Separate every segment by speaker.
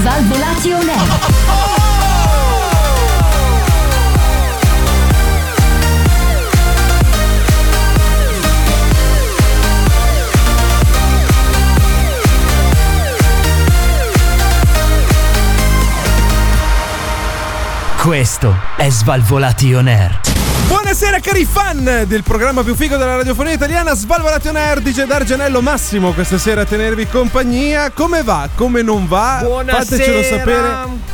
Speaker 1: Svalvolati on air.
Speaker 2: Questo è Svalvolati On Air.
Speaker 3: Buonasera cari fan del programma più figo della radiofonia italiana Svalvolati on Air DJ D'Argenello Massimo questa sera a tenervi compagnia come va, come non va fatecelo sapere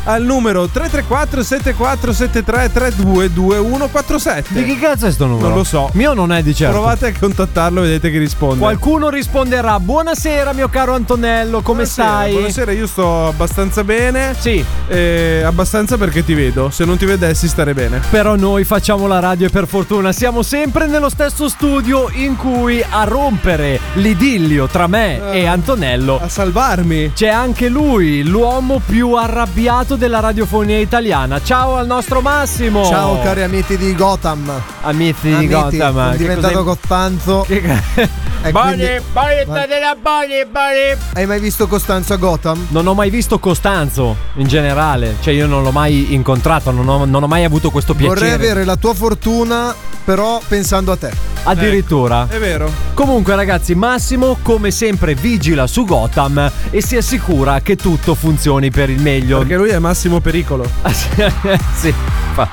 Speaker 3: al numero 334 7473
Speaker 4: Di chi
Speaker 3: 322147
Speaker 4: cazzo è sto numero?
Speaker 3: Non lo so.
Speaker 4: Mio non è di certo.
Speaker 3: provate a contattarlo vedete che risponde
Speaker 4: Qualcuno risponderà. Buonasera, mio caro Antonello, come
Speaker 3: Buonasera,
Speaker 4: stai?
Speaker 3: Buonasera, io sto abbastanza bene.
Speaker 4: Sì.
Speaker 3: Eh, abbastanza perché ti vedo. Se non ti vedessi, stare bene.
Speaker 4: Però noi facciamo la radio e per fortuna siamo sempre nello stesso studio in cui a rompere l'idillio tra me
Speaker 3: Eh,
Speaker 4: e Antonello
Speaker 3: A salvarmi.
Speaker 4: c'è anche lui, l'uomo più arrabbiato della radiofonia italiana. Ciao al nostro Massimo!
Speaker 5: Ciao cari amici di Gotham.
Speaker 4: amici di
Speaker 5: Amici,
Speaker 4: Gotham.
Speaker 5: sono diventato Costanzo.
Speaker 4: Che cos'è-
Speaker 5: e quindi- Ma-
Speaker 4: della Boni, Boni!
Speaker 5: Hai mai visto Costanzo a Gotham?
Speaker 4: Non ho mai visto Costanzo in generale, cioè io non l'ho mai incontrato, non ho, non ho mai avuto questo piacere.
Speaker 5: Vorrei avere la tua fortuna, però pensando a te. Eh.
Speaker 4: Addirittura.
Speaker 3: È vero.
Speaker 4: Comunque ragazzi, Massimo come sempre vigila su Gotham e si assicura che tutto funzioni per il meglio. Ah,
Speaker 3: Perché lui è massimo pericolo.
Speaker 4: sì, fa-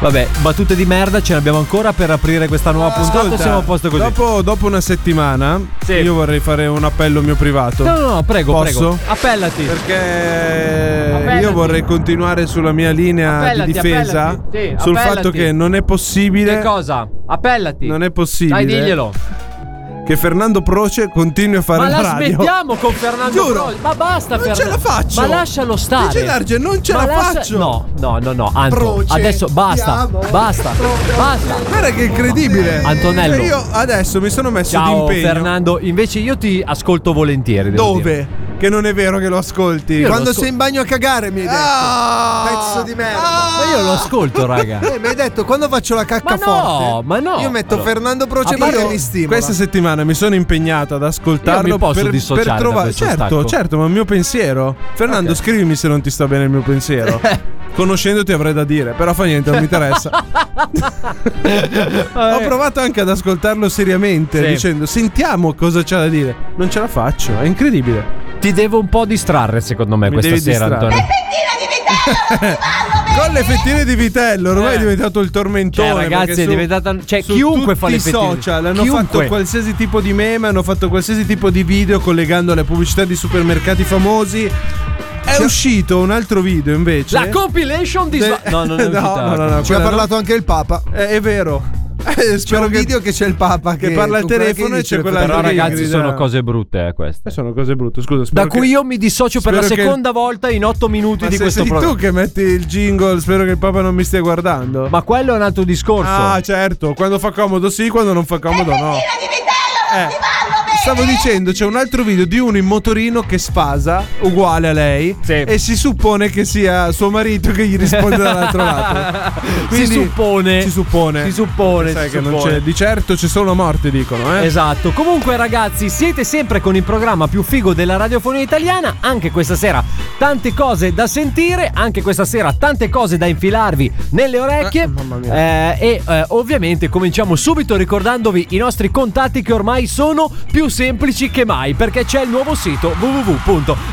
Speaker 4: Vabbè, battute di merda ce ne abbiamo ancora per aprire questa nuova puntata.
Speaker 3: Ah, Ascolta,
Speaker 4: Siamo a posto così.
Speaker 3: Dopo, dopo una settimana,
Speaker 4: Sì.
Speaker 3: io vorrei fare un appello mio privato.
Speaker 4: No, no, no, prego,
Speaker 3: Posso?
Speaker 4: prego. Appellati.
Speaker 3: Perché
Speaker 4: Appellati.
Speaker 3: io vorrei continuare sulla mia linea
Speaker 4: Appellati,
Speaker 3: di difesa
Speaker 4: appellati. Sì,
Speaker 3: sul
Speaker 4: appellati.
Speaker 3: fatto che non è possibile.
Speaker 4: Che cosa? Appellati.
Speaker 3: Non è possibile.
Speaker 4: Dai, diglielo.
Speaker 3: Che Fernando Proce continui a fare
Speaker 4: Ma la
Speaker 3: la radio.
Speaker 4: smettiamo con Fernando
Speaker 3: Giuro.
Speaker 4: Proce. Ma basta
Speaker 3: Non
Speaker 4: Fernando.
Speaker 3: ce la faccio.
Speaker 4: Ma lascialo stare.
Speaker 3: Dice Darge, non ce
Speaker 4: Ma
Speaker 3: la
Speaker 4: lascia-
Speaker 3: faccio.
Speaker 4: No, no, no, no. Anto,
Speaker 5: Proce,
Speaker 4: adesso basta.
Speaker 5: ti amo.
Speaker 4: Basta. Basta.
Speaker 3: Guarda che incredibile.
Speaker 4: Antonello.
Speaker 3: Cioè, io adesso mi sono messo
Speaker 4: Ciao
Speaker 3: d'impegno.
Speaker 4: Fernando, invece io ti ascolto volentieri. devo dire.
Speaker 3: Dove? Che non è vero che lo ascolti.
Speaker 4: Io
Speaker 5: Quando
Speaker 4: lo so-
Speaker 5: sei in bagno a cagare mi hai detto.
Speaker 3: Ah!
Speaker 5: Pezzo di merda.
Speaker 4: Ma io lo ascolto, raga.
Speaker 5: Eh, mi hai detto quando faccio la cacca
Speaker 4: Ma no,
Speaker 5: forte.
Speaker 4: ma no.
Speaker 5: Io metto
Speaker 4: Allora,
Speaker 5: Fernando
Speaker 4: a
Speaker 5: Proce
Speaker 4: parte-
Speaker 5: perché mi stimola.
Speaker 3: Questa settimana mi sono impegnato ad ascoltarlo
Speaker 4: Io mi posso
Speaker 3: per,
Speaker 4: dissociare
Speaker 3: per
Speaker 4: da
Speaker 3: trovare.
Speaker 4: questo
Speaker 3: Certo,
Speaker 4: stacco.
Speaker 3: certo, ma il mio pensiero. Fernando, scrivimi se non ti sta bene il mio pensiero. Conoscendoti avrei da dire, però fa niente, non mi interessa.
Speaker 5: Eh.
Speaker 3: Ho provato anche ad ascoltarlo seriamente,
Speaker 4: Sì.
Speaker 3: dicendo sentiamo cosa c'ha da dire. Non ce la faccio, è incredibile.
Speaker 4: Ti devo un po' distrarre, secondo me,
Speaker 3: Mi
Speaker 4: questa
Speaker 3: devi
Speaker 4: sera,
Speaker 3: distrarre. Eh,
Speaker 4: Antonio.
Speaker 3: Con le fettine di vitello, ormai
Speaker 4: Eh.
Speaker 3: è diventato il tormentone.
Speaker 4: Cioè, ragazzi,
Speaker 3: perché
Speaker 4: è diventata- cioè, chiunque fa le
Speaker 3: tutti i
Speaker 4: fettine.
Speaker 3: social hanno
Speaker 4: Chiunque.
Speaker 3: fatto qualsiasi tipo di meme, hanno fatto qualsiasi tipo di video collegando alle pubblicità di supermercati famosi. È uscito un altro video invece.
Speaker 4: Cioè- La compilation di...
Speaker 3: De-
Speaker 4: Sva- No, non è
Speaker 3: no,
Speaker 4: uscita.
Speaker 3: no, no, no,
Speaker 5: Ci ha
Speaker 3: quella
Speaker 5: parlato anche il Papa.
Speaker 3: no. È, è vero. Eh,
Speaker 5: C'è
Speaker 3: spero
Speaker 5: un
Speaker 3: che-
Speaker 5: video che c'è il Papa che,
Speaker 3: che parla al
Speaker 5: con quella
Speaker 3: telefono
Speaker 5: che
Speaker 3: e
Speaker 5: dice
Speaker 3: c'è
Speaker 5: le
Speaker 3: quella-
Speaker 5: cose.
Speaker 4: Però
Speaker 3: Anche lì
Speaker 4: ragazzi
Speaker 3: grida-
Speaker 4: sono cose brutte eh, queste.
Speaker 3: Sono cose brutte, scusa.
Speaker 4: Da
Speaker 3: spero
Speaker 4: cui
Speaker 3: che-
Speaker 4: io mi dissocio per la
Speaker 3: spero che-
Speaker 4: seconda volta in otto minuti
Speaker 3: Ma
Speaker 4: di
Speaker 3: se
Speaker 4: questo
Speaker 3: sei
Speaker 4: programma.
Speaker 3: tu che metti il jingle, spero che il Papa non mi stia guardando.
Speaker 4: Ma quello è un altro discorso.
Speaker 3: Ah, certo, quando fa comodo sì, quando non fa comodo no. Eh, Stavo dicendo, c'è un altro video di uno in motorino che sfasa, uguale a lei,
Speaker 4: Sì.
Speaker 3: e si suppone che sia suo marito che gli risponde dall'altro lato.
Speaker 4: si suppone.
Speaker 3: Si suppone.
Speaker 4: Si suppone.
Speaker 3: Sai
Speaker 4: si
Speaker 3: che non
Speaker 4: suppone.
Speaker 3: c'è, di certo c'è solo morte, dicono, eh.
Speaker 4: Esatto, comunque ragazzi siete sempre con il programma più figo della radiofonia italiana, anche questa sera tante cose da sentire, anche questa sera tante cose da infilarvi nelle orecchie Eh, e eh, ovviamente cominciamo subito ricordandovi i nostri contatti che ormai sono più semplici che mai perché c'è il nuovo sito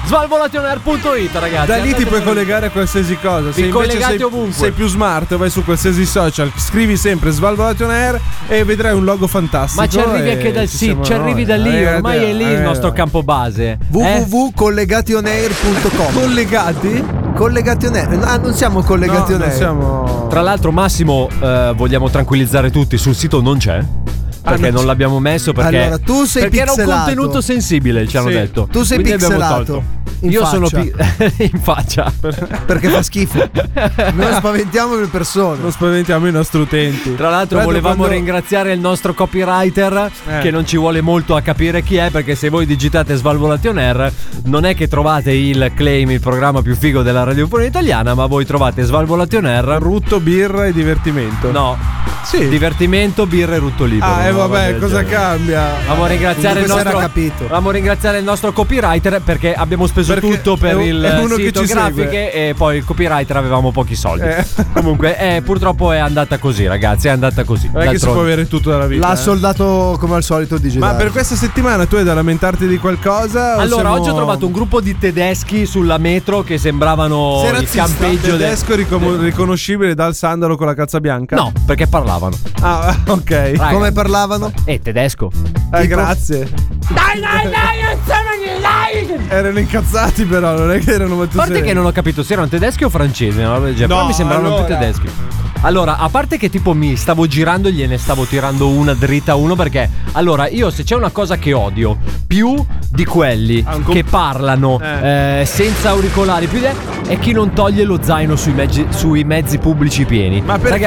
Speaker 4: www.svalvolationair.it ragazzi.
Speaker 3: Da lì ti
Speaker 4: Andate
Speaker 3: puoi
Speaker 4: lì.
Speaker 3: collegare a qualsiasi cosa. Se
Speaker 4: Vi
Speaker 3: invece
Speaker 4: collegate
Speaker 3: sei,
Speaker 4: ovunque.
Speaker 3: sei più smart, vai su qualsiasi social, scrivi sempre Svalvolation Air e vedrai un logo fantastico.
Speaker 4: Ma ci arrivi
Speaker 3: e
Speaker 4: anche dal
Speaker 3: ci siamo
Speaker 4: sito, ci arrivi
Speaker 3: noi.
Speaker 4: da lì,
Speaker 3: Eh,
Speaker 4: ormai
Speaker 3: eh,
Speaker 4: è lì il
Speaker 3: eh,
Speaker 4: nostro campo base. Eh?
Speaker 5: www.collegationair.com
Speaker 3: Collegati?
Speaker 5: Collegati on air. Ah, non siamo collegati
Speaker 3: No,
Speaker 5: on
Speaker 3: non
Speaker 5: air.
Speaker 3: siamo.
Speaker 4: Tra l'altro Massimo, eh, vogliamo tranquillizzare tutti, sul sito non c'è. Perché
Speaker 3: non
Speaker 4: non l'abbiamo messo perché,
Speaker 5: Allora, tu sei
Speaker 4: perché era un
Speaker 5: pixelato.
Speaker 4: contenuto sensibile, ci hanno
Speaker 3: Sì.
Speaker 4: detto.
Speaker 5: Tu sei
Speaker 4: Quindi abbiamo
Speaker 5: pixelato.
Speaker 4: tolto.
Speaker 5: In
Speaker 4: Io sono
Speaker 5: faccia.
Speaker 4: pi- in faccia.
Speaker 5: Perché fa schifo. Non spaventiamo le persone.
Speaker 3: Non spaventiamo i nostri utenti.
Speaker 4: Tra l'altro
Speaker 3: Guarda,
Speaker 4: volevamo
Speaker 3: quando-
Speaker 4: ringraziare il nostro copywriter
Speaker 3: Eh.
Speaker 4: che non ci vuole molto a capire chi è perché se voi digitate Svalvolation Air non è che trovate il claim, il programma più figo della radiofonia italiana, ma voi trovate Svalvolation Air
Speaker 3: Rutto, birra e divertimento.
Speaker 4: No,
Speaker 3: Sì.
Speaker 4: divertimento, birra e rutto libero.
Speaker 3: ah, e
Speaker 4: una roba
Speaker 3: vabbè,
Speaker 4: del
Speaker 3: cosa
Speaker 4: genere.
Speaker 3: cambia?
Speaker 4: Volevamo ringraziare, il
Speaker 5: Comunque si
Speaker 4: nostro,
Speaker 5: era capito.
Speaker 4: volevamo ringraziare il nostro copywriter perché abbiamo speso
Speaker 3: Perché
Speaker 4: tutto per
Speaker 3: è un-
Speaker 4: il
Speaker 3: è uno che
Speaker 4: sito
Speaker 3: ci segue.
Speaker 4: grafiche e poi il copywriter avevamo pochi soldi.
Speaker 3: Eh.
Speaker 4: Comunque, eh, purtroppo è andata così, ragazzi. È andata così.
Speaker 3: Non è che si
Speaker 4: D'altronde.
Speaker 3: può avere tutto dalla vita.
Speaker 5: L'ha
Speaker 3: eh.
Speaker 5: soldato come al solito DJ.
Speaker 3: Ma
Speaker 5: Darge.
Speaker 3: per questa settimana tu hai da lamentarti di qualcosa? o
Speaker 4: Allora,
Speaker 3: siamo-
Speaker 4: oggi ho trovato un gruppo di tedeschi sulla metro che sembravano
Speaker 3: Sei
Speaker 4: il
Speaker 3: razzista?
Speaker 4: campeggio del-
Speaker 3: tedesco ricom- riconoscibile dal sandalo con la calza bianca?
Speaker 4: No, perché parlavano.
Speaker 3: Ah, ok.
Speaker 4: Raga.
Speaker 5: Come parlavano?
Speaker 4: Eh, tedesco.
Speaker 3: Eh, grazie.
Speaker 6: Dai, dai, dai, non sono live!
Speaker 3: Erano incazzati, però, non è che erano molto
Speaker 4: A parte
Speaker 3: sereni.
Speaker 4: che non ho capito se erano tedeschi o francesi, una roba del genere,
Speaker 3: No,
Speaker 4: però mi sembravano più
Speaker 3: allora.
Speaker 4: tedeschi. Allora, a parte che tipo mi stavo girando e gliene stavo tirando una dritta a uno perché allora io se c'è una cosa che odio più di quelli
Speaker 3: Ah, un com-
Speaker 4: che parlano
Speaker 3: Eh.
Speaker 4: eh, senza auricolari più di- è chi non toglie lo zaino sui mezzi, sui mezzi pubblici pieni.
Speaker 3: Ma perché?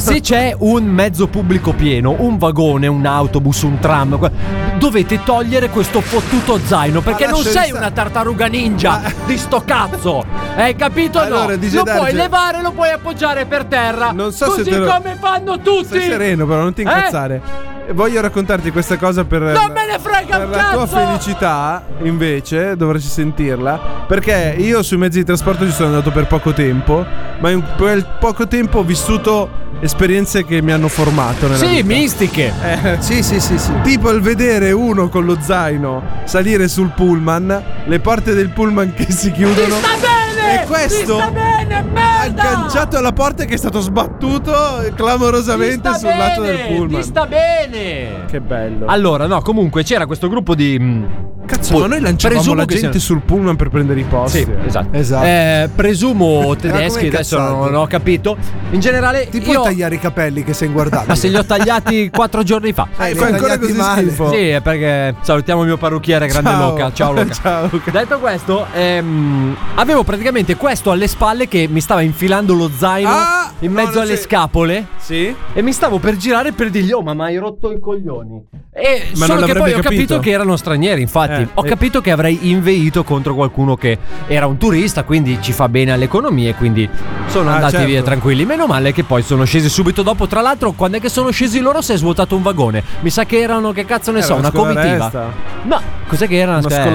Speaker 4: se c'è un mezzo pubblico pieno, un vagone, un autobus, un tram, que- dovete togliere questo fottuto zaino perché
Speaker 3: Ma
Speaker 4: non
Speaker 3: Ah, lascia
Speaker 4: sei
Speaker 3: il-
Speaker 4: una tartaruga ninja di sto cazzo. Hai capito?
Speaker 3: Allora,
Speaker 4: no.
Speaker 3: dice
Speaker 4: Lo
Speaker 3: Darge-
Speaker 4: puoi levare, lo puoi appoggiare per terra.
Speaker 3: Non so
Speaker 4: così
Speaker 3: se te lo-
Speaker 4: come fanno tutti. Eh?
Speaker 3: Stai sereno, però, non ti incazzare. E Voglio raccontarti questa cosa per.
Speaker 4: Non me ne frega
Speaker 3: Per
Speaker 4: un
Speaker 3: la tua
Speaker 4: cazzo.
Speaker 3: felicità, invece, dovresti sentirla. Perché io sui mezzi di trasporto ci sono andato per poco tempo. Ma in quel poco tempo ho vissuto esperienze che mi hanno formato. Nella
Speaker 4: Eh? Sì,
Speaker 3: vita.
Speaker 4: mistiche.
Speaker 3: Eh,
Speaker 5: Sì, sì, sì, sì.
Speaker 3: Tipo il vedere uno con lo zaino salire sul pullman, le porte del pullman che si chiudono.
Speaker 6: Sta bene!
Speaker 3: E questo
Speaker 6: Sta bene, merda!
Speaker 3: agganciato alla porta che è stato sbattuto clamorosamente
Speaker 4: Ti sta
Speaker 3: sul lato
Speaker 4: bene,
Speaker 3: del pullman.
Speaker 4: Ti sta bene.
Speaker 3: Che bello.
Speaker 4: Allora, no, comunque c'era questo gruppo di mm, mh,
Speaker 3: Cazzo,
Speaker 4: Poi-
Speaker 3: ma noi lanciavamo
Speaker 4: presumo
Speaker 3: la
Speaker 4: che
Speaker 3: gente sul
Speaker 4: siano-
Speaker 3: pullman per prendere i posti.
Speaker 4: Sì, esatto.
Speaker 5: Esatto.
Speaker 4: Eh, presumo
Speaker 5: come
Speaker 4: tedeschi, adesso
Speaker 5: cazzato.
Speaker 4: non ho capito. In generale,
Speaker 5: Ti puoi
Speaker 4: io...
Speaker 5: tagliare i capelli che sei inguardabile.
Speaker 4: Ma se li ho tagliati quattro giorni fa.
Speaker 5: Eh,
Speaker 3: E
Speaker 5: li
Speaker 3: fa
Speaker 5: hai
Speaker 3: Eh, ancora
Speaker 5: tagliati
Speaker 3: così
Speaker 5: male.
Speaker 3: schifo.
Speaker 4: Sì, è perché salutiamo il mio parrucchiere, grande
Speaker 3: Ciao.
Speaker 4: Luca. Ciao Luca.
Speaker 3: Ciao, Luca.
Speaker 4: Detto questo, ehm, avevo praticamente questo alle spalle che mi stava infilando lo zaino
Speaker 3: Ah,
Speaker 4: in
Speaker 3: no,
Speaker 4: mezzo
Speaker 3: non
Speaker 4: alle
Speaker 3: sei-
Speaker 4: scapole.
Speaker 3: Sì?
Speaker 4: E mi stavo per girare per dirgli, oh, ma mi hai rotto i coglioni. E
Speaker 3: Ma non
Speaker 4: solo che poi
Speaker 3: l'avrebbe
Speaker 4: ho capito
Speaker 3: capito.
Speaker 4: che erano stranieri, infatti.
Speaker 3: Eh,
Speaker 4: ho
Speaker 3: e-
Speaker 4: capito che avrei inveito contro qualcuno che era un turista, quindi ci fa bene all'economia. e Quindi sono
Speaker 3: Ah,
Speaker 4: andati
Speaker 3: certo.
Speaker 4: via tranquilli. Meno male che poi sono scesi subito dopo. Tra l'altro, quando è che sono scesi loro, si è svuotato un vagone. Mi sa che erano, che cazzo ne
Speaker 3: Era
Speaker 4: so,
Speaker 3: una
Speaker 4: Eh, una comitiva.
Speaker 3: scolaresta.
Speaker 4: No, cos'è che era una,
Speaker 3: Una
Speaker 4: scolaresta?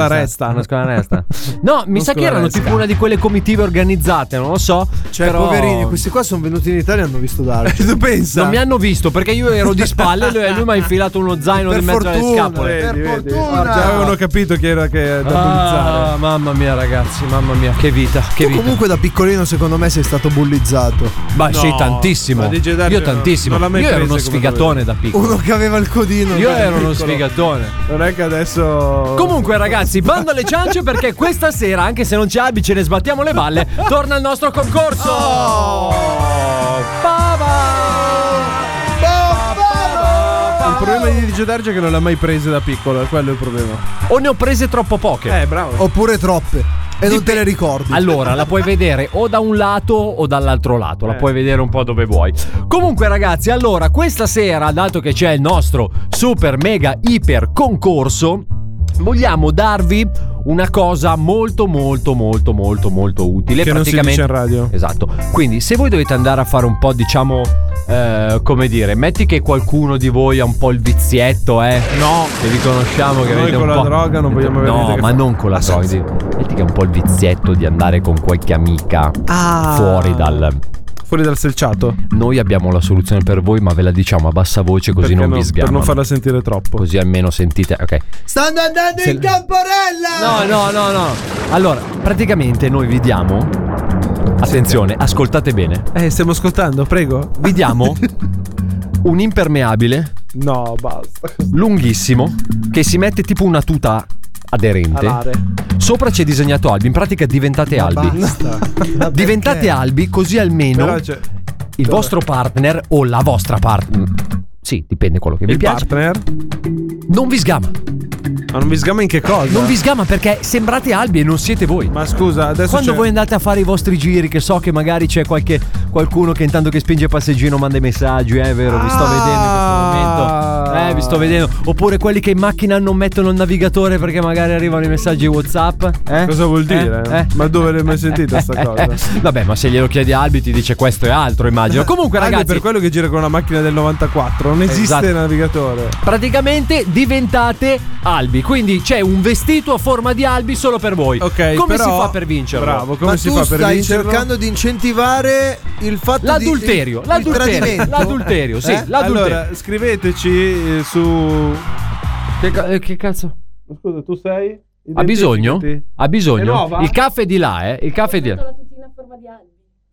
Speaker 3: scolaresta.
Speaker 4: Una scolaresta. No, mi
Speaker 3: Non
Speaker 4: sa che erano
Speaker 3: scolaresta.
Speaker 4: tipo una di quelle comitive organizzate, non lo so.
Speaker 5: Cioè,
Speaker 4: però-
Speaker 5: poverini, questi qua sono venuti in Italia e hanno visto
Speaker 3: E
Speaker 5: Darge.
Speaker 3: tu pensa?
Speaker 4: non mi hanno visto perché io ero di spalle e lui, lui mi ha infilato uno zaino
Speaker 5: Per
Speaker 4: in mezzo alle
Speaker 5: fortuna,
Speaker 4: scapole.
Speaker 5: Per
Speaker 3: Vedi, vedi.
Speaker 5: fortuna.
Speaker 3: Già avevano capito che era che da bullizzare.
Speaker 4: Ah, mamma mia, ragazzi, mamma mia, che vita, che
Speaker 5: Tu
Speaker 4: vita.
Speaker 5: comunque da piccolino secondo me sei stato bullizzato.
Speaker 4: Ma
Speaker 3: No,
Speaker 4: sì, tantissimo.
Speaker 3: ma DJ Darge
Speaker 4: Io
Speaker 3: no,
Speaker 4: tantissimo.
Speaker 3: non l'ha mai
Speaker 4: Io ero
Speaker 3: presa
Speaker 4: uno
Speaker 3: come
Speaker 4: sfigatone da piccolo.
Speaker 5: Uno che aveva il codino.
Speaker 4: Io
Speaker 5: da
Speaker 4: ero uno
Speaker 5: piccolo.
Speaker 4: sfigatone.
Speaker 3: Non è che adesso.
Speaker 4: Comunque, ragazzi, bando alle ciance perché questa sera, anche se non c'è Abby, ce ne sbattiamo le balle. Torna il nostro concorso.
Speaker 3: Oh!
Speaker 4: Pa, pa.
Speaker 3: Il problema di DJ Darge è che non l'ha mai presa da piccolo, quello è il problema.
Speaker 4: O ne ho prese troppo poche.
Speaker 3: Eh, bravo.
Speaker 5: Oppure troppe. E non te le ricordi.
Speaker 4: Allora, la puoi vedere o da un lato o dall'altro lato,
Speaker 3: Eh.
Speaker 4: la puoi vedere un po' dove vuoi. Comunque, ragazzi, allora, questa sera, dato che c'è il nostro super mega iper concorso, vogliamo darvi una cosa molto molto molto molto molto utile.
Speaker 3: Che non si dice in radio.
Speaker 4: Esatto. Quindi, se voi dovete andare a fare un po', diciamo, eh, come dire, metti che qualcuno di voi ha un po' il vizietto, eh. No. Che vi conosciamo, che
Speaker 3: Noi
Speaker 4: avete un
Speaker 3: con la
Speaker 4: po'.
Speaker 3: droga non vogliamo avere
Speaker 4: No,
Speaker 3: niente che
Speaker 4: ma
Speaker 3: fare.
Speaker 4: non con la droga. Metti che ha un po' il vizietto di andare con qualche amica
Speaker 5: Ah.
Speaker 4: fuori dal.
Speaker 3: fuori dal selciato.
Speaker 4: Noi abbiamo la soluzione per voi, ma ve la diciamo a bassa voce così
Speaker 3: Perché
Speaker 4: non
Speaker 3: no?
Speaker 4: vi
Speaker 3: Per
Speaker 4: sgamano.
Speaker 3: non farla sentire troppo.
Speaker 4: Così almeno sentite. Ok.
Speaker 6: Stanno andando in camporella!
Speaker 4: No, no, no, no. Allora, praticamente noi vi diamo. Attenzione, ascoltate bene.
Speaker 3: Eh, stiamo ascoltando, prego.
Speaker 4: Vi diamo un impermeabile
Speaker 3: No, basta.
Speaker 4: lunghissimo che si mette tipo una tuta aderente.
Speaker 3: Alare.
Speaker 4: Sopra c'è disegnato albi, in pratica diventate albi.
Speaker 5: Basta.
Speaker 4: Diventate albi così almeno
Speaker 3: Però cioè, c'è-
Speaker 4: il vostro partner o la vostra partner. Sì, dipende quello che vi
Speaker 3: Mm. Il
Speaker 4: piace.
Speaker 3: partner.
Speaker 4: Non vi sgama.
Speaker 3: Ma non vi sgama in che cosa?
Speaker 4: Non vi sgama perché sembrate albi e non siete voi.
Speaker 3: Ma scusa, adesso
Speaker 4: Quando
Speaker 3: c'è-
Speaker 4: voi andate a fare i vostri giri, che so che magari c'è qualche, qualcuno che intanto che spinge il passeggino manda i messaggi, eh, è vero, vi
Speaker 3: Ah.
Speaker 4: sto vedendo in questo momento. Eh, vi sto vedendo. Oppure quelli che in macchina non mettono il navigatore perché magari arrivano i messaggi WhatsApp. eh?
Speaker 3: Cosa vuol
Speaker 4: Eh?
Speaker 3: dire?
Speaker 4: Eh?
Speaker 3: Ma dove l'hai mai sentita sta cosa?
Speaker 4: Vabbè, ma se glielo chiedi a Albi ti dice questo e altro, immagino. Comunque,
Speaker 3: Anche
Speaker 4: ragazzi,
Speaker 3: per quello che gira con una macchina del 94, non esiste
Speaker 4: Esatto.
Speaker 3: navigatore.
Speaker 4: praticamente diventate Albi. Quindi c'è un vestito a forma di Albi solo per voi.
Speaker 3: Ok,
Speaker 4: come
Speaker 3: però-
Speaker 4: si fa per vincerlo?
Speaker 3: Bravo, come
Speaker 5: Ma
Speaker 3: si
Speaker 5: tu
Speaker 3: fa per
Speaker 5: stai
Speaker 3: vincerlo?
Speaker 5: cercando di incentivare il fatto
Speaker 4: L'adulterio,
Speaker 5: di il- il
Speaker 4: l'adulterio,
Speaker 5: tradimento.
Speaker 4: l'adulterio, sì,
Speaker 3: Eh?
Speaker 4: l'adulterio.
Speaker 3: Allora, scriveteci eh, su
Speaker 4: Che, ca- eh, che cazzo?
Speaker 3: Scusa, tu sei
Speaker 4: Ha bisogno?
Speaker 3: Identificati.
Speaker 4: Ha
Speaker 3: È
Speaker 4: bisogno?
Speaker 3: nuova?
Speaker 4: Il caffè di là, eh? Il caffè di là.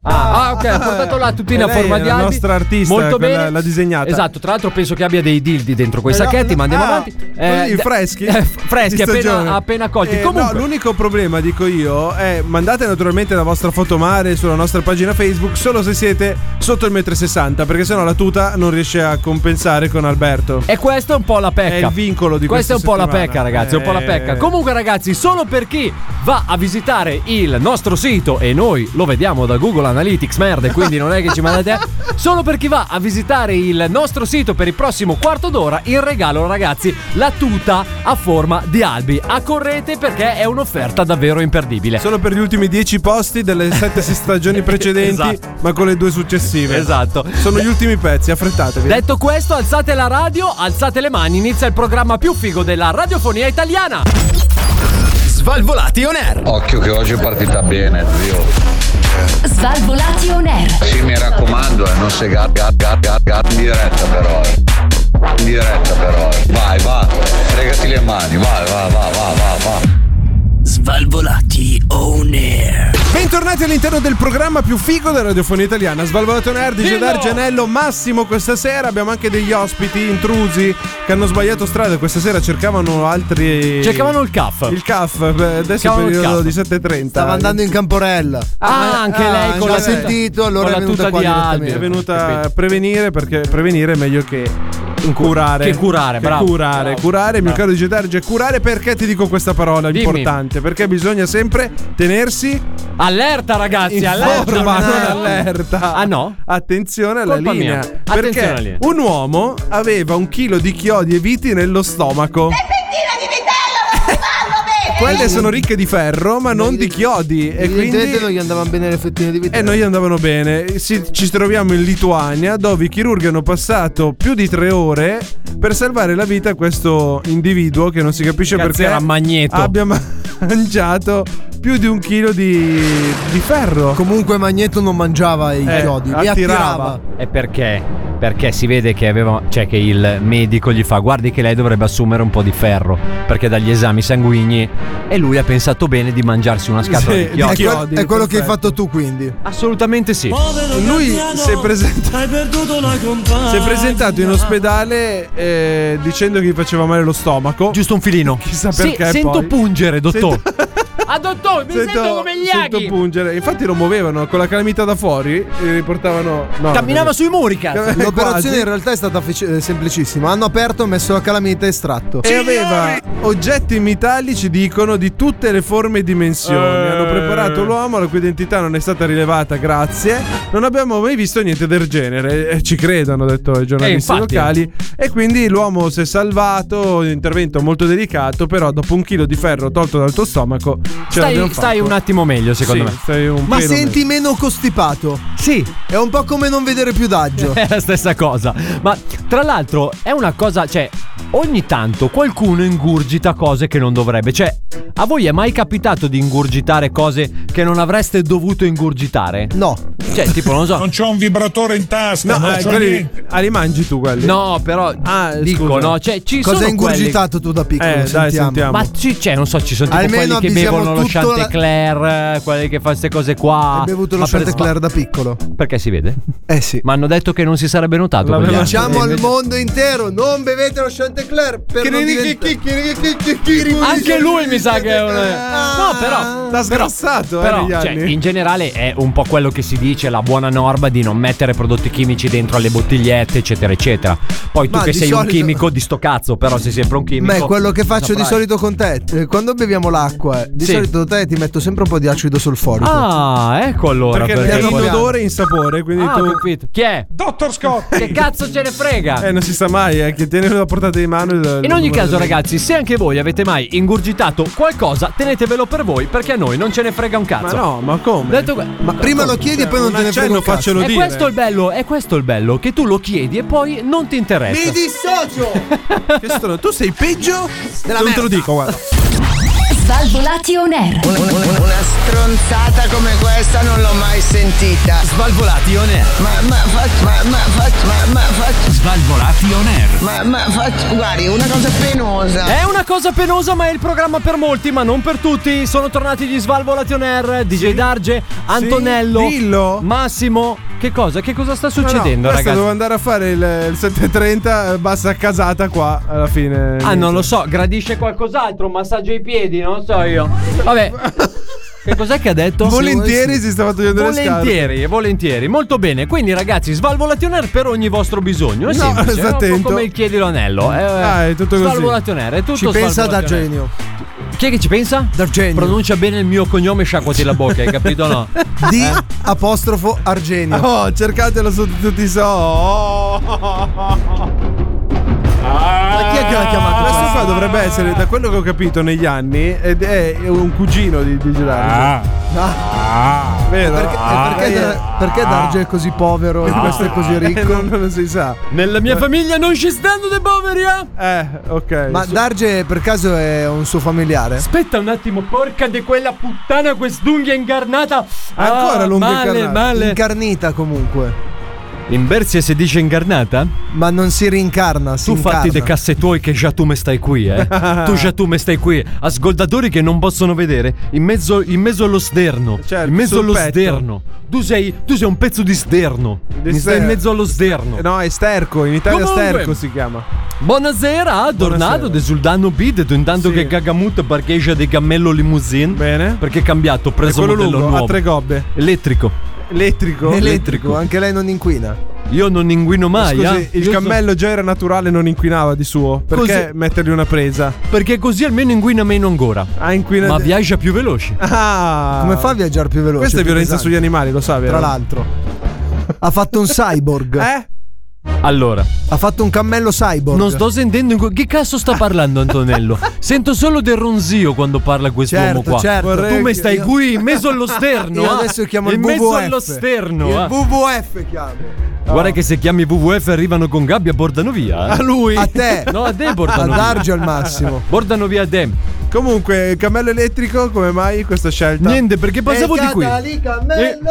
Speaker 4: Ah, ah, ok, ha portato la tutina
Speaker 3: E
Speaker 4: a
Speaker 3: Eh, lei
Speaker 4: forma
Speaker 3: è
Speaker 4: di
Speaker 3: la
Speaker 4: albi.
Speaker 3: nostra artista,
Speaker 4: Molto
Speaker 3: quella-
Speaker 4: bene.
Speaker 3: l'ha disegnata.
Speaker 4: Esatto, tra l'altro penso che abbia dei dildi dentro quei sacchetti, ma andiamo
Speaker 3: Ah,
Speaker 4: avanti.
Speaker 3: quelli
Speaker 4: d-
Speaker 3: freschi?
Speaker 4: eh, f- freschi,
Speaker 3: Di stagione.
Speaker 4: appena, appena colti.
Speaker 3: Eh,
Speaker 4: Comunque,
Speaker 3: no, l'unico problema, dico io, è mandate naturalmente la vostra foto mare sulla nostra pagina Facebook solo se siete sotto il 1,60 m, perché sennò la tuta non riesce a compensare con Alberto.
Speaker 4: E questo è un po' la pecca.
Speaker 3: È il vincolo di
Speaker 4: Questa è un
Speaker 3: questa
Speaker 4: po' la
Speaker 3: settimana.
Speaker 4: pecca, ragazzi. È un po' la
Speaker 3: Eh.
Speaker 4: pecca. Comunque, ragazzi, solo per chi va a visitare il nostro sito, e noi lo vediamo da Google Analytics, merda, quindi non è che ci mandate. a- Solo per chi va a visitare il nostro sito per il prossimo quarto d'ora, in regalo, ragazzi, la tuta a forma di albi. Accorrete perché è un'offerta davvero imperdibile.
Speaker 3: Solo per gli ultimi 10 posti delle 7 stagioni precedenti,
Speaker 4: Esatto.
Speaker 3: ma con le due successive.
Speaker 4: Esatto.
Speaker 3: Sono gli ultimi pezzi, affrettatevi.
Speaker 4: Detto questo, alzate la radio, alzate le mani, inizia il programma più figo della radiofonia italiana. Svalvolati on air.
Speaker 7: Occhio che oggi è partita bene, zio.
Speaker 1: Svalvolati on air.
Speaker 7: Sì, mi raccomando, eh, non se gat, gat, gat, gat, gat, in diretta però. eh. In diretta però. eh. Vai, va, fregati le mani, vai, va, va, va, va, va.
Speaker 8: Svalvolati on air.
Speaker 3: Bentornati all'interno del programma più figo della radiofonia italiana, Svalvolato Nerdi,
Speaker 4: Dillo!
Speaker 3: Gedar Gianello, Massimo questa sera, abbiamo anche degli ospiti intrusi che hanno sbagliato strada questa sera, cercavano altri...
Speaker 4: Cercavano il CAF.
Speaker 3: Il CAF, beh, adesso è
Speaker 4: Cercavano
Speaker 3: il
Speaker 4: il
Speaker 3: periodo
Speaker 4: CAF.
Speaker 3: di 7.30.
Speaker 5: Stava andando in camporella.
Speaker 4: Ah, anche lei con
Speaker 5: l'ha
Speaker 4: la
Speaker 5: sentito, allora è
Speaker 4: con la
Speaker 5: venuta
Speaker 4: tuta
Speaker 5: qua
Speaker 4: di
Speaker 5: direttamente.
Speaker 4: albi.
Speaker 3: È venuta
Speaker 4: Capito.
Speaker 3: a prevenire perché prevenire è meglio che curare.
Speaker 4: che curare,
Speaker 3: Che
Speaker 4: bravo.
Speaker 3: Curare,
Speaker 4: Bravo.
Speaker 3: curare, mio caro Gedarge, curare perché ti dico questa parola
Speaker 4: Dimmi.
Speaker 3: importante? Perché bisogna sempre tenersi
Speaker 4: Allerta ragazzi,
Speaker 3: in
Speaker 4: allerta.
Speaker 3: forma, non
Speaker 4: Eh.
Speaker 3: allerta.
Speaker 4: Ah no?
Speaker 3: Attenzione alla
Speaker 4: Colpa
Speaker 3: linea.
Speaker 4: mia.
Speaker 3: Perché
Speaker 4: Attenzione alla linea.
Speaker 3: un uomo aveva un chilo di chiodi e viti nello stomaco.
Speaker 6: Pezzina di vitello, vanno bene!
Speaker 3: Quelle sono ricche di ferro, ma non di chiodi. E
Speaker 5: Evidentemente non
Speaker 3: quindi.
Speaker 5: gli andavano bene le fettine di vitello.
Speaker 3: E noi andavano bene. Si- ci troviamo in Lituania, dove i chirurghi hanno passato più di tre ore per salvare la vita a questo individuo che non si capisce
Speaker 4: Cazzo,
Speaker 3: perché
Speaker 4: era magneto.
Speaker 3: abbia mangiato più di un chilo di, di ferro.
Speaker 5: Comunque Magneto non mangiava i
Speaker 3: Eh,
Speaker 5: chiodi, li
Speaker 3: attirava.
Speaker 5: attirava.
Speaker 4: E perché? Perché si vede che aveva cioè che il medico gli fa "Guardi che lei dovrebbe assumere un po' di ferro perché dagli esami sanguigni" e lui ha pensato bene di mangiarsi una scatola
Speaker 3: Sì,
Speaker 4: di chiodi.
Speaker 5: È,
Speaker 3: di
Speaker 5: quel- è quello che hai
Speaker 3: perfetto.
Speaker 5: fatto tu quindi.
Speaker 4: Assolutamente sì.
Speaker 3: Lui si è presentato.
Speaker 8: Hai perduto la compagna.
Speaker 3: Si è presentato in ospedale eh, dicendo che gli faceva male lo stomaco.
Speaker 4: Giusto un filino.
Speaker 3: Chissà
Speaker 4: Sì,
Speaker 3: perché
Speaker 4: sento
Speaker 3: poi.
Speaker 4: pungere, dottore. ah, dottore, mi sento,
Speaker 3: Sento,
Speaker 4: come gli
Speaker 3: sento
Speaker 4: aghi.
Speaker 3: pungere. Infatti lo muovevano con la calamità da fuori e riportavano. No,
Speaker 4: Camminava sui muri, cazzo.
Speaker 3: Eh,
Speaker 5: L'operazione
Speaker 3: quasi.
Speaker 5: in realtà è stata feci- eh, semplicissima. Hanno aperto, messo la calamita e estratto.
Speaker 3: E aveva oggetti metallici, dicono, di tutte le forme e dimensioni. Hanno
Speaker 4: Eh.
Speaker 3: preparato l'uomo, la cui identità non è stata rilevata, grazie. Non abbiamo mai visto niente del genere. Eh, Ci credo, hanno detto i giornalisti
Speaker 4: Eh, infatti.
Speaker 3: locali. E quindi l'uomo si è salvato. Un intervento molto delicato, però dopo un chilo di ferro tolto dal tuo stomaco, ce l'abbiamo
Speaker 4: Stai, stai
Speaker 3: fatto.
Speaker 4: un attimo meglio, secondo
Speaker 3: Sì,
Speaker 4: me.
Speaker 3: stai un
Speaker 5: Ma
Speaker 3: pelo
Speaker 5: senti meno costipato.
Speaker 4: Sì,
Speaker 5: È un po' come non vedere più Daggio.
Speaker 4: È la stessa cosa. Ma tra l'altro è una cosa, cioè, ogni tanto qualcuno ingurgita cose che non dovrebbe. Cioè, a voi è mai capitato di ingurgitare cose che non avreste dovuto ingurgitare?
Speaker 5: No,
Speaker 4: Cioè, tipo, non lo so.
Speaker 9: Non c'ho un vibratore in tasca.
Speaker 3: No,
Speaker 9: non
Speaker 3: eh,
Speaker 9: c'ho
Speaker 3: quelli,
Speaker 9: niente.
Speaker 3: ah, li mangi tu quelli?
Speaker 4: No, però dico, no, cioè, ci
Speaker 5: Ah, Cosa
Speaker 4: sono
Speaker 5: hai ingurgitato
Speaker 4: quelli-
Speaker 5: tu da piccolo?
Speaker 4: Eh, dai,
Speaker 5: sentiamo.
Speaker 4: sentiamo. Ma ci- cioè, non so, ci sono tipo
Speaker 5: Almeno
Speaker 4: quelli che
Speaker 5: avvisiamo
Speaker 4: bevono lo
Speaker 5: tutto la-
Speaker 4: Chantecler, eh, quelli che fanno queste cose qua.
Speaker 5: Hai bevuto lo
Speaker 4: Ma per-
Speaker 5: Chantecler da piccolo.
Speaker 4: ma- Perché si vede?
Speaker 5: Eh sì.
Speaker 4: Ma hanno detto che non si sarebbe notato. con gli altri.
Speaker 5: Diciamo al mondo intero, non bevete lo Chantecler per non diventare...
Speaker 4: Anche lui mi sa che è un. No, però.
Speaker 3: L'ha sgrassato, eh,
Speaker 4: Però,
Speaker 3: negli
Speaker 4: cioè,
Speaker 3: anni.
Speaker 4: in generale è un po' quello che si dice, la buona norma di non mettere prodotti chimici dentro alle bottigliette, eccetera, eccetera. Poi tu
Speaker 5: Ma
Speaker 4: che
Speaker 5: di
Speaker 4: sei un
Speaker 5: solito-
Speaker 4: chimico di sto cazzo, però sei sempre un chimico.
Speaker 5: Ma è quello che faccio di
Speaker 4: saprai.
Speaker 5: solito con te. Eh, Quando beviamo l'acqua, eh, di
Speaker 4: Sì.
Speaker 5: solito te ti metto sempre un po' di acido solforico.
Speaker 4: Ah, ecco allora.
Speaker 3: Perché,
Speaker 4: perché-
Speaker 3: è in
Speaker 5: vogliamo.
Speaker 3: odore e in sapore, quindi
Speaker 4: Ah,
Speaker 3: tu...
Speaker 4: ho capito. Chi è?
Speaker 9: Dottor Scott.
Speaker 4: Che cazzo ce ne frega?
Speaker 3: Eh, non si sa mai, eh, che tieni la portata di mano. il- il
Speaker 4: In ogni
Speaker 3: numero
Speaker 4: caso,
Speaker 3: del-
Speaker 4: ragazzi, se anche voi avete mai ingurgitato qualcosa, tenetevelo per voi, perché a noi non ce ne frega un
Speaker 3: Ma
Speaker 4: cazzo.
Speaker 3: no, ma come?
Speaker 4: Detto que-
Speaker 5: Ma prima lo chiedi e poi non
Speaker 3: Un
Speaker 5: te ne frega
Speaker 3: accenno
Speaker 5: un cazzo.
Speaker 3: faccelo
Speaker 4: è
Speaker 3: dire.
Speaker 4: questo il bello, è questo il bello, che tu lo chiedi e poi non ti interessa.
Speaker 5: Mi dissocio!
Speaker 3: Che storia- Tu sei peggio della Non te lo dico, guarda.
Speaker 1: Svalvolati on air.
Speaker 6: Una stronzata come questa non l'ho mai sentita.
Speaker 2: Svalvolati on air.
Speaker 6: Ma, ma, fac- ma, ma, fac- ma, ma, fac-
Speaker 2: Svalvolati on air.
Speaker 6: ma, ma, fac- guardi, una cosa penosa.
Speaker 4: È una cosa penosa, ma è il programma per molti, ma non per tutti. Sono tornati gli Svalvolati on air, DJ Darge, Antonello,
Speaker 3: dillo.
Speaker 4: Massimo. Che cosa? Che cosa sta
Speaker 3: Ma no,
Speaker 4: succedendo,
Speaker 3: questa
Speaker 4: ragazzi?
Speaker 3: Devo andare a fare il, il 7.30, eh, basta casata qua alla fine.
Speaker 4: Ah, non lo
Speaker 3: so.
Speaker 4: so, gradisce qualcos'altro, un massaggio ai piedi, non so io. Vabbè. Che cos'è che ha detto?
Speaker 3: Volentieri si stava togliendo le scarpe.
Speaker 4: Volentieri, volentieri, molto bene. Quindi, ragazzi, svalvolationer per ogni vostro bisogno. È
Speaker 3: No,
Speaker 4: semplice,
Speaker 3: sta
Speaker 4: è un po'
Speaker 3: attento.
Speaker 4: come il chiedi l'anello. Eh,
Speaker 3: Ah, è tutto così.
Speaker 4: Svalvolationer, è tutto
Speaker 5: Ci pensa
Speaker 4: Svalvolation
Speaker 5: da
Speaker 4: Air.
Speaker 5: genio.
Speaker 4: Chi è che ci pensa?
Speaker 5: D'Argenio.
Speaker 4: Pronuncia bene il mio cognome e sciacquati la bocca, hai capito o no?
Speaker 5: Di
Speaker 4: Eh?
Speaker 5: apostrofo Argenio.
Speaker 3: Oh, cercatelo su tutti i so. Oh.
Speaker 4: Ah.
Speaker 5: Ma chi è che l'ha chiamato?
Speaker 3: Questo qua dovrebbe essere, da quello che ho capito negli anni, ed è un cugino di, di
Speaker 4: Ah.
Speaker 3: Gerardo. Ah. Vero?
Speaker 5: Perché, perché, Dar- perché Darge è così povero
Speaker 4: Ah.
Speaker 5: e questo è così
Speaker 3: Eh,
Speaker 5: ricco?
Speaker 3: non, non si sa.
Speaker 4: Nella mia famiglia non ci stanno dei poveri, eh?
Speaker 3: Eh, ok.
Speaker 5: Ma
Speaker 3: Su-
Speaker 5: Darge per caso è un suo familiare?
Speaker 4: Aspetta un attimo, porca di quella puttana, quest'unghia incarnata. Ah,
Speaker 3: Ancora l'unghia
Speaker 4: male,
Speaker 3: incarnata.
Speaker 4: Male.
Speaker 5: Incarnita comunque.
Speaker 4: In Berzia si dice incarnata?
Speaker 5: Ma non si rincarna, si
Speaker 4: Tu fatti dei
Speaker 5: incarna.
Speaker 4: casse tuoi che già tu me stai qui, eh. tu già tu me stai qui. Ascoltatori che non possono vedere, in mezzo, in mezzo allo sderno.
Speaker 3: Certo,
Speaker 4: in mezzo
Speaker 3: sul
Speaker 4: allo
Speaker 3: petto.
Speaker 4: sderno. Tu sei, tu sei un pezzo di sderno.
Speaker 3: Di
Speaker 4: Mi stai in
Speaker 3: ster-
Speaker 4: mezzo allo sderno.
Speaker 3: No, è Sterco, in Italia
Speaker 4: Comunque.
Speaker 3: Sterco si chiama.
Speaker 4: Buonasera, adornato
Speaker 3: Buonasera.
Speaker 4: del Suldano Bid, intanto
Speaker 3: Sì.
Speaker 4: che Gagamut parcheggia di Gammello Limousine.
Speaker 3: Bene.
Speaker 4: Perché è cambiato, ho
Speaker 3: È
Speaker 4: preso
Speaker 3: quello
Speaker 4: modello
Speaker 3: lungo,
Speaker 4: nuovo.
Speaker 3: ha tre gobbe.
Speaker 4: Elettrico.
Speaker 3: Elettrico?
Speaker 5: Elettrico, anche lei non inquina.
Speaker 4: Io non inguino mai.
Speaker 3: Scusi,
Speaker 4: eh.
Speaker 3: il
Speaker 4: Io so-
Speaker 3: cammello già era naturale, non inquinava di suo. Perché
Speaker 4: Così-
Speaker 3: mettergli una presa?
Speaker 4: Perché così almeno inguina meno ancora.
Speaker 3: Ah, inquina.
Speaker 4: Ma viaggia più veloce.
Speaker 3: Ah,
Speaker 5: Come fa a viaggiare più veloce?
Speaker 3: Questa è
Speaker 5: più
Speaker 3: violenza
Speaker 5: pesante?
Speaker 3: sugli animali, lo sa, vero?
Speaker 5: Tra l'altro. Ha fatto un cyborg.
Speaker 3: Eh?
Speaker 4: Allora,
Speaker 5: Ha fatto un cammello cyborg.
Speaker 4: non sto sentendo. ingu- Che cazzo sta parlando Antonello? Sento solo del ronzio quando parla quest'uomo
Speaker 5: Certo,
Speaker 4: qua.
Speaker 5: certo.
Speaker 4: Tu
Speaker 5: Vorrei
Speaker 4: mi
Speaker 5: che-
Speaker 4: stai
Speaker 5: io-
Speaker 4: qui in mezzo allo sterno.
Speaker 5: Io
Speaker 4: ah?
Speaker 5: adesso chiamo il
Speaker 4: in mezzo
Speaker 5: WWF.
Speaker 4: allo sterno. ah.
Speaker 5: Il WWF chiamo.
Speaker 4: Guarda che se chiami WWF arrivano con gabbia, bordano via. eh.
Speaker 3: A lui.
Speaker 5: A te.
Speaker 4: No, a te
Speaker 5: a
Speaker 4: bordano via.
Speaker 5: Darge al massimo.
Speaker 4: Bordano via a te.
Speaker 3: Comunque, il cammello elettrico, come mai questa scelta?
Speaker 4: Niente, perché passavo di qui. Eh.
Speaker 5: Lì, cammello,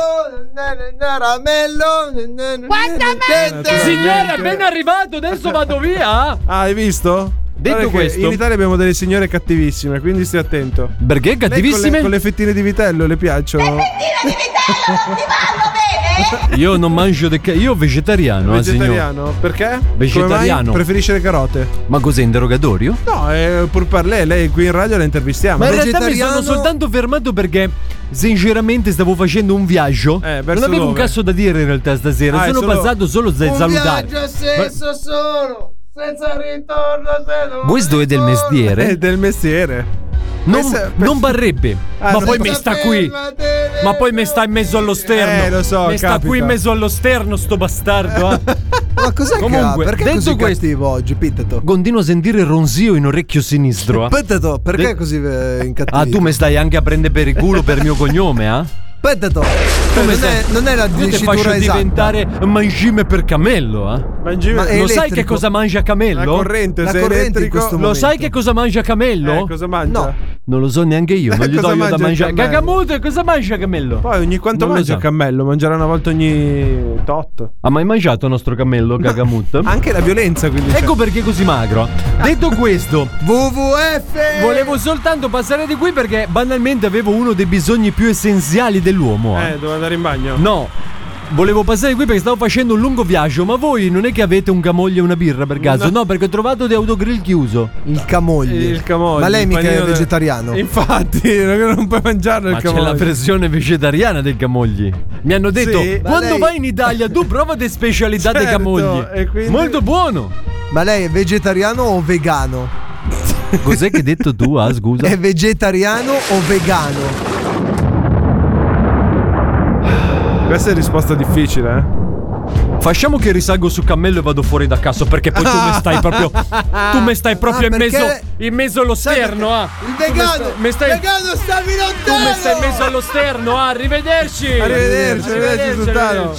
Speaker 5: na- na- na- ramello, na- na- na- na-
Speaker 4: Signora, ben arrivato, adesso vado via.
Speaker 3: Ah, hai visto?
Speaker 4: Detto
Speaker 3: Guarda che
Speaker 4: questo-
Speaker 3: in Italia abbiamo delle signore cattivissime, quindi stai attento.
Speaker 4: Perché
Speaker 3: Lei Con
Speaker 4: cattivissime?
Speaker 3: le, con le fettine di vitello le piacciono.
Speaker 6: Tira di vitello, non ti vanno bene?
Speaker 4: Io non mangio de ca- Io vegetariano, ah, signor.
Speaker 3: Vegetariano, perché? Come
Speaker 4: Vegetariano.
Speaker 3: mai preferisce le carote?
Speaker 4: Ma cos'è interrogatorio?
Speaker 3: No, è pur per lei, lei qui in radio la intervistiamo.
Speaker 4: Ma in
Speaker 3: no?
Speaker 4: realtà mi sono
Speaker 5: vegetariano-
Speaker 4: soltanto fermato perché sinceramente stavo facendo un viaggio.
Speaker 3: Eh,
Speaker 4: non
Speaker 3: verso
Speaker 4: avevo un
Speaker 3: dove?
Speaker 4: cazzo da dire in realtà stasera.
Speaker 3: Ah, è
Speaker 4: sono
Speaker 3: solo-
Speaker 4: passato solo a salutare.
Speaker 5: senso solo, senza ritorno, senza
Speaker 4: Questo è del
Speaker 3: È
Speaker 4: mestiere.
Speaker 3: del mestiere.
Speaker 4: Non,
Speaker 3: Eh, questo è-
Speaker 4: non barrebbe.
Speaker 3: Ah,
Speaker 4: ma
Speaker 3: non
Speaker 4: poi
Speaker 3: ba-
Speaker 4: mi sta qui. Ma poi mi sta in mezzo allo sterno.
Speaker 3: Eh, lo so,
Speaker 4: Mi sta
Speaker 3: capita.
Speaker 4: qui in mezzo allo sterno, sto bastardo. eh.
Speaker 5: Ma cos'è
Speaker 4: Comunque,
Speaker 5: che ha? Perché è
Speaker 4: detto
Speaker 5: così
Speaker 4: questo-
Speaker 5: cattivo oggi, Pitteto?
Speaker 4: Continuo a sentire ronzio in orecchio sinistro. eh.
Speaker 5: Pitteto, perché
Speaker 4: De-
Speaker 5: è così eh, incattito?
Speaker 4: Ah, tu mi stai anche a prendere per il culo per il mio cognome, ah?
Speaker 5: Pitteto, cioè, non,
Speaker 4: stai-
Speaker 5: è, non è la
Speaker 4: Io ti faccio
Speaker 5: dicitura esatta.
Speaker 4: diventare mangime per cammello, eh?
Speaker 3: Mangi
Speaker 5: Ma è
Speaker 4: Lo sai
Speaker 5: elettrico.
Speaker 4: che cosa mangia
Speaker 3: la
Speaker 4: camello?
Speaker 3: corrente,
Speaker 5: La
Speaker 3: se è
Speaker 5: corrente in
Speaker 3: elettrico.
Speaker 5: questo
Speaker 4: Lo sai
Speaker 5: momento.
Speaker 4: che cosa mangia camello?
Speaker 3: Eh, cosa mangia?
Speaker 5: No.
Speaker 4: Non lo so neanche io, non gli
Speaker 3: Cosa
Speaker 4: do io da
Speaker 3: mangia il
Speaker 4: mangiare.
Speaker 3: cammello?
Speaker 4: Cagamute, cosa mangia cammello?
Speaker 3: Poi ogni quanto
Speaker 4: Non lo
Speaker 3: mangia
Speaker 4: so.
Speaker 3: il cammello? Mangerà una volta ogni tot.
Speaker 4: Ha mai mangiato il nostro cammello Gagamut?
Speaker 3: Anche la violenza, quindi.
Speaker 4: Ecco perché è così magro. Detto questo,
Speaker 5: WWF!
Speaker 4: volevo soltanto passare di qui perché banalmente avevo uno dei bisogni più essenziali dell'uomo. eh.
Speaker 3: Eh, devo andare in bagno.
Speaker 4: No, volevo passare qui perché stavo facendo un lungo viaggio, ma voi non è che avete un camoglio e una birra per caso? No, perché ho trovato di autogrill chiuso.
Speaker 5: Il camogli.
Speaker 3: Il camogli.
Speaker 5: Ma lei
Speaker 3: il
Speaker 5: mica
Speaker 3: panino
Speaker 5: è
Speaker 3: del-
Speaker 5: vegetariano.
Speaker 3: Infatti, non puoi mangiarlo
Speaker 4: Ma
Speaker 3: il
Speaker 4: c'è
Speaker 3: camogli.
Speaker 4: la versione vegetariana del camogli. Mi hanno detto:
Speaker 3: Sì, ma
Speaker 4: quando
Speaker 5: lei-
Speaker 4: vai in Italia, tu prova le specialità dei
Speaker 3: Certo,
Speaker 4: camogli.
Speaker 3: e quindi-
Speaker 4: Molto buono.
Speaker 5: Ma lei è vegetariano o vegano?
Speaker 4: Cos'è che hai detto tu? Ah, scusa.
Speaker 5: È vegetariano o vegano?
Speaker 3: Questa è risposta difficile, eh.
Speaker 4: Facciamo che risalgo su cammello e vado fuori da cazzo perché poi tu mi stai proprio. Tu mi stai proprio
Speaker 5: Ah,
Speaker 4: in mezzo.
Speaker 5: perché-
Speaker 4: In mezzo allo sterno, ah.
Speaker 5: Il
Speaker 4: Tu mi
Speaker 5: vegano!
Speaker 4: stai- mi stai-
Speaker 5: Vegano stavi
Speaker 4: Tu mi
Speaker 5: lontano!
Speaker 4: stai in mezzo allo sterno, ah, arrivederci!
Speaker 3: Arrivederci, arrivederci, Sultano.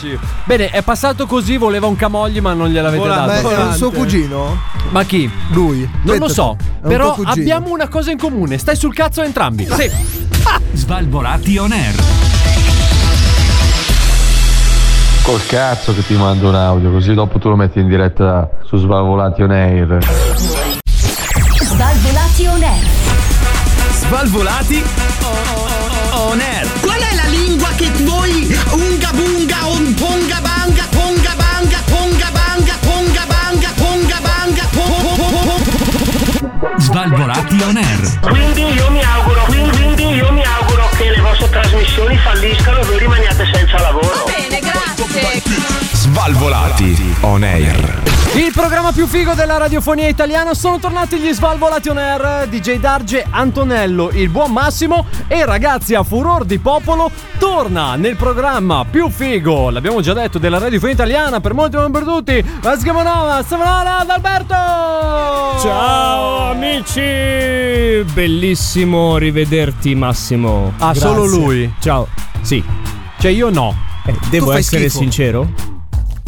Speaker 4: Bene, è passato così, voleva un camogli ma non gliel'avete
Speaker 3: Volante.
Speaker 5: Ma
Speaker 4: dato.
Speaker 5: è un suo cugino?
Speaker 4: Ma chi?
Speaker 5: Lui.
Speaker 4: Non
Speaker 5: Aspetta,
Speaker 4: lo so,
Speaker 5: è un
Speaker 4: però
Speaker 5: tuo cugino.
Speaker 4: abbiamo una cosa in comune, stai sul cazzo entrambi. Sì.
Speaker 10: Svalvolati on air.
Speaker 11: Col cazzo che ti mando un audio, così dopo tu lo metti in diretta su Svalvolati on Air.
Speaker 12: Svalvolati on air.
Speaker 10: Svalvolati on air.
Speaker 13: Qual è la lingua che voi unga bunga un ponga banga ponga banga ponga banga ponga banga ponga banga po- po- po- po- po-
Speaker 10: Svalvolati on air.
Speaker 14: Quindi io mi auguro, quindi, quindi io mi auguro che le vostre trasmissioni falliscano e voi rimaniate senza lavoro.
Speaker 10: Svalvolati on air.
Speaker 4: Il programma più figo della radiofonia italiana sono tornati gli Svalvolati on air, DJ Darge, Antonello, il buon Massimo e ragazzi a furor di popolo torna nel programma più figo, l'abbiamo già detto, della radiofonia italiana per molti non per tutti, Vascamonova, Samonara, Alberto!
Speaker 15: Ciao amici! Bellissimo rivederti Massimo.
Speaker 4: Ah, solo lui?
Speaker 15: Ciao. Sì.
Speaker 4: Cioè io no.
Speaker 15: devo
Speaker 5: fai
Speaker 15: essere
Speaker 5: schifo.
Speaker 15: sincero?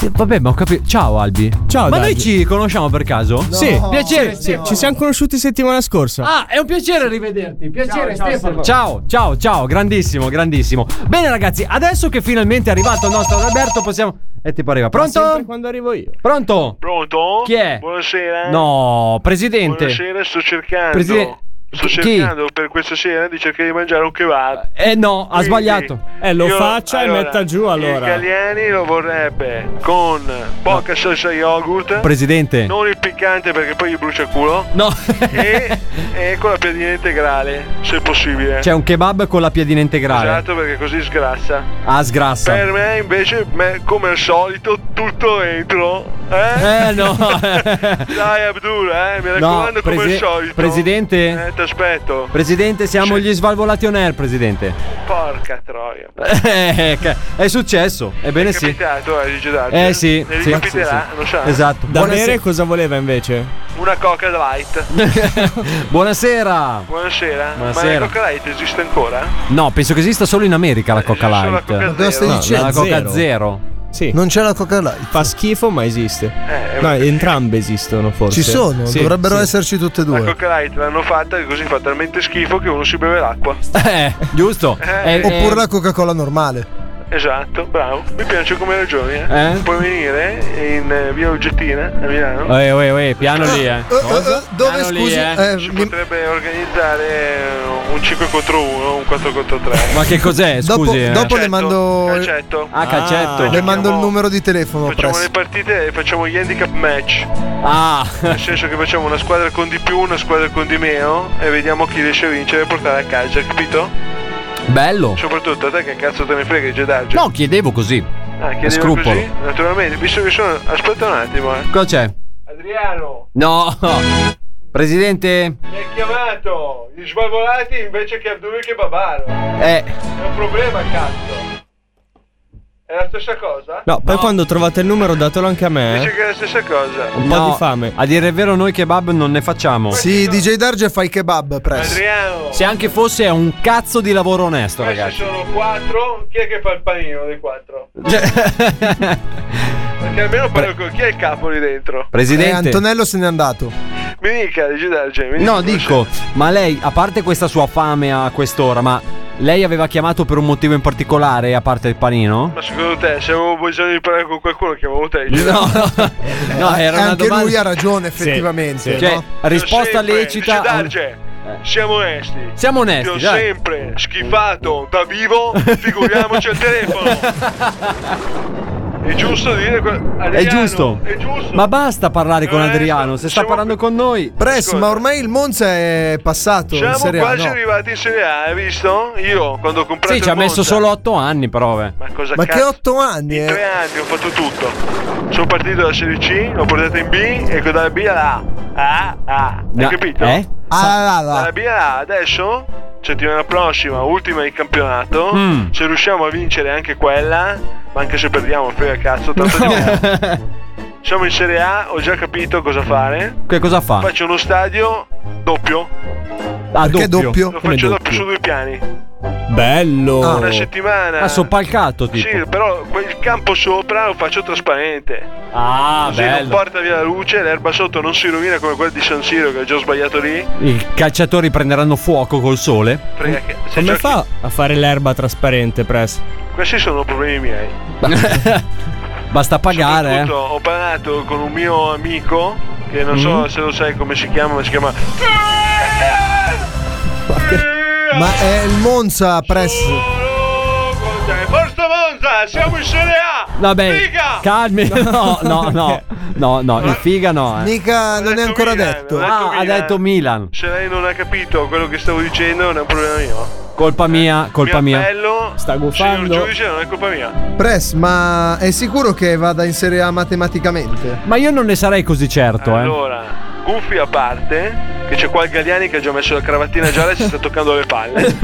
Speaker 4: Eh, Vabbè, ma ho capito. Ciao Albi.
Speaker 15: Ciao,
Speaker 4: Ma
Speaker 15: Darge.
Speaker 4: noi ci conosciamo per caso?
Speaker 15: Sì.
Speaker 4: Piacere.
Speaker 15: Sì, Ci siamo conosciuti settimana scorsa.
Speaker 4: Ah, è un piacere rivederti. Piacere, Stefano. Ciao, ciao, ciao. Grandissimo, grandissimo. Bene, ragazzi, adesso che finalmente è arrivato il nostro Alberto, possiamo. E ti pareva?
Speaker 15: Sempre
Speaker 4: Pronto?
Speaker 15: quando arrivo io.
Speaker 4: Pronto?
Speaker 14: Pronto?
Speaker 4: Chi è?
Speaker 14: Buonasera.
Speaker 4: No, presidente.
Speaker 14: Buonasera, sto cercando.
Speaker 4: Presidente-
Speaker 14: Sto
Speaker 4: Chi?
Speaker 14: cercando per questa sera di cercare di mangiare un kebab.
Speaker 4: Eh no, ha
Speaker 14: Quindi,
Speaker 4: sbagliato.
Speaker 15: Eh, lo
Speaker 14: io-
Speaker 15: faccia
Speaker 14: allora,
Speaker 15: e metta giù
Speaker 14: Gli
Speaker 15: allora.
Speaker 14: italiani lo vorrebbe con poca salsa yogurt,
Speaker 4: Presidente.
Speaker 14: non il piccante perché poi gli brucia il culo,
Speaker 4: No.
Speaker 14: e, e con la piadina integrale, se possibile.
Speaker 4: C'è un kebab con la piadina integrale.
Speaker 14: Esatto, perché così sgrassa.
Speaker 4: Ah, sgrassa.
Speaker 14: Per me invece, me- come al solito, tutto dentro. Eh?
Speaker 4: Eh no.
Speaker 14: Dai Abdul, eh, mi raccomando come
Speaker 4: presi-
Speaker 14: al solito.
Speaker 4: presidente?
Speaker 14: Eh, ti aspetto.
Speaker 4: presidente, siamo gli svalvolati on air, presidente.
Speaker 14: Porca troia.
Speaker 4: Eh, che- è successo. Ebbene
Speaker 14: È
Speaker 4: sì.
Speaker 14: capitato, eh, Gigi D'Arge?
Speaker 4: Eh sì,
Speaker 14: Ne
Speaker 4: sì,
Speaker 14: ricapiterà,
Speaker 4: sì, sì.
Speaker 14: lo sa.
Speaker 4: Esatto.
Speaker 15: Da
Speaker 4: Buonasera.
Speaker 15: bere cosa voleva invece?
Speaker 14: Una Coca Light.
Speaker 4: Buonasera.
Speaker 14: Buonasera. Ma
Speaker 4: Buonasera.
Speaker 14: la Coca Light esiste ancora?
Speaker 4: No, penso che esista solo in America la Coca
Speaker 14: Eh, Solo la
Speaker 4: Light.
Speaker 14: Coca
Speaker 5: Cosa stai
Speaker 14: Zero.
Speaker 4: No,
Speaker 5: dicendo?
Speaker 4: la Coca
Speaker 15: Zero.
Speaker 4: Zero.
Speaker 15: Sì.
Speaker 5: Non c'è la coca light.
Speaker 15: Fa schifo, ma esiste.
Speaker 14: Eh,
Speaker 15: No, entrambe esistono forse.
Speaker 5: Ci sono,
Speaker 15: Sì,
Speaker 5: dovrebbero
Speaker 15: sì.
Speaker 5: esserci tutte e
Speaker 4: eh.
Speaker 14: La
Speaker 5: due.
Speaker 14: Coca Light l'hanno fatta e così fa talmente schifo che uno si beve l'acqua.
Speaker 4: Eh, giusto.
Speaker 14: Eh,
Speaker 5: Oppure la Coca-Cola normale.
Speaker 14: Esatto, bravo. Mi piace come ragioni. Eh?
Speaker 4: Eh?
Speaker 14: Puoi venire in eh, via Oggettina a Milano.
Speaker 4: Eh, eh, eh, piano lì,
Speaker 5: Eh, eh,
Speaker 4: eh.
Speaker 5: eh, dove
Speaker 4: Piano lì,
Speaker 5: scusi?
Speaker 4: eh.
Speaker 5: Eh,
Speaker 14: Si
Speaker 5: mi-
Speaker 14: potrebbe organizzare eh, un 5 contro 1, un 4 contro 3.
Speaker 4: Ma che cos'è? Scusi.
Speaker 5: Dopo-
Speaker 4: eh.
Speaker 5: dopo-
Speaker 14: Certo,
Speaker 5: le mando-
Speaker 14: Calcetto.
Speaker 4: Ah,
Speaker 15: Ah.
Speaker 4: calcetto.
Speaker 5: le mando il numero di telefono
Speaker 14: eh, Facciamo le
Speaker 5: presto.
Speaker 14: partite e facciamo gli handicap match.
Speaker 4: Ah.
Speaker 14: Nel senso che facciamo una squadra con di più, una squadra con di meno e vediamo chi riesce a vincere e portare a casa, capito?
Speaker 4: Bello.
Speaker 14: Soprattutto a te che cazzo te ne frega di Gedarge.
Speaker 4: No, chiedevo così.
Speaker 14: ah, chiedevo
Speaker 4: scrupolo.
Speaker 14: così. Naturalmente, visto che sono. Aspetta un attimo, eh.
Speaker 4: Cosa c'è?
Speaker 14: Adriano,
Speaker 4: No. Presidente?
Speaker 14: mi hai chiamato! Gli svalvolati invece che Abdul che Babaro.
Speaker 4: Eh.
Speaker 14: È un problema, cazzo. È la stessa cosa?
Speaker 15: No, poi quando trovate il numero datelo anche a me.
Speaker 14: Dice
Speaker 15: eh.
Speaker 14: che è la stessa cosa.
Speaker 4: Eh.
Speaker 15: Un po' di fame.
Speaker 4: A dire il vero, noi kebab non ne facciamo.
Speaker 5: Sì, DJ Darge fai kebab presto.
Speaker 14: Adriano,
Speaker 4: Se anche fosse è un cazzo di lavoro onesto,
Speaker 14: questi
Speaker 4: ragazzi.
Speaker 14: sono quattro. Chi è che fa il panino dei quattro? Perché almeno parlo con chi è il capo lì dentro.
Speaker 5: Eh,
Speaker 4: Presidente.
Speaker 15: Eh,
Speaker 5: Antonello se n'è andato.
Speaker 14: Mi dica, Giuda, cioè, mi dica.
Speaker 4: No, dico, ma lei, a parte questa sua fame a quest'ora, ma lei aveva chiamato per un motivo in particolare, a parte il panino?
Speaker 14: Ma secondo te, se avevo bisogno di parlare con qualcuno, chiamavo te. cioè, Giuda.
Speaker 4: No, No, era una
Speaker 5: Anche
Speaker 4: domanda-
Speaker 5: lui ha ragione,
Speaker 4: Sì,
Speaker 5: effettivamente.
Speaker 4: sì. Cioè,
Speaker 5: no?
Speaker 4: risposta lecita. a-
Speaker 14: Giudarge, cioè, siamo onesti.
Speaker 4: Siamo onesti,
Speaker 14: Ti ho
Speaker 4: dai.
Speaker 14: sempre schifato da vivo, figuriamoci al telefono. È giusto dire que-
Speaker 4: È
Speaker 14: Adriano,
Speaker 4: giusto.
Speaker 14: È giusto. Eh,
Speaker 4: Ma basta parlare con Adriano, se sta parlando con noi.
Speaker 5: Press, ma ormai il Monza è passato in
Speaker 14: Siamo
Speaker 5: Serie A,
Speaker 14: quasi
Speaker 5: no?
Speaker 14: arrivati in Serie A, hai visto? Io quando ho comprato
Speaker 4: Sì,
Speaker 14: il
Speaker 4: ci ha messo
Speaker 14: Monza-
Speaker 4: solo 8 anni, però. eh. Beh.
Speaker 14: Ma cosa
Speaker 5: Ma che
Speaker 14: cazzo?
Speaker 5: otto anni? eh?
Speaker 14: In tre anni ho fatto tutto. Sono partito dalla Serie C, l'ho portato in B e con dalla B alla A. A, A. Hai
Speaker 5: No,
Speaker 14: capito?
Speaker 5: eh? Ah, là, là.
Speaker 14: Dalla B alla A. Adesso, settimana prossima, ultima di campionato,
Speaker 5: Mm.
Speaker 14: se riusciamo a vincere anche quella, ma anche se perdiamo, frega cazzo, tanto di me. Siamo in Serie A, ho già capito cosa fare.
Speaker 4: Che cosa fa?
Speaker 14: Faccio uno stadio doppio.
Speaker 4: Ah,
Speaker 14: Perché
Speaker 4: doppio?
Speaker 14: Lo
Speaker 4: Come
Speaker 14: faccio doppio
Speaker 4: doppio?
Speaker 14: su due piani.
Speaker 4: Bello.
Speaker 14: Una settimana.
Speaker 4: Ah, soppalcato, tipo.
Speaker 14: Sì, però quel campo sopra lo faccio trasparente.
Speaker 4: Ah,
Speaker 14: Così non
Speaker 4: bello.
Speaker 14: porta via la luce, l'erba sotto non si rovina come quella di San Siro che ho già sbagliato lì.
Speaker 4: I calciatori prenderanno fuoco col sole.
Speaker 14: Frega che- se
Speaker 3: Come
Speaker 14: giochi-
Speaker 3: fa a fare l'erba trasparente, Press?
Speaker 14: Questi sono problemi miei.
Speaker 4: Basta pagare,
Speaker 14: Tutto,
Speaker 4: eh.
Speaker 14: ho parlato con un mio amico che non
Speaker 4: Mm.
Speaker 14: so se lo sai come si chiama, ma si chiama
Speaker 5: Ma è il Monza, Press.
Speaker 14: Forza Monza, siamo in Serie A.
Speaker 4: Vabbè,
Speaker 14: Figa!
Speaker 4: calmi. No, no, no. No, no, il figa no. Eh.
Speaker 5: Mica non è ancora detto.
Speaker 14: eh,
Speaker 4: Ah, ha detto Milan.
Speaker 14: Se lei non ha capito quello che stavo dicendo, non è un problema mio.
Speaker 4: Colpa mia, colpa
Speaker 14: Mi
Speaker 4: mia.
Speaker 14: appello,
Speaker 4: Sta
Speaker 14: signor
Speaker 4: gufando.
Speaker 14: giudice, non è colpa mia.
Speaker 5: Press, ma è sicuro che vada in Serie A matematicamente?
Speaker 4: Ma io non ne sarei così certo, eh.
Speaker 14: Allora, gufi a parte, che c'è qua il Galliani che ha già messo la cravattina gialla e si sta toccando le palle.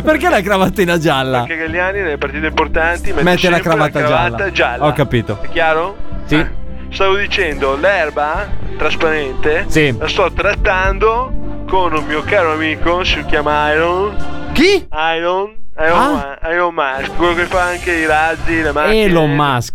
Speaker 4: Perché la cravattina gialla?
Speaker 14: Perché Galliani nelle partite importanti mette,
Speaker 4: Mette la
Speaker 14: sempre
Speaker 4: cravatta gialla.
Speaker 14: cravatta gialla. Eh.
Speaker 4: Ho capito.
Speaker 14: È chiaro?
Speaker 4: Sì.
Speaker 14: Stavo dicendo, l'erba trasparente
Speaker 4: Sì.
Speaker 14: la sto trattando con un mio caro amico, si chiama Iron.
Speaker 4: Chi?
Speaker 14: Iron. Iron, Ma- Iron Musk, quello che fa anche i razzi, le macchine.
Speaker 4: Ah. Elon Musk.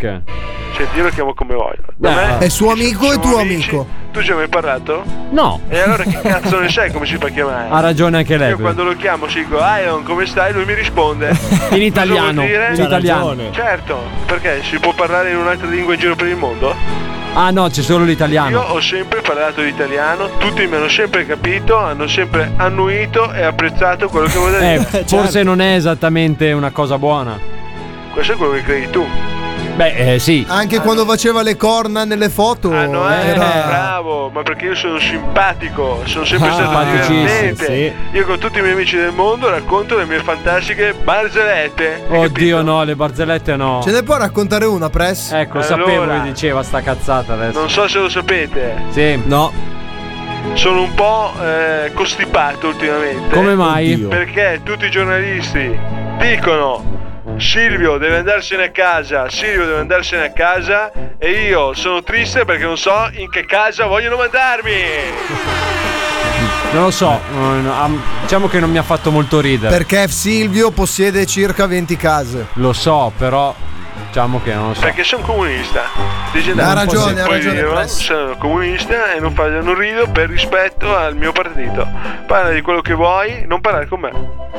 Speaker 14: Cioè, io lo chiamo come voglio.
Speaker 4: Eh,
Speaker 14: Da me-
Speaker 5: È suo amico e
Speaker 14: siamo
Speaker 5: tuo
Speaker 14: amici.
Speaker 5: amico.
Speaker 14: Tu ci hai mai parlato?
Speaker 4: No.
Speaker 14: E allora che cazzo ne sai come si fa a chiamare?
Speaker 4: Ha Ah, ragione anche lei.
Speaker 14: Io quando lo chiamo ci dico Iron come stai? Lui mi risponde
Speaker 4: In italiano,
Speaker 14: Cosa vuol dire?
Speaker 4: in C'ha italiano. ragione.
Speaker 14: Certo, perché si può parlare in un'altra lingua in giro per il mondo?
Speaker 4: Ah no, c'è solo l'italiano.
Speaker 14: Io ho sempre parlato l'italiano, tutti mi hanno sempre capito, hanno sempre annuito e apprezzato quello che volevo
Speaker 4: Eh,
Speaker 14: dire.
Speaker 4: Forse non è esattamente una cosa buona.
Speaker 14: Questo è quello che credi tu.
Speaker 4: Beh, eh, sì.
Speaker 5: Anche quando faceva le corna nelle foto.
Speaker 14: Ah, no, eh,
Speaker 5: era-
Speaker 14: bravo, ma perché io sono simpatico, sono sempre
Speaker 5: Ah,
Speaker 14: stato
Speaker 5: simpaticissimo,
Speaker 14: divertente.
Speaker 5: sì.
Speaker 14: Io con tutti i miei amici del mondo racconto le mie fantastiche barzellette. Hai
Speaker 4: Oddio no, le barzellette no.
Speaker 5: Ce ne può raccontare una, Press?
Speaker 4: Ecco, sapevo che diceva sta cazzata adesso.
Speaker 14: Non so se lo sapete,
Speaker 4: Sì. No.
Speaker 14: sono un po' eh, costipato ultimamente.
Speaker 4: Come mai? Oddio.
Speaker 14: Perché tutti i giornalisti dicono Silvio deve andarsene a casa, Silvio deve andarsene a casa e io sono triste perché non so in che casa vogliono mandarmi.
Speaker 4: Non lo so. eh, no, am- Diciamo che non mi ha fatto molto ridere.
Speaker 5: Perché Silvio possiede circa 20 case.
Speaker 4: Lo so, però diciamo che non lo so.
Speaker 14: Perché sono comunista. Dice
Speaker 5: Ha
Speaker 14: no,
Speaker 5: ragione,
Speaker 14: poi
Speaker 5: ha ragione,
Speaker 14: io
Speaker 5: Press.
Speaker 14: Sono comunista e non, fa- non rido per rispetto al mio partito. Parla di quello che vuoi, non parlare con me.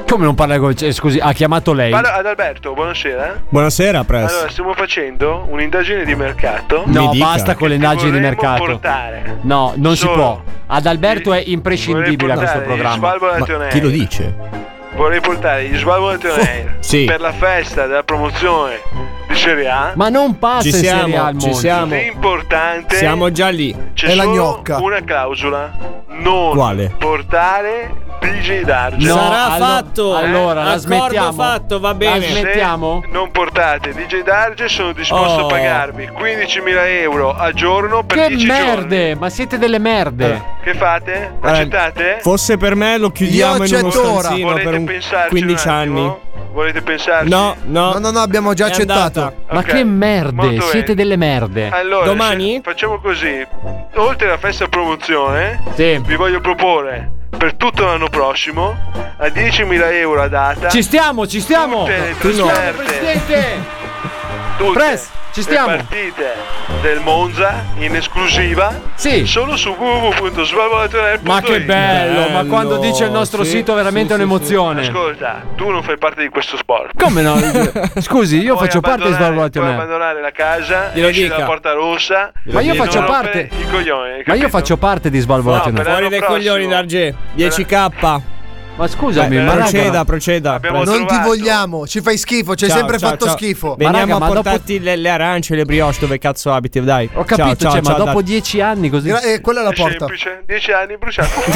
Speaker 4: Come non parla con... eh, scusi, ha chiamato lei?
Speaker 14: Parla ad Alberto, buonasera.
Speaker 3: Buonasera, Press.
Speaker 14: Allora, stiamo facendo un'indagine di mercato.
Speaker 4: No, basta con le indagini di
Speaker 14: vorremmo
Speaker 4: mercato.
Speaker 14: portare.
Speaker 4: No, non si
Speaker 14: Solo
Speaker 4: può. Ad Alberto è imprescindibile a
Speaker 14: vorrei
Speaker 4: questo
Speaker 14: portare il
Speaker 4: programma.
Speaker 14: Svalvolation Ma chi Air. lo
Speaker 4: dice?
Speaker 14: Vorrei portare gli Svalvolation Air
Speaker 4: sì.
Speaker 14: per la festa della promozione di Serie A.
Speaker 4: Ma non passa
Speaker 3: Ci
Speaker 4: in
Speaker 3: siamo,
Speaker 4: Serie A al
Speaker 3: ci
Speaker 4: mondo.
Speaker 3: siamo.
Speaker 14: L'importante
Speaker 3: Siamo già lì.
Speaker 14: c'è
Speaker 3: È la
Speaker 14: solo
Speaker 3: gnocca.
Speaker 14: una clausola. Non
Speaker 3: Quale?
Speaker 14: portare DJ Darge.
Speaker 3: No, Sarà allo- fatto. allora, la Accordo smettiamo. fatto, va bene.
Speaker 14: Se
Speaker 3: smettiamo?
Speaker 14: non portate DJ Darge sono disposto
Speaker 4: Oh.
Speaker 14: a pagarvi 15.000 euro al giorno per
Speaker 4: Che
Speaker 14: 10 giorni.
Speaker 4: merde, ma siete delle merde.
Speaker 14: Che fate?
Speaker 3: Allora,
Speaker 14: Accettate?
Speaker 3: Fosse per me lo chiudiamo in uno stanzino
Speaker 14: Volete
Speaker 3: per un
Speaker 14: pensarci
Speaker 3: 15
Speaker 14: un
Speaker 3: anni.
Speaker 14: attimo? Volete pensarci?
Speaker 3: No, no.
Speaker 5: No, no, no, abbiamo già
Speaker 3: È
Speaker 5: accettato.
Speaker 3: andata.
Speaker 4: Ma
Speaker 14: Ok,
Speaker 4: che merde,
Speaker 14: molto
Speaker 4: siete
Speaker 14: bene.
Speaker 4: delle merde.
Speaker 14: Allora, se- facciamo così. Oltre alla festa promozione, vi voglio proporre per tutto l'anno prossimo a 10.000 euro a data
Speaker 4: Ci stiamo, ci stiamo.
Speaker 14: Tutte le
Speaker 4: Ci stiamo,
Speaker 14: trasferte.
Speaker 4: presidente.
Speaker 14: tutte,
Speaker 4: Press, Ci stiamo.
Speaker 14: Le partite del Monza in esclusiva
Speaker 4: sì.
Speaker 14: solo su www.svalvolatorel.it
Speaker 4: Ma che bello, ma quando dice il nostro sito è veramente un'emozione.
Speaker 14: Ascolta, tu non fai parte di questo sport.
Speaker 4: Come no? Scusi, io faccio parte di Svalvolati
Speaker 14: Puoi
Speaker 4: On Air.
Speaker 14: abbandonare la casa,
Speaker 4: Glielo
Speaker 14: esci
Speaker 4: dica.
Speaker 14: dalla porta rossa.
Speaker 4: Ma io
Speaker 14: e
Speaker 4: faccio
Speaker 14: non rompere
Speaker 4: parte-
Speaker 14: i coglioni,
Speaker 4: Ma io
Speaker 14: capito?
Speaker 4: faccio parte di Svalvolati On Air.
Speaker 10: Fuori dai coglioni, Darge. 10k.
Speaker 4: Ma scusami,
Speaker 10: Beh,
Speaker 4: ma
Speaker 10: proceda,
Speaker 4: raga-
Speaker 10: proceda.
Speaker 5: non ti vogliamo, ci fai schifo, ci hai
Speaker 10: Ciao,
Speaker 5: sempre
Speaker 10: ciao,
Speaker 5: fatto
Speaker 10: ciao.
Speaker 5: schifo.
Speaker 10: Veniamo a portarti le, le arance, le brioche dove cazzo abiti, dai.
Speaker 4: Ho capito, cioè, ma dopo dieci anni così.
Speaker 5: Gra- eh, quella è la porta.
Speaker 14: Semplice, 10 anni bruciato.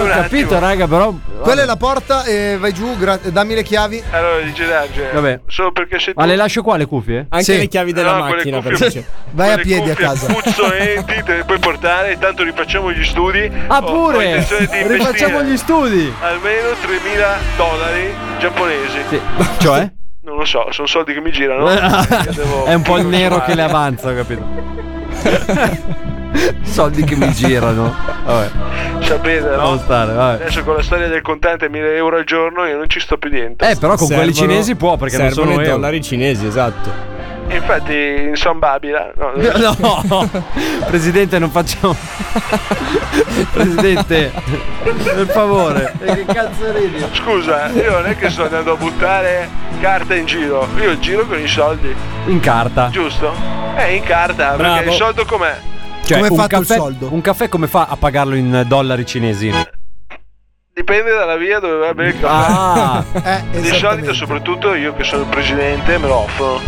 Speaker 4: Ho capito, raga, però.
Speaker 5: Quella è la porta, eh, vai giù, gra- dammi le chiavi.
Speaker 14: Allora dice Darge,
Speaker 4: Vabbè.
Speaker 14: solo perché sei tu.
Speaker 4: Ma le lascio qua le cuffie?
Speaker 5: Anche Sì. le chiavi della
Speaker 14: quelle
Speaker 5: macchina,
Speaker 14: cuffie-
Speaker 5: per esempio. Vai a
Speaker 14: quelle
Speaker 5: piedi a
Speaker 14: cuffie
Speaker 5: casa.
Speaker 14: Puzzo enti, te le puoi portare, tanto rifacciamo gli studi.
Speaker 4: Ah,
Speaker 14: Ho- ho
Speaker 4: pure!
Speaker 14: intenzione di
Speaker 4: Rifacciamo
Speaker 14: investire
Speaker 4: gli studi.
Speaker 14: Almeno 3.000 dollari giapponesi.
Speaker 4: Cioè?
Speaker 14: Non lo so, sono soldi che mi girano.
Speaker 4: Eh. È un po' il nero che le avanza, ho capito? Soldi che mi girano. Vabbè.
Speaker 14: Sapete, no?
Speaker 4: Lasciamo stare, vabbè.
Speaker 14: Adesso con la storia del contante 1000 euro al giorno io non ci sto più dentro.
Speaker 4: Eh, però con quelli cinesi può perché non sono
Speaker 10: i
Speaker 4: euro.
Speaker 10: dollari cinesi, esatto.
Speaker 4: Eh.
Speaker 14: Infatti in San Babila. No,
Speaker 4: No, presidente, non facciamo. presidente, per favore. che cazzo ridi?
Speaker 14: Scusa, eh, io non è che sto andando a buttare carta in giro, io giro con i soldi,
Speaker 4: In carta.
Speaker 14: giusto? Eh, in carta,
Speaker 4: Bravo.
Speaker 14: perché il soldo com'è?
Speaker 4: Cioè,
Speaker 5: Come è
Speaker 4: un
Speaker 5: fatto il
Speaker 4: caffè,
Speaker 5: soldo?
Speaker 4: Un caffè come fa a pagarlo in dollari cinesi?
Speaker 14: Dipende dalla via dove va bene il caffè.
Speaker 4: Ah,
Speaker 5: Eh,
Speaker 14: Di solito, soprattutto io che sono il presidente, me lo offro.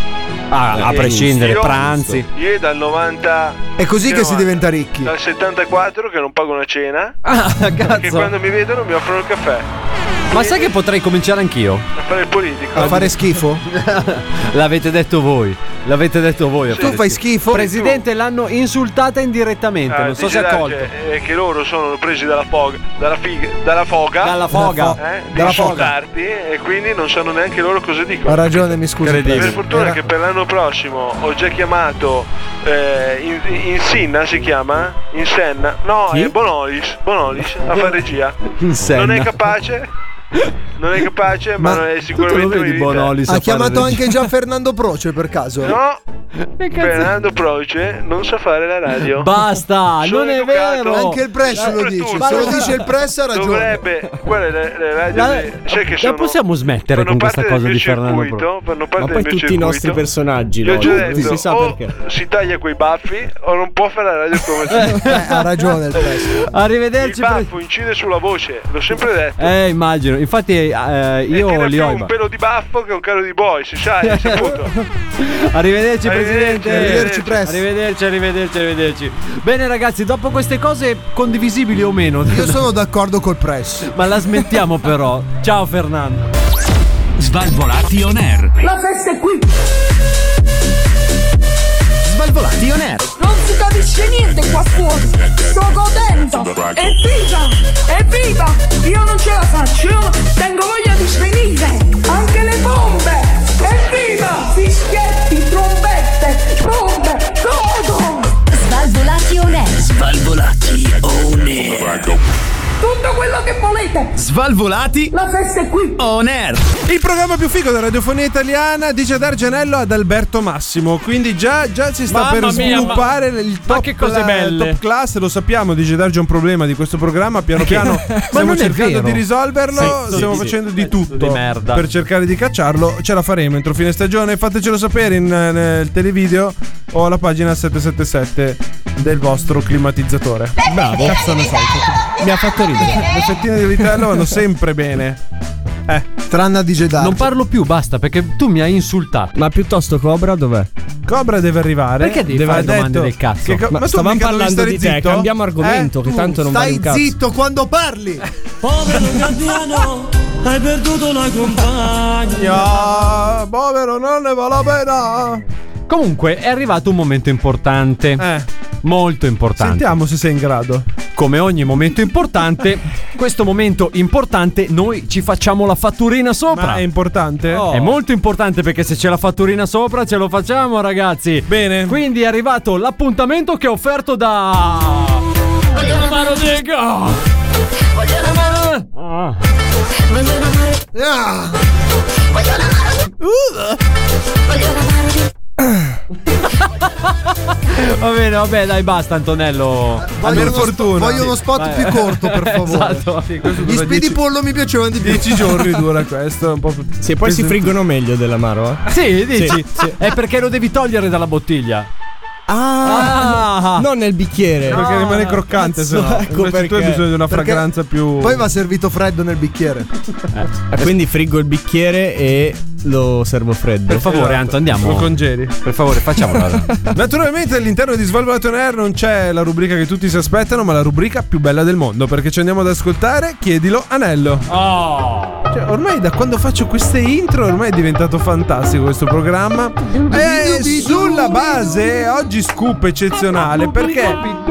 Speaker 4: ah, a
Speaker 14: Eh,
Speaker 4: prescindere,
Speaker 14: io-
Speaker 4: pranzi.
Speaker 14: Io dal 90.
Speaker 5: È così
Speaker 14: fino
Speaker 5: che si
Speaker 14: a-
Speaker 5: diventa ricchi.
Speaker 14: Dal 74 che non pago una cena.
Speaker 4: Ah,
Speaker 14: Perché
Speaker 4: cazzo.
Speaker 14: quando mi vedono mi offrono il caffè.
Speaker 4: Ma sai che potrei cominciare anch'io?
Speaker 14: A fare il politico. Eh,
Speaker 5: A fare schifo?
Speaker 4: L'avete detto voi. L'avete detto voi. a
Speaker 5: Tu
Speaker 4: fare
Speaker 5: fai schifo?
Speaker 4: schifo. Presidente, l'hanno insultata indirettamente.
Speaker 14: Ah,
Speaker 4: non so se
Speaker 14: dice
Speaker 4: ha
Speaker 14: Darge,
Speaker 4: colto.
Speaker 14: eh, che loro sono presi dalla foga, dalla, fig- dalla foga,
Speaker 4: Dalla foga.
Speaker 14: eh, di
Speaker 5: Dalla foga.
Speaker 14: insultarti e quindi non sanno neanche loro cosa dicono.
Speaker 5: Ha ragione, mi scusi.
Speaker 4: Incredibile.
Speaker 14: Per
Speaker 5: prego.
Speaker 14: fortuna
Speaker 5: Era-
Speaker 14: che per l'anno prossimo ho già chiamato eh, in, in Sinna si chiama? In Senna? No,
Speaker 4: Chi?
Speaker 14: è Bonolis, Bonolis a fare regia.
Speaker 4: In senna.
Speaker 14: Non è capace? Non è capace, ma,
Speaker 5: Ma
Speaker 14: non è
Speaker 4: Tu te lo
Speaker 14: sicuramente
Speaker 4: vedi
Speaker 14: meglio di te.
Speaker 4: Bonolis a
Speaker 5: Ha
Speaker 4: fare
Speaker 5: chiamato
Speaker 4: regia?
Speaker 5: anche già Fernando Proce per caso.
Speaker 14: No,
Speaker 4: Che cazzo-
Speaker 14: Fernando Proce non sa fare la radio.
Speaker 4: Basta,
Speaker 14: Sono
Speaker 4: non è
Speaker 14: educato.
Speaker 4: vero.
Speaker 5: Anche il press lo
Speaker 14: Soprattutto-
Speaker 5: dice. Se lo dice il press ha ragione.
Speaker 14: Dovrebbe, quelle le, le radio,
Speaker 4: La-
Speaker 14: le- sai che
Speaker 4: la
Speaker 14: sono,
Speaker 4: possiamo smettere
Speaker 14: fanno
Speaker 4: con questa
Speaker 14: parte del
Speaker 4: cosa
Speaker 14: mio
Speaker 4: di Fernando Pro-
Speaker 14: circuito, fanno
Speaker 10: Ma
Speaker 14: parte
Speaker 10: poi
Speaker 14: del mio
Speaker 10: tutti i
Speaker 14: circuito.
Speaker 10: nostri personaggi,
Speaker 14: Gli ho
Speaker 10: loro,
Speaker 14: già
Speaker 10: non
Speaker 14: detto,
Speaker 10: si sa
Speaker 14: o
Speaker 10: perché.
Speaker 14: si taglia quei baffi o non può fare la radio
Speaker 5: Eh,
Speaker 14: come
Speaker 5: ha ragione il press.
Speaker 14: Il
Speaker 4: Arrivederci. pre-
Speaker 14: baffo incide sulla voce, l'ho sempre detto.
Speaker 4: Eh, immagino. Infatti, eh,
Speaker 14: e
Speaker 4: io
Speaker 14: tira
Speaker 4: li
Speaker 14: più
Speaker 4: ho. i
Speaker 14: un
Speaker 4: ba-
Speaker 14: pelo di baffo che un caro di boy, si sa, è saputo.
Speaker 4: Arrivederci, presidente.
Speaker 5: Arrivederci, press.
Speaker 4: Arrivederci, arrivederci, arrivederci. Bene, ragazzi, dopo queste cose condivisibili o meno,
Speaker 5: Io sono d'accordo col press.
Speaker 4: ma la smettiamo però. Ciao Fernando.
Speaker 16: Svalvolati on air.
Speaker 17: La festa è qui,
Speaker 18: Svalvolati on air.
Speaker 17: non si capisce niente qua fuori. Sto godendo. Evviva! Evviva! Io non ce la faccio, io tengo voglia di svenire. Anche le bombe! Evviva! Fischietti, trombette, bombe, godo!
Speaker 19: Svalvolati On Air.
Speaker 20: Svalvolati on air.
Speaker 17: Tutto quello che volete!
Speaker 16: Svalvolati
Speaker 17: La festa è qui!
Speaker 16: on air.
Speaker 3: Il programma più figo della radiofonia italiana dice Dargenello ad Alberto Massimo. Quindi già, già si sta
Speaker 10: Mamma
Speaker 3: per
Speaker 10: mia,
Speaker 3: sviluppare il top,
Speaker 10: che cose
Speaker 3: la-
Speaker 10: belle.
Speaker 3: top class. Lo sappiamo, dice Darge è un problema di questo programma. Piano piano stiamo
Speaker 4: non è
Speaker 3: cercando
Speaker 4: vero.
Speaker 3: di risolverlo.
Speaker 4: Sì, sì,
Speaker 3: stiamo
Speaker 4: sì,
Speaker 3: facendo
Speaker 4: sì.
Speaker 3: di tutto
Speaker 4: Di merda.
Speaker 3: per cercare di cacciarlo. Ce la faremo entro fine stagione. Fatecelo sapere in, eh, nel televideo o alla pagina 777 del vostro climatizzatore.
Speaker 10: Bravo. Mi ha fatto ridere.
Speaker 3: Le fettine di vitello vanno sempre bene. Eh,
Speaker 5: Tranne a DJ Darge.
Speaker 4: Non parlo più, basta, perché tu mi hai insultato.
Speaker 10: Ma piuttosto Cobra dov'è?
Speaker 3: Cobra deve arrivare.
Speaker 4: Perché devi
Speaker 3: deve
Speaker 4: fare
Speaker 3: ha detto
Speaker 4: domande del cazzo?
Speaker 3: che co-
Speaker 10: Ma,
Speaker 3: tu
Speaker 10: stavamo
Speaker 3: mica dovevi
Speaker 10: parlando
Speaker 3: stare
Speaker 10: di te,
Speaker 3: zitto?
Speaker 10: cambiamo
Speaker 3: Eh?
Speaker 10: argomento che tanto non vale
Speaker 5: Stai
Speaker 10: un cazzo.
Speaker 5: zitto quando parli.
Speaker 20: Povero Gabbiano, hai perduto la compagna.
Speaker 3: Ah, povero, non ne vale la
Speaker 4: Comunque, è arrivato un momento importante.
Speaker 3: pena. Eh,
Speaker 4: Molto importante.
Speaker 3: sentiamo se sei in grado.
Speaker 4: Come ogni momento importante, questo momento importante noi ci facciamo la fatturina sopra.
Speaker 3: Ma è importante?
Speaker 4: È molto importante perché se c'è la fatturina sopra ce lo facciamo ragazzi.
Speaker 3: Bene.
Speaker 4: Quindi è arrivato l'appuntamento che è offerto da... Ah.
Speaker 5: Ah,
Speaker 4: Va bene, vabbè, dai, basta, Antonello.
Speaker 5: Voglio uno sp- voglio uno spot
Speaker 4: Vai.
Speaker 5: più corto, per favore.
Speaker 4: Esatto.
Speaker 5: Gli speedy pollo mi piacevano di più.
Speaker 3: 10 giorni dura questo. è Un po più-
Speaker 21: Sì, poi si
Speaker 3: Questo-
Speaker 21: friggono meglio dell'amaro, eh?
Speaker 4: Sì, dici.
Speaker 21: Sì, sì.
Speaker 4: È perché lo devi togliere dalla bottiglia.
Speaker 21: Ah, non nel bicchiere.
Speaker 3: Perché rimane croccante, se no. Invece tu hai bisogno di una fragranza più.
Speaker 5: Poi va servito freddo nel bicchiere.
Speaker 21: Ah, quindi friggo il bicchiere e lo servo freddo.
Speaker 4: Per favore, Anto, andiamo.
Speaker 3: Esatto. Lo congeli.
Speaker 4: Per favore, facciamola.
Speaker 3: Naturalmente all'interno di Svalvolato on Air non c'è la rubrica che tutti si aspettano, ma la rubrica più bella del mondo. Perché ci andiamo ad ascoltare, chiedilo anello.
Speaker 4: Oh.
Speaker 3: Cioè, ormai da quando faccio queste intro, ormai è diventato fantastico questo programma. E sulla base, oggi scoop eccezionale, perché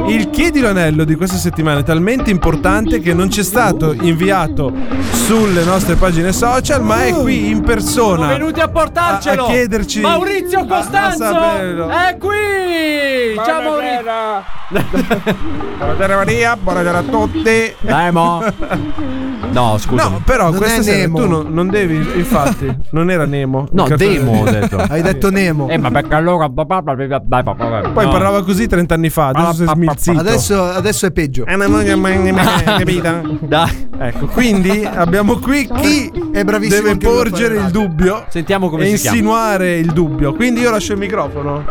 Speaker 3: il chiedilo anello di questa settimana è talmente importante che non ci è stato inviato sulle nostre pagine social, ma è qui in persona.
Speaker 4: Venuti a portarcelo.
Speaker 3: A- a chiederci-
Speaker 4: Maurizio
Speaker 3: a- a
Speaker 4: Costanzo
Speaker 3: saperlo.
Speaker 4: è qui. Ciao Maurizio.
Speaker 3: Buonasera Maria, buonasera a tutti.
Speaker 4: Dai, mo. No, scusa.
Speaker 3: No, però
Speaker 5: Non
Speaker 3: questa
Speaker 5: è
Speaker 3: sera
Speaker 5: Nemo.
Speaker 3: tu non, non devi, infatti, non era Nemo.
Speaker 4: No,
Speaker 3: Il cartone-
Speaker 4: Demo ho detto.
Speaker 5: Hai detto Nemo.
Speaker 4: Eh, ma perché allora. Poi
Speaker 3: Poi parlava così 30 anni fa, adesso Eh, si è smizzito.
Speaker 5: Adesso, adesso è peggio.
Speaker 4: Dai.
Speaker 3: Ecco, quindi abbiamo qui chi
Speaker 5: È bravissimo.
Speaker 3: deve
Speaker 5: anche lui a
Speaker 3: porgere
Speaker 5: fare
Speaker 3: il dubbio
Speaker 4: Sentiamo come
Speaker 3: e
Speaker 4: si chiama.
Speaker 3: insinuare il dubbio. Quindi io lascio il microfono.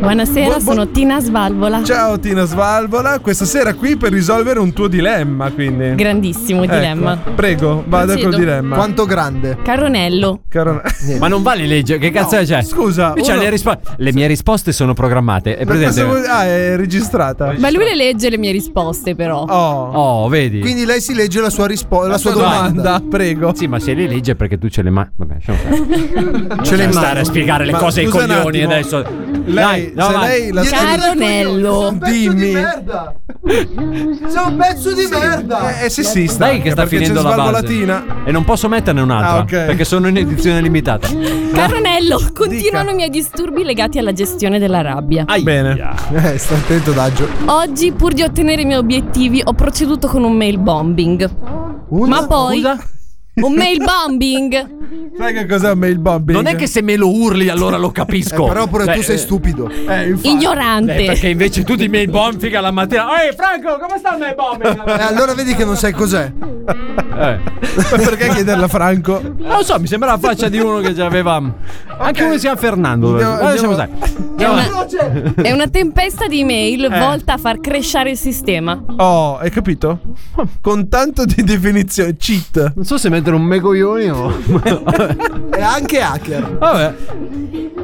Speaker 22: Buonasera, sono Tina Svalvola.
Speaker 3: Ciao Tina Svalvola, questa sera qui per risolvere un tuo dilemma, quindi.
Speaker 22: Grandissimo
Speaker 3: Ecco,
Speaker 22: dilemma.
Speaker 3: Prego, vada
Speaker 22: Procedo.
Speaker 3: col dilemma.
Speaker 5: Quanto grande?
Speaker 22: Caronello.
Speaker 3: Caro-
Speaker 4: Ma non vale leggere, che cazzo è? Cioè,
Speaker 3: scusa,
Speaker 4: Qui c'è
Speaker 3: uno-
Speaker 4: le, rispo- le mie risposte sono programmate. È
Speaker 3: Ma cosa
Speaker 4: presente?
Speaker 3: vuol- Ah, è registrata.
Speaker 22: Ma lui le legge le mie risposte, però.
Speaker 4: Oh, vedi.
Speaker 5: Quindi lei si legge la sua, rispo- la sua
Speaker 4: No.
Speaker 5: domanda.
Speaker 3: prego.
Speaker 4: Sì, ma se le legge è perché tu ce le mani. Vabbè, lasciamo
Speaker 5: Ce l'hai in mano.
Speaker 4: stare a spiegare le
Speaker 5: Ma
Speaker 4: cose ai
Speaker 5: scusa un
Speaker 4: coglioni
Speaker 5: attimo.
Speaker 4: adesso.
Speaker 5: Lei-
Speaker 4: no,
Speaker 5: se
Speaker 4: vai.
Speaker 5: lei la-
Speaker 22: Caronello.
Speaker 5: Dimmi.
Speaker 3: Dimmi.
Speaker 5: Merda. Sei un pezzo di merda.
Speaker 3: Eh, sì, sì, sta.
Speaker 4: Dai che sta
Speaker 3: perché c'è
Speaker 4: finendo la
Speaker 3: Svalvolatina.
Speaker 4: base. E non posso metterne un'altra
Speaker 3: Ah, ok.
Speaker 4: perché sono in edizione limitata.
Speaker 22: Caronello, continuano i miei disturbi legati alla gestione della rabbia.
Speaker 3: Bene.
Speaker 5: Eh, sta attento, Daggio.
Speaker 22: Oggi, pur di ottenere i miei obiettivi, ho proceduto con un mail bombing. Ma poi. Un mail bombing.
Speaker 3: Sai che cos'è un mail bombing?
Speaker 4: Non è che se me lo urli allora lo capisco.
Speaker 5: Eh, però pure
Speaker 4: Cioè,
Speaker 5: tu sei
Speaker 4: eh,
Speaker 5: stupido.
Speaker 3: Eh, infatti.
Speaker 22: Ignorante.
Speaker 4: eh, perché invece tu ti mail bomb figa la mattina. Ehi Franco, come sta il mail bombing?
Speaker 5: Eh, allora vedi che non sai cos'è.
Speaker 4: Eh.
Speaker 3: Ma perché chiederla a Franco?
Speaker 4: Non lo so, mi sembra la faccia di uno che già aveva. Anche uno si chiama Fernando.
Speaker 3: Andiamo-
Speaker 4: Guarda,
Speaker 3: andiamo-
Speaker 4: lasciamo stare.
Speaker 22: È una, è una tempesta di
Speaker 4: Eh.
Speaker 22: mail volta a far crescere il sistema.
Speaker 3: Oh, hai capito? Con tanto di definizione, cheat.
Speaker 4: Non so se mettere un megoglioni o.
Speaker 5: È anche hacker.
Speaker 4: Vabbè.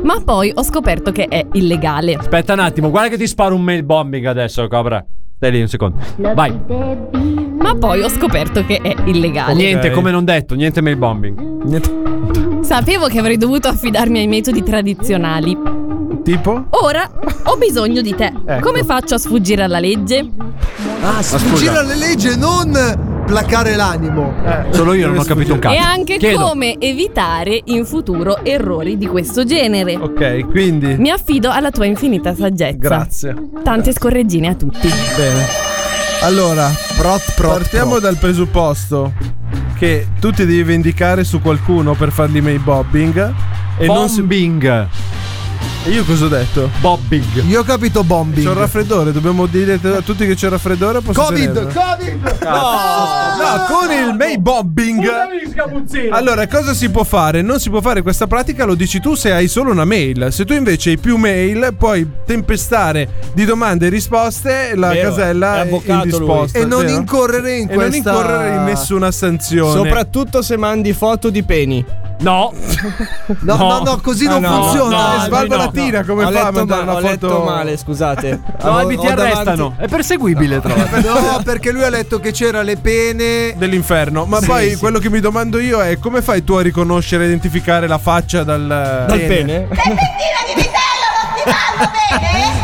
Speaker 22: Ma poi ho scoperto che è illegale.
Speaker 4: Aspetta un attimo, guarda che ti sparo un mail bombing adesso, Cobra. Stai lì un secondo. Vai. Ah,
Speaker 22: Ma poi ho scoperto che è illegale.
Speaker 4: Niente, come non detto, niente mail bombing.
Speaker 3: Niente.
Speaker 22: Sapevo che avrei dovuto affidarmi ai metodi tradizionali.
Speaker 3: Tipo?
Speaker 14: Oh,
Speaker 3: Ecco.
Speaker 22: Ora ho bisogno di te.
Speaker 4: Eh.
Speaker 22: Come faccio a sfuggire alla legge?
Speaker 5: Ah, sfuggire alle leggi e non placare l'animo.
Speaker 4: Solo io non ho capito
Speaker 23: Ah,
Speaker 4: un cazzo.
Speaker 22: E anche
Speaker 4: Chiedo.
Speaker 22: come evitare in futuro errori di questo genere.
Speaker 3: Ok, quindi.
Speaker 22: Mi affido alla tua infinita saggezza.
Speaker 3: Grazie.
Speaker 22: Tante scorreggine a tutti.
Speaker 3: Bene. Allora,
Speaker 5: Prot, prot,
Speaker 3: partiamo
Speaker 5: prot.
Speaker 3: dal presupposto che tu ti devi vendicare su qualcuno per fargli mail bobbing. E non si.
Speaker 4: Bombing.
Speaker 3: E io cosa ho detto?
Speaker 4: Bobbing.
Speaker 5: Io ho capito bombing.
Speaker 3: C'ho il raffreddore, dobbiamo dire a tutti che c'è il raffreddore. Posso
Speaker 5: Covid,
Speaker 3: tenerlo?
Speaker 5: Covid.
Speaker 4: Ah,
Speaker 3: No, con il mail bobbing. Allora, cosa si può fare? Non si può fare questa pratica, lo dici tu se hai solo una mail. Se tu invece hai più mail, puoi tempestare di domande e risposte la
Speaker 21: Vero, è
Speaker 3: casella
Speaker 21: avvocato
Speaker 3: indisposta.
Speaker 5: E non
Speaker 3: vero?
Speaker 5: incorrere in
Speaker 3: E non
Speaker 5: questa
Speaker 3: incorrere in nessuna sanzione.
Speaker 21: Soprattutto se mandi foto di peni.
Speaker 4: No.
Speaker 5: No, no, no, così non
Speaker 21: Ah, no,
Speaker 5: funziona.
Speaker 3: no,
Speaker 5: Eh,
Speaker 3: Svalva
Speaker 4: no,
Speaker 3: la tira come
Speaker 21: ho
Speaker 3: fa a
Speaker 21: letto,
Speaker 3: mandare
Speaker 21: ma-
Speaker 3: una
Speaker 21: ho
Speaker 3: foto?
Speaker 21: letto male, scusate.
Speaker 4: No,
Speaker 21: Ho-
Speaker 4: mi ti
Speaker 21: ho davanti-
Speaker 4: arrestano. È perseguibile, tra l'altro.
Speaker 5: No, perché lui ha letto che c'era le pene.
Speaker 3: Dell'inferno, ma poi quello che mi domando io è come fai tu a riconoscere e identificare la faccia dal,
Speaker 21: Dal pene?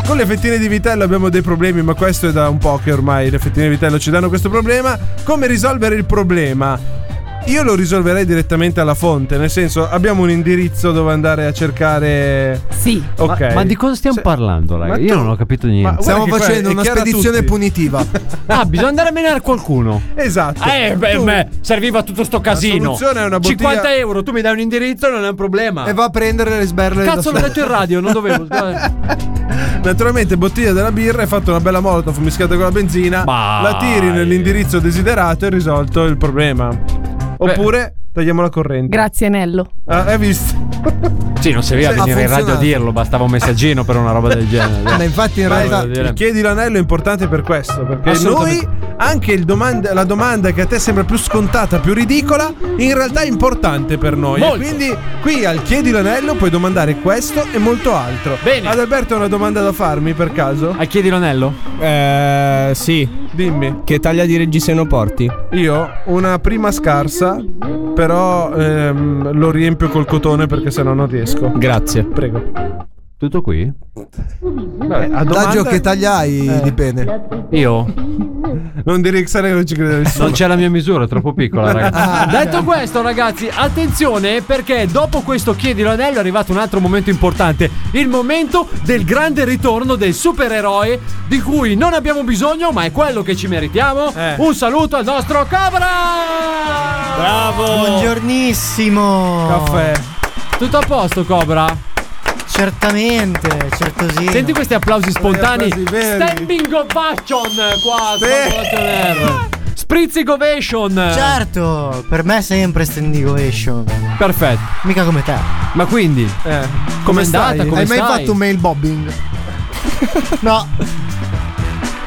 Speaker 3: Con le fettine di vitello abbiamo dei problemi, ma questo è da un po' che ormai le fettine di vitello ci danno questo problema. Come risolvere il problema? Io lo risolverei direttamente alla fonte, nel senso abbiamo un indirizzo dove andare a cercare...
Speaker 22: Sì.
Speaker 3: Ok.
Speaker 4: Ma, ma di cosa stiamo parlando, raga?
Speaker 3: ma
Speaker 4: Io
Speaker 3: tu-
Speaker 4: non ho capito niente.
Speaker 5: Stiamo facendo una spedizione
Speaker 4: punitiva.
Speaker 5: punitiva.
Speaker 4: Ah, bisogna andare a menare qualcuno.
Speaker 3: Esatto.
Speaker 4: Eh, beh,
Speaker 5: Tu-
Speaker 4: beh, serviva tutto sto casino.
Speaker 5: soluzione è una bottiglia-
Speaker 4: 50 euro, tu mi dai un indirizzo, non è un problema.
Speaker 5: E va eh, a prendere le sberle.
Speaker 4: Cazzo, l'ho
Speaker 5: da
Speaker 4: detto in radio, non dovevo. scusate.
Speaker 3: Naturalmente bottiglia della birra è fatta una bella molotov mischiata con la benzina,
Speaker 4: Ma-
Speaker 3: la tiri nell'indirizzo desiderato e risolto il problema. Oppure tagliamo la corrente.
Speaker 22: Grazie, Nello.
Speaker 3: Ah, hai visto?
Speaker 4: Sì, non serviva
Speaker 3: Sì, ha
Speaker 4: venire in radio a
Speaker 3: funzionato.
Speaker 4: dirlo, bastava un messaggino per una roba del genere.
Speaker 5: Ma infatti in
Speaker 4: Vai,
Speaker 5: realtà
Speaker 4: voglio dire.
Speaker 3: Chiedi l'anello è importante per questo, perché noi
Speaker 4: Assolutamente.
Speaker 3: anche il domanda- la domanda che a te sembra più scontata, più ridicola, in realtà è importante per noi. E
Speaker 4: Molto.
Speaker 3: quindi qui al Chiedi l'anello puoi domandare questo e molto altro.
Speaker 4: Bene.
Speaker 3: Ad Alberto hai una domanda da farmi per caso?
Speaker 4: A Ah, chiedi l'anello?
Speaker 21: Eh, sì.
Speaker 3: Dimmi.
Speaker 21: Che taglia di reggiseno porti?
Speaker 3: Io una prima scarsa, però ehm, lo riempio col cotone perché sennò non riesco.
Speaker 21: Grazie.
Speaker 3: Prego.
Speaker 4: Tutto qui?
Speaker 3: Vabbè, a
Speaker 5: Adagio
Speaker 3: domanda-
Speaker 5: che tagliai
Speaker 3: Eh.
Speaker 5: dipende.
Speaker 4: Io?
Speaker 3: Non dire che sarei non ci crede nessuno.
Speaker 4: Non c'è la mia misura, è troppo piccola,
Speaker 23: Ah,
Speaker 4: ragazzi. Detto questo, ragazzi, attenzione perché dopo questo chiedi l'anello è arrivato un altro momento importante. Il momento del grande ritorno del supereroe di cui non abbiamo bisogno, ma è quello che ci meritiamo.
Speaker 2: Eh.
Speaker 4: Un saluto al nostro Cobra!
Speaker 2: Bravo!
Speaker 23: Buongiornissimo.
Speaker 3: Caffè.
Speaker 4: Tutto a posto, Cobra?
Speaker 23: Certamente, certosino.
Speaker 4: Senti questi applausi spontanei.
Speaker 23: applausi veri.
Speaker 4: Standing ovation qua a
Speaker 23: Sì.
Speaker 4: Spopolazione R. Spritz Govation.
Speaker 23: Certo, per me è sempre standing ovation.
Speaker 4: Perfetto.
Speaker 23: Mica come te.
Speaker 4: Ma quindi, come è
Speaker 23: Eh. stai?
Speaker 4: andata? Come
Speaker 23: Hai mai
Speaker 4: stai?
Speaker 23: fatto un mail bobbing? no.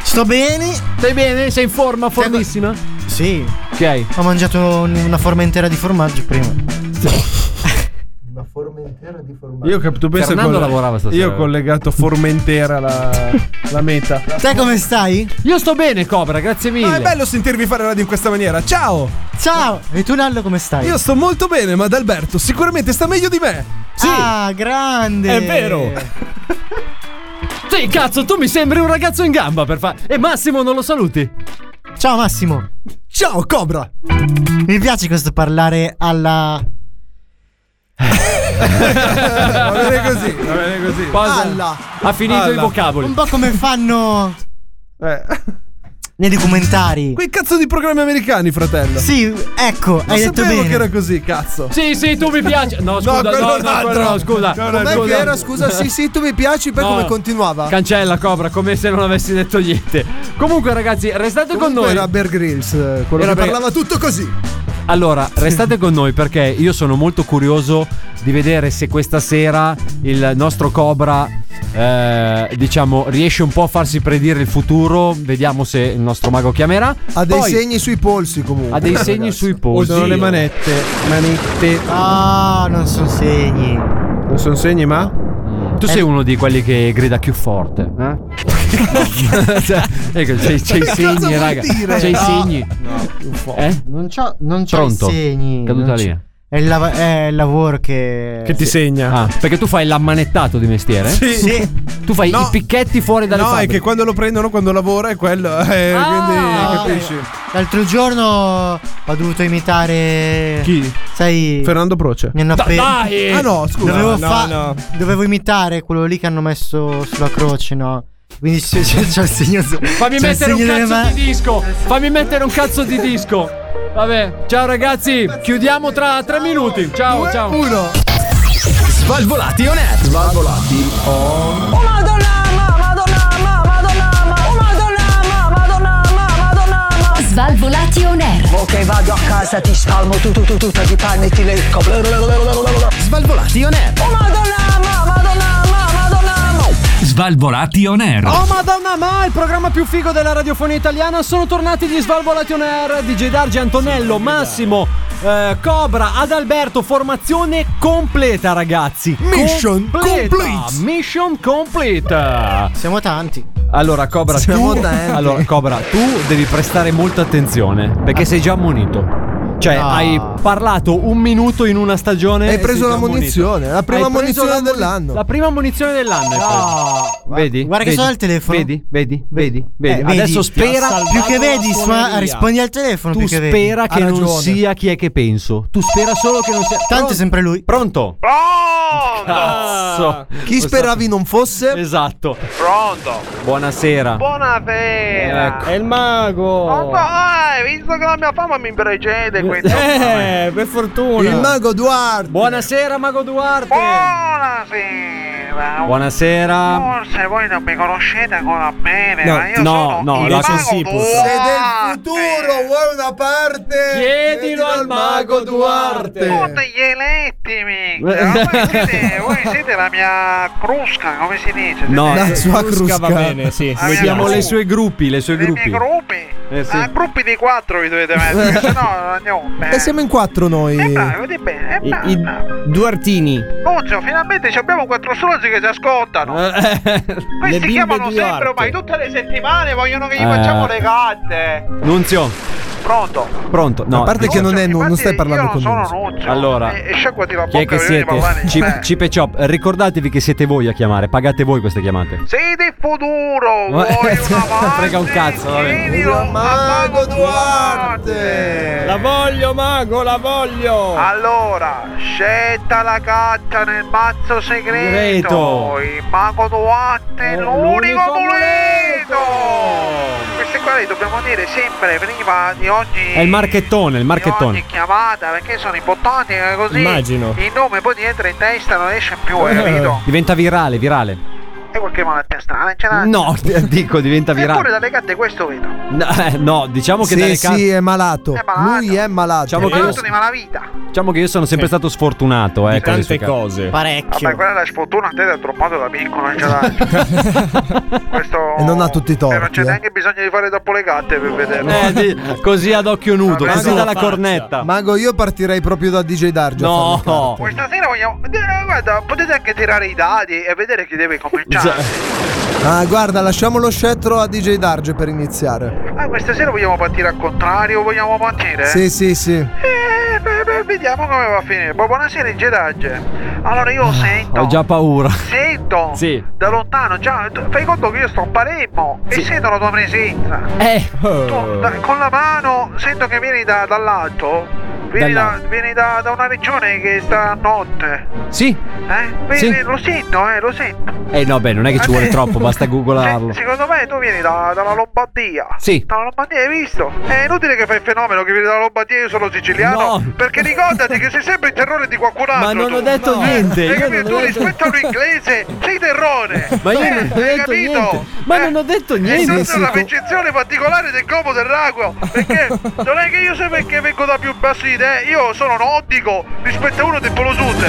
Speaker 23: Sto bene.
Speaker 4: Stai bene? Sei in forma formissima?
Speaker 23: Sì.
Speaker 4: Ok.
Speaker 23: Ho mangiato un- una forma intera di formaggio prima.
Speaker 3: Io ho capito, pensa
Speaker 4: Fernando
Speaker 3: che ho-
Speaker 4: lavorava stasera.
Speaker 3: Io ho collegato Formentera la, la meta.
Speaker 23: Te come stai?
Speaker 4: Io sto bene, Cobra, grazie mille.
Speaker 3: Ma è bello sentirvi fare radio in questa maniera. Ciao!
Speaker 23: Ciao! E tu Nallo come stai?
Speaker 3: Io sto molto bene, ma Adalberto sicuramente sta meglio di me.
Speaker 23: Sì. Ah, grande!
Speaker 3: È vero.
Speaker 4: Sì, cazzo, tu mi sembri un ragazzo in gamba per fare. E Massimo, non lo saluti?
Speaker 23: Ciao Massimo!
Speaker 5: Ciao Cobra!
Speaker 23: Mi piace questo parlare alla.
Speaker 3: Va bene così, va bene così.
Speaker 4: Cosa?
Speaker 23: alla.
Speaker 4: Ha finito
Speaker 3: Alla.
Speaker 4: i vocaboli.
Speaker 23: Un po' come fanno
Speaker 3: Eh.
Speaker 23: nei documentari.
Speaker 3: Quei cazzo di programmi americani, fratello.
Speaker 23: Sì, ecco,
Speaker 3: Lo
Speaker 23: hai detto
Speaker 3: sapevo
Speaker 23: bene.
Speaker 3: che era così, cazzo.
Speaker 4: Sì, sì, tu mi piaci. No, scusa, no,
Speaker 3: quello
Speaker 4: no,
Speaker 3: è un altro.
Speaker 4: quello no, scusa.
Speaker 3: Quello è
Speaker 5: Com'è
Speaker 3: scusa.
Speaker 5: che era? Scusa, sì, sì, tu mi piaci, poi
Speaker 4: No.
Speaker 5: come continuava?
Speaker 4: Cancella Cobra come se non avessi detto niente. Comunque, ragazzi, restate
Speaker 5: Comunque
Speaker 4: con noi.
Speaker 5: Era Bear Grylls, eh, quello
Speaker 4: Era
Speaker 5: che
Speaker 4: Bear-
Speaker 5: parlava tutto così.
Speaker 4: Allora, restate con noi perché io sono molto curioso di vedere se questa sera il nostro Cobra, eh, diciamo, riesce un po' a farsi predire il futuro. Vediamo se il nostro mago chiamerà.
Speaker 5: Ha dei
Speaker 4: Poi-
Speaker 5: segni sui polsi comunque.
Speaker 4: Ha dei
Speaker 5: ragazzi.
Speaker 4: segni sui polsi.
Speaker 3: Usano le manette. Manette.
Speaker 23: Ah, non sono segni.
Speaker 3: Non sono segni, ma.
Speaker 4: Tu sei uno di quelli che grida più forte. Eh? Cioè, ecco, c'è, c'è i segni, raga. C'è i segni. Eh?
Speaker 23: Non c'ho, non c'ho
Speaker 4: Pronto.
Speaker 23: i segni.
Speaker 4: Caduta
Speaker 23: non c'ho-
Speaker 4: lì.
Speaker 23: È il, lava- è il lavoro che.
Speaker 3: Che ti segna.
Speaker 4: Ah, perché tu fai l'ammanettato di mestiere?
Speaker 3: Sì.
Speaker 23: Sì.
Speaker 4: Tu fai
Speaker 3: No.
Speaker 4: i picchetti fuori dalle
Speaker 3: No, è
Speaker 4: fabbriche.
Speaker 3: che quando lo prendono, quando lavora, è quello. eh,
Speaker 4: esatto. Ah.
Speaker 3: quindi, capisci?
Speaker 23: L'altro giorno ho dovuto imitare.
Speaker 3: Chi?
Speaker 23: Sai.
Speaker 3: Fernando Proce.
Speaker 23: mi hanno appena.
Speaker 4: Dai!
Speaker 3: Ah, no, scusa.
Speaker 23: Dovevo,
Speaker 3: no,
Speaker 23: fa-
Speaker 3: no.
Speaker 23: dovevo imitare quello lì che hanno messo sulla croce, no? Quindi c'è, c'è- c'è il segno.
Speaker 4: Fammi
Speaker 23: c'è
Speaker 3: cioè,
Speaker 23: il
Speaker 4: mettere un
Speaker 23: segno delle
Speaker 4: cazzo
Speaker 23: ma-
Speaker 4: di disco. Fammi mettere un cazzo di disco. Vabbè, ciao ragazzi, chiudiamo tra tre minuti. Ciao, ciao.
Speaker 5: Uno.
Speaker 2: Svalvolati on air.
Speaker 24: Oh madonna, ma, madonna, ma, madonna, ma, oh madonna, ma, madonna, ma, madonna, ma.
Speaker 1: Svalvolati on air.
Speaker 8: Ok, vado a casa, ti spalmo tu, tu, tu, tu, ti panni e ti lecco.
Speaker 2: Svalvolati on air.
Speaker 24: Oh madonna, ma, madonna, ma, madonna, ma.
Speaker 2: Svalvolati on air.
Speaker 4: Oh madonna ma il programma più figo della radiofonia italiana sono tornati gli Svalvolati on Air DJ Dargi, Antonello, Massimo, eh, Cobra, Adalberto Formazione completa ragazzi
Speaker 5: Mission
Speaker 4: completa.
Speaker 5: complete.
Speaker 4: Mission complete
Speaker 23: Siamo tanti.
Speaker 4: Allora Cobra tu
Speaker 5: tanti.
Speaker 4: Allora Cobra tu devi prestare molta attenzione perché sei già ammonito Cioè,
Speaker 5: No.
Speaker 4: hai parlato un minuto in una stagione.
Speaker 5: Hai
Speaker 4: e
Speaker 5: preso
Speaker 4: sei
Speaker 5: la
Speaker 4: già
Speaker 5: munizione,
Speaker 4: ammonito.
Speaker 5: la prima
Speaker 4: Hai preso
Speaker 5: munizione
Speaker 4: muni-
Speaker 5: dell'anno.
Speaker 4: La prima munizione dell'anno. hai preso. Vedi?
Speaker 25: Guarda che
Speaker 4: Vedi?
Speaker 25: sono al telefono.
Speaker 4: Vedi, vedi, vedi,
Speaker 25: Eh,
Speaker 4: vedi.
Speaker 25: vedi,
Speaker 4: Adesso spera.
Speaker 25: più che vedi, ma rispondi al telefono.
Speaker 4: Tu
Speaker 25: più che vedi.
Speaker 4: spera
Speaker 25: Ha
Speaker 4: che non
Speaker 25: ragione.
Speaker 4: sia chi è che penso. Tu spera solo che non sia.
Speaker 25: Tanto è sempre lui.
Speaker 4: Pronto?
Speaker 25: Ah.
Speaker 4: Cazzo.
Speaker 5: Chi
Speaker 4: Lo
Speaker 5: speravi non fosse?
Speaker 4: Esatto.
Speaker 14: Pronto?
Speaker 4: Buonasera. Ecco.
Speaker 14: Buonasera!
Speaker 21: È il
Speaker 23: Oh.
Speaker 21: mago.
Speaker 14: Ah, hai visto che la mia fama mi precede qui.
Speaker 21: Eh, per fortuna.
Speaker 5: Il mago Duarte.
Speaker 4: Buonasera, mago Duarte.
Speaker 14: Buonasera.
Speaker 4: Buonasera.
Speaker 14: Forse voi non mi conoscete ancora bene,
Speaker 4: No,
Speaker 14: ma io
Speaker 4: no,
Speaker 14: sono
Speaker 4: no,
Speaker 14: il
Speaker 4: la-
Speaker 14: mago
Speaker 4: sì, può-
Speaker 14: Duarte.
Speaker 4: Se
Speaker 5: Futuro, vuoi una parte?
Speaker 21: Chiedilo al mago Duarte.
Speaker 14: Tutti gli eletti, minchia. Ma voi siete, voi siete la mia crusca, come si dice?
Speaker 4: No,
Speaker 14: Siete-
Speaker 4: va bene, sì. Siamo le sue gruppi, le sue gruppi.
Speaker 14: gruppi?
Speaker 4: Eh, sì. Eh,
Speaker 14: Ah, gruppi di quattro vi dovete mettere, se no andiamo
Speaker 5: E siamo in quattro noi.
Speaker 14: Vedi bene, eh, ma-
Speaker 5: Duartini.
Speaker 14: Nunzio, finalmente ci abbiamo quattro stronzi che si ascoltano.
Speaker 21: le
Speaker 14: Questi
Speaker 21: bimbe
Speaker 14: chiamano sempre
Speaker 21: Duarte.
Speaker 14: ormai tutte le settimane, vogliono che gli
Speaker 4: Eh.
Speaker 14: facciamo le gatte.
Speaker 4: Nunzio,
Speaker 14: Pronto?
Speaker 4: pronto. No,
Speaker 5: a parte che non, è, non, stai parlando con
Speaker 14: Sono
Speaker 5: noi.
Speaker 14: Nunzio.
Speaker 4: Allora,
Speaker 14: E, e sciacquati la
Speaker 4: Chi
Speaker 14: bocca
Speaker 4: è che
Speaker 14: prima di
Speaker 4: siete?
Speaker 14: parlare di
Speaker 4: Cip,
Speaker 14: te.
Speaker 4: Cip e Chop, ricordatevi che siete voi a chiamare, pagate voi queste chiamate.
Speaker 14: Sei del futuro,
Speaker 4: Ma-
Speaker 14: vuoi una
Speaker 4: Frega un cazzo, vabbè.
Speaker 14: Mago Duarte!
Speaker 21: La voglio, mago, la voglio.
Speaker 14: Allora, scelta la carta nel mazzo segreto.
Speaker 21: Segreto.
Speaker 14: Il mago
Speaker 4: Eh,
Speaker 14: Duarte, è l'unico
Speaker 21: l'unico
Speaker 14: amuleto. Queste qua le dobbiamo dire sempre prima di ogni,
Speaker 4: È il marchettone, il
Speaker 14: di ogni
Speaker 4: marchettone.
Speaker 14: chiamata perché sono importanti. eh, Così
Speaker 4: Immagino. Eh.
Speaker 14: il nome poi ti entra in testa e non esce più, hai capito?
Speaker 4: Diventa virale, virale.
Speaker 14: E qualche malattia strana, ce l'ha.
Speaker 4: No, dico, diventa
Speaker 14: Eppure
Speaker 4: virale.
Speaker 14: dalle carte questo vedo.
Speaker 4: No, eh, no, diciamo che
Speaker 5: sì,
Speaker 4: dalle
Speaker 5: sì,
Speaker 4: carte-
Speaker 5: è malato. Lui è malato.
Speaker 4: Diciamo che, io,
Speaker 14: Malato di malavita.
Speaker 4: diciamo che io sono sempre stato sfortunato, eh. con le sue carte.
Speaker 14: Vabbè, quella è la sfortuna, te l'ha troppato da piccolo, non ce l'hai.
Speaker 5: E non ha tutti i
Speaker 14: eh, Non
Speaker 5: torti. eh.
Speaker 14: c'è neanche bisogno di fare dopo le gatte per vederlo.
Speaker 4: Eh, di- così ad occhio nudo,
Speaker 5: Vabbè,
Speaker 4: così
Speaker 5: no,
Speaker 4: dalla
Speaker 5: faccia.
Speaker 4: cornetta.
Speaker 5: Mago, io partirei proprio da DJ Darge. a
Speaker 4: No.
Speaker 5: fare le carte.
Speaker 14: Questa sera vogliamo. eh, Guarda, potete anche tirare i dadi e vedere chi deve
Speaker 4: Esatto.
Speaker 14: cominciare.
Speaker 5: Ah, guarda, lasciamo lo scettro a DJ Darge per iniziare.
Speaker 14: Ah, questa sera vogliamo partire al contrario, vogliamo partire?
Speaker 5: Sì, sì, sì.
Speaker 14: Eh, beh, beh, vediamo come va a finire. Boh, buonasera, Ingedagge. Allora io sento.
Speaker 4: Ah, Ho già paura.
Speaker 14: Sento
Speaker 4: Sì.
Speaker 14: da lontano già. tu- Fai conto che io sto a Palermo e sento la tua presenza.
Speaker 4: Eh.
Speaker 14: Tu, da- con la mano sento che vieni da, dall'alto. Vieni, da, vieni da, da una regione che sta a notte.
Speaker 4: Sì.
Speaker 14: Eh? Vedi,
Speaker 4: Sì.
Speaker 14: Lo sento, eh, lo sento.
Speaker 4: Eh no, beh, non è che ci vuole troppo, basta googolarlo.
Speaker 14: Secondo me tu vieni da- dalla Lombardia.
Speaker 4: Sì.
Speaker 14: Dalla Lombardia, hai visto? È inutile che fai il fenomeno che vieni dalla Lombardia, io sono siciliano.
Speaker 4: No.
Speaker 14: Perché ricordati che sei sempre il terrore di qualcun altro.
Speaker 4: Ma non
Speaker 14: tu.
Speaker 4: ho detto niente,
Speaker 14: Hai
Speaker 4: io
Speaker 14: capito?
Speaker 4: non ho
Speaker 14: tu
Speaker 4: detto-
Speaker 14: rispetto all'inglese, sei terrone.
Speaker 4: Ma io
Speaker 14: Eh,
Speaker 4: non ho
Speaker 14: hai
Speaker 4: detto
Speaker 14: capito? Eh,
Speaker 4: niente. Ma non ho detto
Speaker 14: E
Speaker 4: niente.
Speaker 14: questa è una percezione particolare del globo terraqueo Perché non è che io so perché vengo da più bassi di te Io sono nordico rispetto a uno del Polo Sud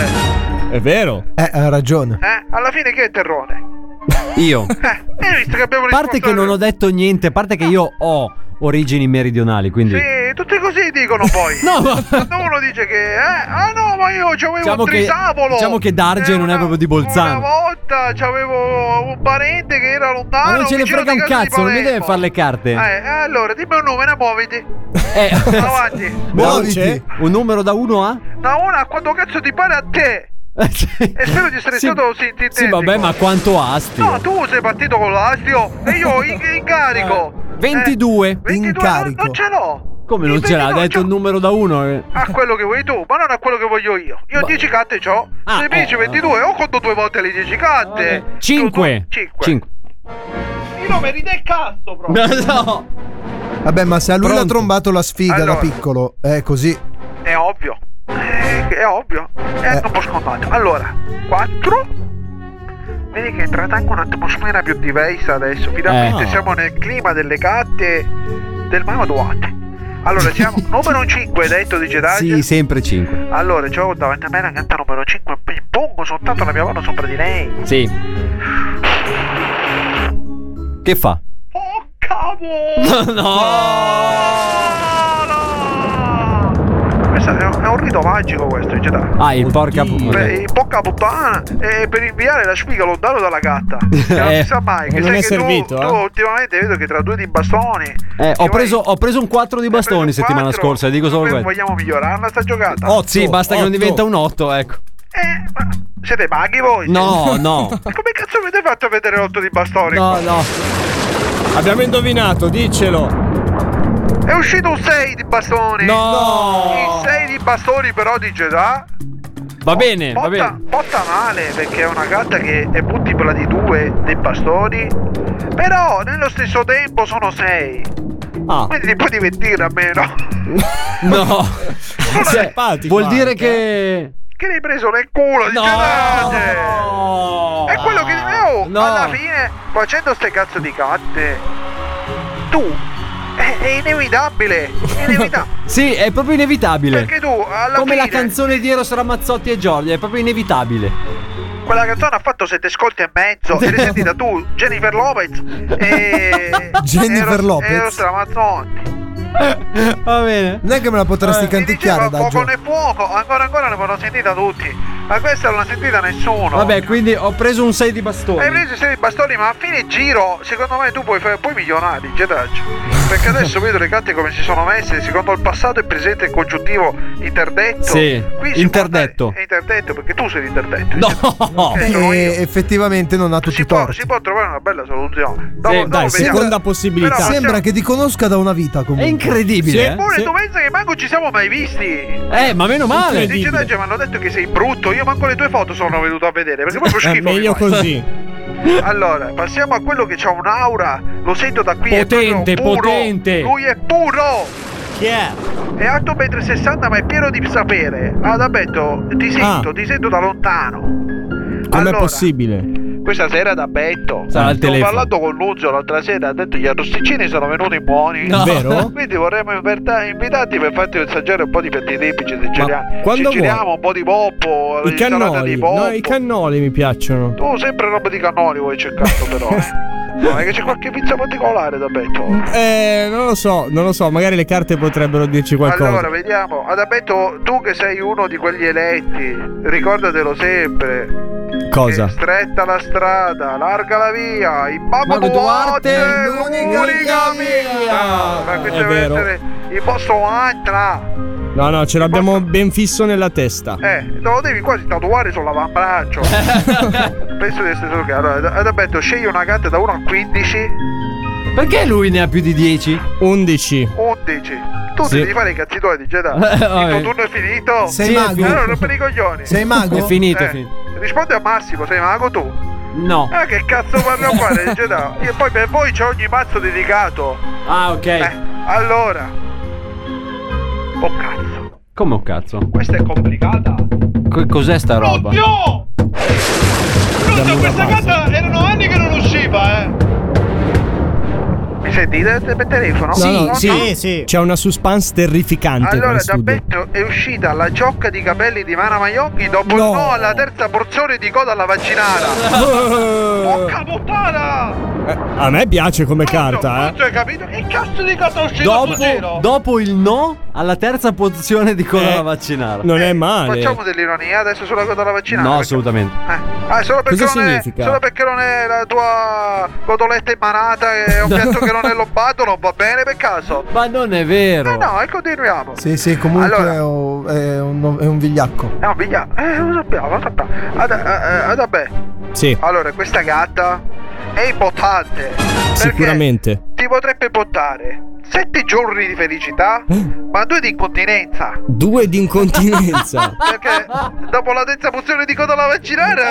Speaker 5: È vero. Eh, ha ragione.
Speaker 14: Eh? Alla fine chi è il terrone?
Speaker 4: Io.
Speaker 14: Eh, hai visto che abbiamo
Speaker 4: A parte che non ho detto niente, a parte che io ho origini meridionali, quindi...
Speaker 14: Sì, Eh, tutti così dicono poi.
Speaker 4: No, ma-
Speaker 14: Quando uno dice che, eh, ah no, ma io c'avevo
Speaker 4: Diciamo
Speaker 14: un
Speaker 4: che,
Speaker 14: trisavolo.
Speaker 4: diciamo che Darge non è proprio di
Speaker 14: Una
Speaker 4: Bolzano.
Speaker 14: volta c'avevo un parente che era lontano.
Speaker 4: Ma non ce ne
Speaker 14: vicino
Speaker 4: frega
Speaker 14: di
Speaker 4: un
Speaker 14: casa di
Speaker 4: cazzo, non mi
Speaker 14: Palermo.
Speaker 4: deve fare le carte.
Speaker 14: Eh, allora, dimmi un numero, muoviti.
Speaker 4: Eh.
Speaker 14: Boh, Avanti.
Speaker 4: Muoviti. Un numero da 1 a? Eh,
Speaker 14: Da una a quando cazzo ti pare a te. E spero di essere
Speaker 4: Sì.
Speaker 14: stato sintetico.
Speaker 4: Sì, vabbè, ma quanto asti?
Speaker 14: No, tu sei partito con l'astio e io in, in carico.
Speaker 4: Eh, 22.
Speaker 14: In carico. Non ce l'ho.
Speaker 4: Come non ce l'ha detto un numero da eh? 1?
Speaker 14: A quello che vuoi tu, ma non a quello che voglio io. Io 10 carte ho.
Speaker 4: Ah,
Speaker 14: Se mi
Speaker 4: eh.
Speaker 14: dici 22, ho conto due volte le 10 carte.
Speaker 4: 5. 5.
Speaker 14: I numeri del cazzo, proprio.
Speaker 5: Vabbè, ma se a lui l'ha trombato la sfiga
Speaker 14: Allora.
Speaker 5: da piccolo, è così.
Speaker 14: È ovvio. Eh, È ovvio. È
Speaker 5: Eh.
Speaker 14: troppo scontato. Allora, 4. Vedi che è entrata anche un'atmosfera più diversa adesso. Finalmente
Speaker 4: Eh.
Speaker 14: siamo nel clima delle carte del Mago Duarte. Allora, siamo numero 5, hai detto di Jedi.
Speaker 4: Sì, sempre 5.
Speaker 14: Allora, c'ho davanti a me la carta numero 5 e pongo soltanto la mia mano sopra di lei.
Speaker 4: Sì. Che fa?
Speaker 14: Cavolo! No! Questo è un, è un rito magico questo, in Jedi.
Speaker 4: Ah, il porca
Speaker 14: Per, in porca puttana e per inviare la sfiga lontano dalla gatta. Che non
Speaker 4: Eh,
Speaker 14: si sa mai. Che
Speaker 4: non
Speaker 14: sai
Speaker 4: è
Speaker 14: che tu-
Speaker 4: servito,
Speaker 14: tu,
Speaker 4: eh.
Speaker 14: ultimamente vedo che tra due di bastoni
Speaker 4: Eh, ho, preso, ho preso un 4 di bastoni settimana scorsa, dico solo Oh.
Speaker 14: noi
Speaker 4: quello.
Speaker 14: vogliamo migliorarla sta giocata. Eh,
Speaker 4: sì, basta che non diventa un 8, ecco.
Speaker 14: Siete maghi voi?
Speaker 4: No, no.
Speaker 14: E Come cazzo avete fatto a vedere l'otto di bastoni?
Speaker 26: No, no. Abbiamo indovinato, dicelo.
Speaker 14: È uscito un 6 di bastoni.
Speaker 26: No.
Speaker 14: Il 6 di bastoni però di Jedi
Speaker 4: Va bene, Eh, va bene.
Speaker 14: botta male perché è una carta che è multipla di due dei bastoni. Però nello stesso tempo sono 6.
Speaker 4: Ah.
Speaker 14: Quindi ti puoi divertire almeno.
Speaker 4: No. Cioè, vuol dire che.
Speaker 14: Che l'hai preso nel culo di Jedi. È quello che. Oh, Alla fine, facendo ste cazzo di carte. Tu. È, è inevitabile. È inevitabile.
Speaker 4: Sì, è proprio inevitabile.
Speaker 14: Perché tu alla
Speaker 4: Come
Speaker 14: fine
Speaker 4: la canzone di Eros Ramazzotti e Giorgio, è proprio inevitabile.
Speaker 14: Oh, quella canzone ha fatto sette ascolti e mezzo. E l'hai sentita tu, Jennifer Lopez. E.
Speaker 5: Jennifer
Speaker 14: Eros-
Speaker 5: Lopez.
Speaker 14: Eros Ramazzotti.
Speaker 4: Va bene.
Speaker 5: Non è che me la potresti canticchiare,
Speaker 14: Diceva
Speaker 5: Daggio.
Speaker 14: fuoco nel fuoco, ancora ancora ne l'hanno sentita tutti. Ma questa non l'ha sentita nessuno.
Speaker 4: Vabbè, Eh, quindi ho preso un 6 di bastone.
Speaker 14: Hai preso i sei bastoni, ma a fine giro, secondo me tu puoi, fare- puoi migliorare, Gedaggio. Perché adesso vedo le carte come si sono messe, secondo il passato, il presente e il congiuntivo interdetto.
Speaker 4: Sì,
Speaker 14: Qui si
Speaker 4: interdetto.
Speaker 14: È interdetto perché tu sei l'interdetto.
Speaker 4: No.
Speaker 14: Eh, sono
Speaker 5: E effettivamente non ha tutti i torti.
Speaker 14: Si può trovare una bella soluzione. Dopo, dopo
Speaker 5: dai,
Speaker 14: vediamo.
Speaker 5: seconda
Speaker 14: possibilità. Però-
Speaker 5: Sembra che ti conosca da una vita comunque.
Speaker 14: Eppure tu pensa che manco ci siamo mai visti.
Speaker 4: Eh, ma eh. meno male.
Speaker 14: Dice Daggio, mi hanno detto che sei brutto. Io manco le tue foto sono venuto a vedere. Perché proprio schifo. mi fai. Allora, passiamo a quello che ha un'aura. Lo sento da qui. è
Speaker 26: Potente,
Speaker 14: proprio puro.
Speaker 26: potente.
Speaker 14: Lui è puro. Chi è? È alto 1,60 m, ma è pieno di sapere. Adabetto, ti sento, ti sento da lontano.
Speaker 21: Com'è possibile?
Speaker 14: Questa sera da Betto.
Speaker 21: Sarà il
Speaker 14: Ho
Speaker 21: telefono.
Speaker 14: parlato con Nuzio l'altra sera, ha detto gli arrosticini sono venuti buoni.
Speaker 21: No. Vero?
Speaker 14: Quindi vorremmo inverta- invitarti per farti assaggiare un po' di piatti tipici siciliani.
Speaker 21: quando
Speaker 14: Ci
Speaker 21: vuoi.
Speaker 14: giriamo un po' di poppo,
Speaker 21: I
Speaker 14: insalata
Speaker 21: cannoli.
Speaker 14: di poppo.
Speaker 21: No, i cannoli mi piacciono.
Speaker 14: Tu sempre roba di cannoli vuoi cercato però. eh. No, è che c'è qualche pizza particolare da Betto.
Speaker 21: Eh, non lo so, non lo so, magari le carte potrebbero dirci qualcosa.
Speaker 14: Allora, vediamo. Adabetto, tu che sei uno di quegli eletti, ricordatelo sempre. eh,
Speaker 21: Cosa?
Speaker 14: Stretta la strada, larga la via, il Babbo
Speaker 21: Babbo
Speaker 14: Duarte,
Speaker 21: Duarte,
Speaker 14: è
Speaker 21: l'unica
Speaker 14: l'unica
Speaker 21: via.
Speaker 14: via! Ma qui
Speaker 21: È
Speaker 14: deve
Speaker 21: vero.
Speaker 14: essere il posto antra!
Speaker 21: No, no, ce l'abbiamo ben fisso nella testa.
Speaker 14: Eh, te lo devi quasi tatuare sull'avambraccio! Penso di essere solo chiaro. Ad- Adabetto, scegli una carta da 1 a 15,
Speaker 4: Perché lui ne ha più di 10?
Speaker 21: 11.
Speaker 14: 11. Tu
Speaker 4: Sì.
Speaker 14: devi fare i cazzi tuoi di Jedi. Il tuo
Speaker 4: vabbè.
Speaker 14: turno è finito. Eh,
Speaker 4: Sei Sì, è mago? finito.
Speaker 14: Allora rompere i coglioni.
Speaker 4: Sei mago?
Speaker 14: Ecco.
Speaker 4: È
Speaker 14: Eh.
Speaker 4: finito, è finito.
Speaker 14: Rispondi a Massimo, sei mago tu?
Speaker 4: No.
Speaker 14: Ah, che cazzo parliamo qua del Jedi? E poi per voi c'è ogni mazzo dedicato. Eh,
Speaker 4: Ah, ok.
Speaker 14: allora. Oh cazzo.
Speaker 4: Come un cazzo?
Speaker 14: Questa è complicata.
Speaker 4: Co- cos'è sta roba?
Speaker 14: No! Scusa, questa carta erano anni che non usciva, eh. Mi sentite per telefono?
Speaker 21: No, no,
Speaker 14: No, no.
Speaker 21: C'è una suspense terrificante qua in
Speaker 14: Allora, da
Speaker 21: studio.
Speaker 14: Betto è uscita la ciocca di capelli di Mana Maiocchi dopo il no alla terza porzione di coda alla vaccinata. Porca puttana!
Speaker 21: A me piace come carta, eh.
Speaker 14: Tu hai capito? Che cazzo di cosa è uscito a sto
Speaker 4: Dopo,
Speaker 14: giro?
Speaker 4: dopo il no, alla terza pozione di cosa
Speaker 14: Eh,
Speaker 4: la vaccinare.
Speaker 21: Non è male.
Speaker 14: Facciamo dell'ironia adesso sulla coda alla vaccinata.
Speaker 4: No,
Speaker 14: perché-
Speaker 4: assolutamente.
Speaker 14: Eh, ah, solo perché,
Speaker 4: Cosa
Speaker 14: non è,
Speaker 4: significa?
Speaker 14: solo perché non è la tua cotoletta immanata e un piatto che non è lobato, non va bene per caso?
Speaker 4: Ma non è vero.
Speaker 14: Eh no, e continuiamo.
Speaker 5: Sì, sì, comunque è, un, è un- è un vigliacco.
Speaker 14: Eh, no, piglia- eh, lo sappiamo, lo sappiamo. Ad, eh, eh, vabbè.
Speaker 21: Sì.
Speaker 14: Allora, questa gatta è importante.
Speaker 21: Sicuramente.
Speaker 14: Ti potrebbe portare 7 giorni di felicità, ma 2 di incontinenza.
Speaker 21: Due di incontinenza.
Speaker 14: Perché dopo la terza pozione di coda alla
Speaker 4: Eh,
Speaker 14: vaccinare,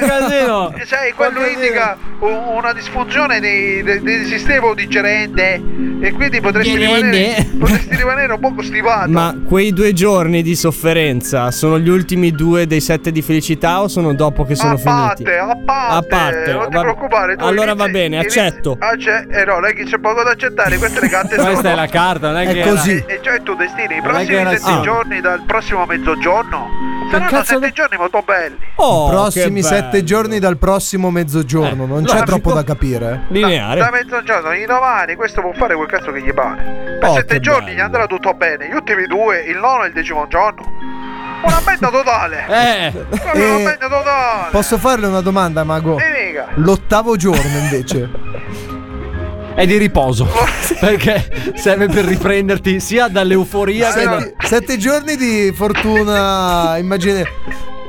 Speaker 4: casino.
Speaker 14: sai, quello indica u- una disfunzione di- de- del sistema digerente. E quindi potresti rimanere, potresti rimanere un poco stivato.
Speaker 21: Ma quei due giorni di sofferenza sono gli ultimi due dei sette di felicità o sono dopo che sono finiti?
Speaker 14: a parte,
Speaker 21: A parte,
Speaker 14: non ti
Speaker 21: va-
Speaker 14: preoccupare. Tu
Speaker 21: allora
Speaker 14: inizi-
Speaker 21: va bene,
Speaker 14: inizi-
Speaker 21: accetto.
Speaker 14: Ah, c'è, eh no, lei che c'è poco da accettare, queste le carte sono.
Speaker 4: Questa è la carta, non è, che
Speaker 14: E, e cioè il tuo destino,
Speaker 4: Non
Speaker 14: i
Speaker 4: è che
Speaker 14: prossimi
Speaker 4: era
Speaker 14: sette
Speaker 4: sì.
Speaker 14: giorni dal prossimo mezzogiorno Saranno sette giorni molto belli.
Speaker 4: Oh,
Speaker 5: I prossimi sette giorni dal prossimo
Speaker 4: Eh.
Speaker 5: mezzogiorno, non c'è
Speaker 14: no,
Speaker 5: troppo
Speaker 14: amico.
Speaker 5: da capire. eh.
Speaker 14: Da, da mezzogiorno in domani questo può fare quel cazzo che gli pare. Per
Speaker 5: Oh, che
Speaker 14: sette giorni gli andrà tutto bene. Gli ultimi due, il nono e il decimo giorno. Una benda totale.
Speaker 21: Eh.
Speaker 14: Una
Speaker 5: Eh.
Speaker 14: benda totale.
Speaker 5: Posso farle una domanda, Mago?
Speaker 14: Mi dica.
Speaker 5: L'ottavo giorno invece.
Speaker 4: È di riposo. perché serve per riprenderti sia dall'euforia che da-
Speaker 5: Sette, sette giorni di fortuna, immagine.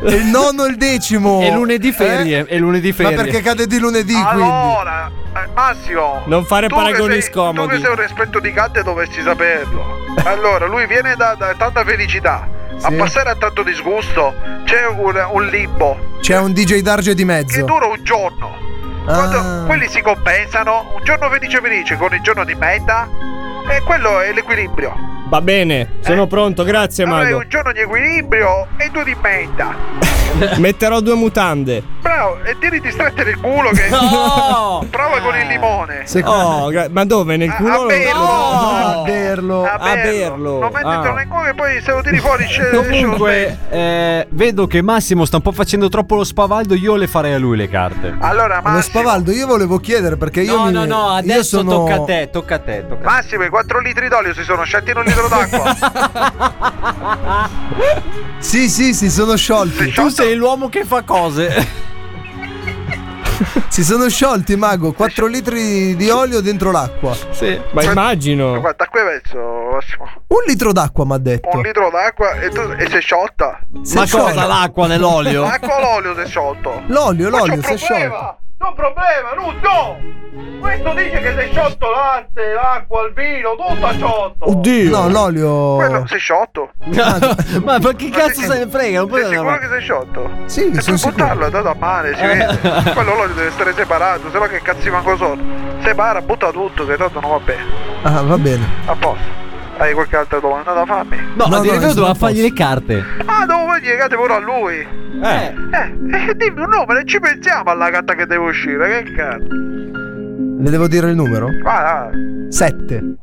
Speaker 5: Il nono e il decimo. Eh?
Speaker 4: È
Speaker 14: Eh.
Speaker 4: lunedì ferie, è lunedì ferie.
Speaker 5: Ma perché cade di lunedì
Speaker 14: Allora, eh, Massimo,
Speaker 5: Non fare
Speaker 14: tu che
Speaker 5: paragoni
Speaker 14: sei- Tu
Speaker 5: scomodi.
Speaker 14: che sei un rispetto di Gatte dovresti saperlo. Allora, lui viene da, da tanta felicità. A passare a tanto disgusto c'è un, un limbo
Speaker 5: quindi? C'è un DJ Darge di
Speaker 14: che
Speaker 5: mezzo.
Speaker 14: dura un giorno. Quando quelli si compensano, un giorno felice felice con il giorno di merda, e quello è l'equilibrio.
Speaker 21: Va bene,
Speaker 14: Eh.
Speaker 21: sono pronto, grazie
Speaker 14: Allora è
Speaker 21: Mago.
Speaker 14: un giorno di equilibrio e due di merda.
Speaker 21: Metterò due mutande.
Speaker 14: Bravo, e tieni distrattere il culo che...
Speaker 21: No!
Speaker 14: Prova con il limone.
Speaker 21: Oh, gra- ma dove? Nel culo?
Speaker 14: a
Speaker 21: lo-
Speaker 14: berlo.
Speaker 21: No!
Speaker 14: A
Speaker 5: berlo.
Speaker 14: A berlo. Non metti dentro nel culo e poi se lo tiri fuori esce esce lo stesso.
Speaker 4: Comunque, eh, vedo che Massimo sta un po' facendo troppo lo spavaldo. Io le farei a lui le carte.
Speaker 14: Allora,
Speaker 5: Lo spavaldo, io volevo chiedere perché io. mi- io sono...
Speaker 4: tocca a te, tocca
Speaker 14: Massimo, i 4 litri d'olio si sono sciolti in un litro d'acqua.
Speaker 5: Sì, sì, si sono sciolti.
Speaker 4: Tu sei l'uomo che fa cose.
Speaker 5: Si sono sciolti, Mago. 4 litri di olio dentro l'acqua.
Speaker 4: Sì,
Speaker 21: ma immagino.
Speaker 14: Guarda, qui penso, Massimo.
Speaker 5: Un litro d'acqua, mi ha detto.
Speaker 14: Un litro d'acqua e, tu, e sei sciotta.
Speaker 5: Si Ma è cosa, sciolta. l'acqua nell'olio?
Speaker 14: L'acqua o l'olio si è sciolto.
Speaker 5: L'olio,
Speaker 14: Ma
Speaker 5: l'olio,
Speaker 14: c'è
Speaker 5: si è
Speaker 14: un problema. C'è un problema, Nuzzo! Questo dice che sei sciolto latte, l'acqua, il vino, tutto è sciolto.
Speaker 5: Oddio. No, l'olio. Ah,
Speaker 14: Quello, sei sciotto?
Speaker 4: ma che
Speaker 14: cazzo se ne frega? Non sei sicuro che sei sciotto? Sì, e
Speaker 5: sono
Speaker 14: per buttarlo è andato a male, si vede. Quello l'olio deve stare separato, sennò che cazzi manco sono. Separa, butta tutto, che tanto non va bene.
Speaker 5: Ah, va bene.
Speaker 14: A posto. Hai qualche altra domanda da farmi?
Speaker 4: No, ma direi che
Speaker 5: sono
Speaker 4: doveva
Speaker 5: a posto.
Speaker 4: fargli le carte.
Speaker 14: Ah, devo voi legate pure a lui. Eh. Eh, eh, dimmi un nome, ci pensiamo alla gatta che deve uscire, che cazzo.
Speaker 5: Le devo dire il numero?
Speaker 14: Ah, ah.
Speaker 5: 7.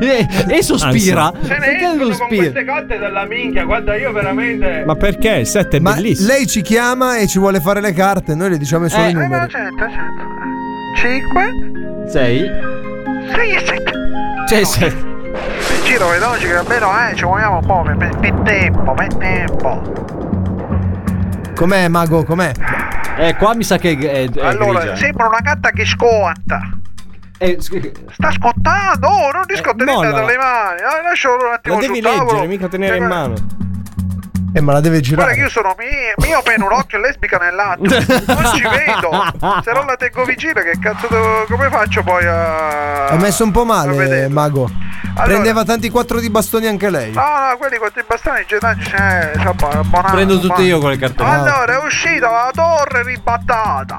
Speaker 4: E, e sospira.
Speaker 14: Se ne escono con queste gatte della minchia, guarda io veramente...
Speaker 21: Ma perché? Il 7 è
Speaker 5: Ma
Speaker 21: bellissimo.
Speaker 5: Lei ci chiama e ci vuole fare le carte, noi le diciamo
Speaker 14: Eh,
Speaker 5: solo i numeri.
Speaker 14: certo, 5
Speaker 4: Sei?
Speaker 14: 6 e 7
Speaker 4: Cioè, se-
Speaker 14: giro veloce che almeno eh ci muoviamo un po' per, per- per tempo per tempo
Speaker 5: Com'è, Mago? Com'è?
Speaker 4: Eh, qua mi sa che è,
Speaker 21: Eh,
Speaker 4: è
Speaker 14: allora
Speaker 4: grigia.
Speaker 14: sembra una gatta che scotta
Speaker 4: Eh,
Speaker 14: sta scottando oh, non riesco a tenerla
Speaker 5: mollala.
Speaker 14: dalle mani ah, lascialo un attimo
Speaker 21: Lo devi
Speaker 14: sul tavolo Cioè,
Speaker 21: leggere, mica tenere in mano.
Speaker 5: Eh, ma la deve girare.
Speaker 14: guarda che io sono mio, mio per un occhio e lesbica nell'altro non ci vedo se non la tengo vicina che cazzo devo, come faccio poi a
Speaker 5: Ha messo un po' male, Mago.
Speaker 14: Allora-
Speaker 5: Prendeva tanti quattro di bastoni anche lei.
Speaker 14: No, no, quelli con i bastoni gettati c'è.
Speaker 5: Prendo tutti io
Speaker 4: con le cartelle.
Speaker 14: Allora è uscita la torre ribattata.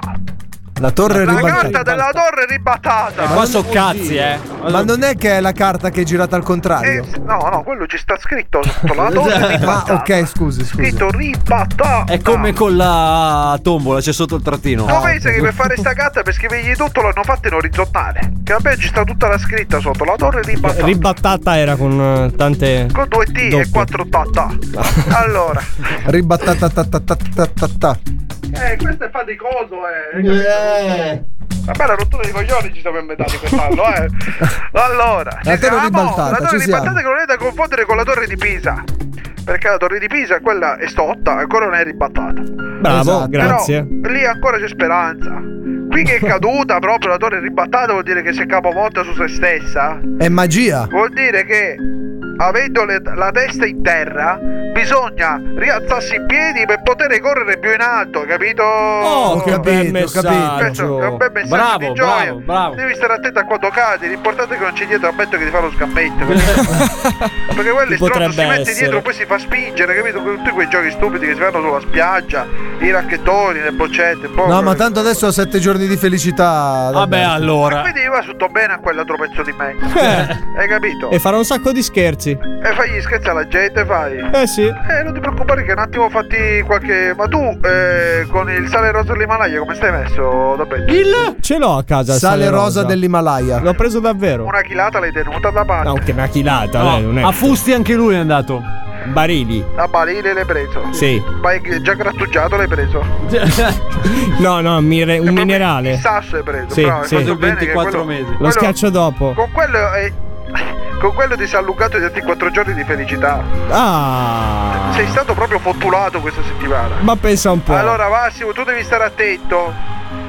Speaker 5: La torre è
Speaker 14: La
Speaker 5: ribaltata.
Speaker 14: carta della torre ribattata.
Speaker 5: Ma non-
Speaker 4: eh.
Speaker 5: Ma non è che è la carta che è girata al contrario.
Speaker 14: No, no, quello ci sta scritto sotto la torre
Speaker 5: Ma
Speaker 14: ribattata.
Speaker 5: Ah, ok, scusi, scusi.
Speaker 14: Scritto ribattata.
Speaker 4: È come con la tombola, c'è sotto il trattino.
Speaker 14: Tu pensi che per fare sta gatta per scrivergli tutto l'hanno fatta in orizzontale? Che vabbè ci sta tutta la scritta sotto, la torre ribattata.
Speaker 21: Ribattata era con eh, tante.
Speaker 14: con due T e
Speaker 21: Doppio.
Speaker 14: quattro tata. Allora,
Speaker 5: Ribattata ta ta ta ta ta ta.
Speaker 14: eh, questo è faticoso, eh. eh. Vabbè, la rottura di coglioni ci siamo inventati quest'anno, eh. Allora,
Speaker 5: La
Speaker 14: ci
Speaker 5: torre
Speaker 14: siamo?
Speaker 5: ribaltata,
Speaker 14: la torre
Speaker 5: ci siamo.
Speaker 14: ribaltata che non è da confondere con la torre di Pisa. Perché la torre di Pisa, quella è stotta, ancora non è ribattata.
Speaker 21: Bravo,
Speaker 5: Esatto.
Speaker 21: grazie.
Speaker 14: Però lì ancora c'è speranza. Qui che è caduta proprio la torre ribattata vuol dire che si è capovolta su se stessa.
Speaker 5: È magia.
Speaker 14: Vuol dire che avendo le- la testa in terra bisogna rialzarsi in piedi per poter correre più in alto, capito?
Speaker 21: Oh,
Speaker 5: ho Oh, che capito, bel ho messaggio. capito.
Speaker 14: Questo è un bel messaggio
Speaker 5: Bravo,
Speaker 14: di gioia.
Speaker 5: bravo, bravo.
Speaker 14: Devi stare attento a quando cadi, l'importante è che non c'è dietro aspetto che ti fa lo sgambetto. capito? Perché quello è stronzo, si
Speaker 21: Potrebbe
Speaker 14: mette
Speaker 21: essere.
Speaker 14: dietro poi si fa spingere, capito? Con Tutti quei giochi stupidi che si fanno sulla spiaggia, i racchettoni, le boccette, boh, poi...
Speaker 5: No, ma tanto adesso ho sette giorni di felicità.
Speaker 21: Vabbè, allora.
Speaker 14: Quindi va tutto bene a quell'altro pezzo di me. Hai capito?
Speaker 21: E farò Eh, un sacco di scherzi.
Speaker 14: E fagli scherzare alla gente, fai.
Speaker 21: Eh sì.
Speaker 14: Eh, non ti preoccupare che un attimo fatti qualche... Ma tu eh, con il sale rosa dell'Himalaya come stai messo da pezzo?
Speaker 21: Il? Ce l'ho a casa. il
Speaker 27: Sale rosa dell'Himalaya.
Speaker 21: L'ho preso davvero.
Speaker 14: Una chilata l'hai tenuta da parte.
Speaker 21: No, che una chilata.
Speaker 4: No,
Speaker 21: dai, non è-
Speaker 4: a fusti anche lui è andato.
Speaker 21: Barili.
Speaker 14: Da barile l'hai preso.
Speaker 21: Sì.
Speaker 14: Ma è già grattugiato l'hai preso. Cioè,
Speaker 21: No, no, mire- un minerale.
Speaker 14: Il sasso hai preso.
Speaker 21: Sì,
Speaker 14: bravo, hai
Speaker 21: sì.
Speaker 14: fatto bene che quello-
Speaker 21: Lo
Speaker 14: quello-
Speaker 21: schiaccio dopo.
Speaker 14: Con quello è... Con quello ti sei allungato gli altri quattro giorni di felicità.
Speaker 21: Ah.
Speaker 14: Sei stato proprio fottulato questa settimana.
Speaker 21: Ma pensa un po'.
Speaker 14: Allora Massimo, tu devi stare attento.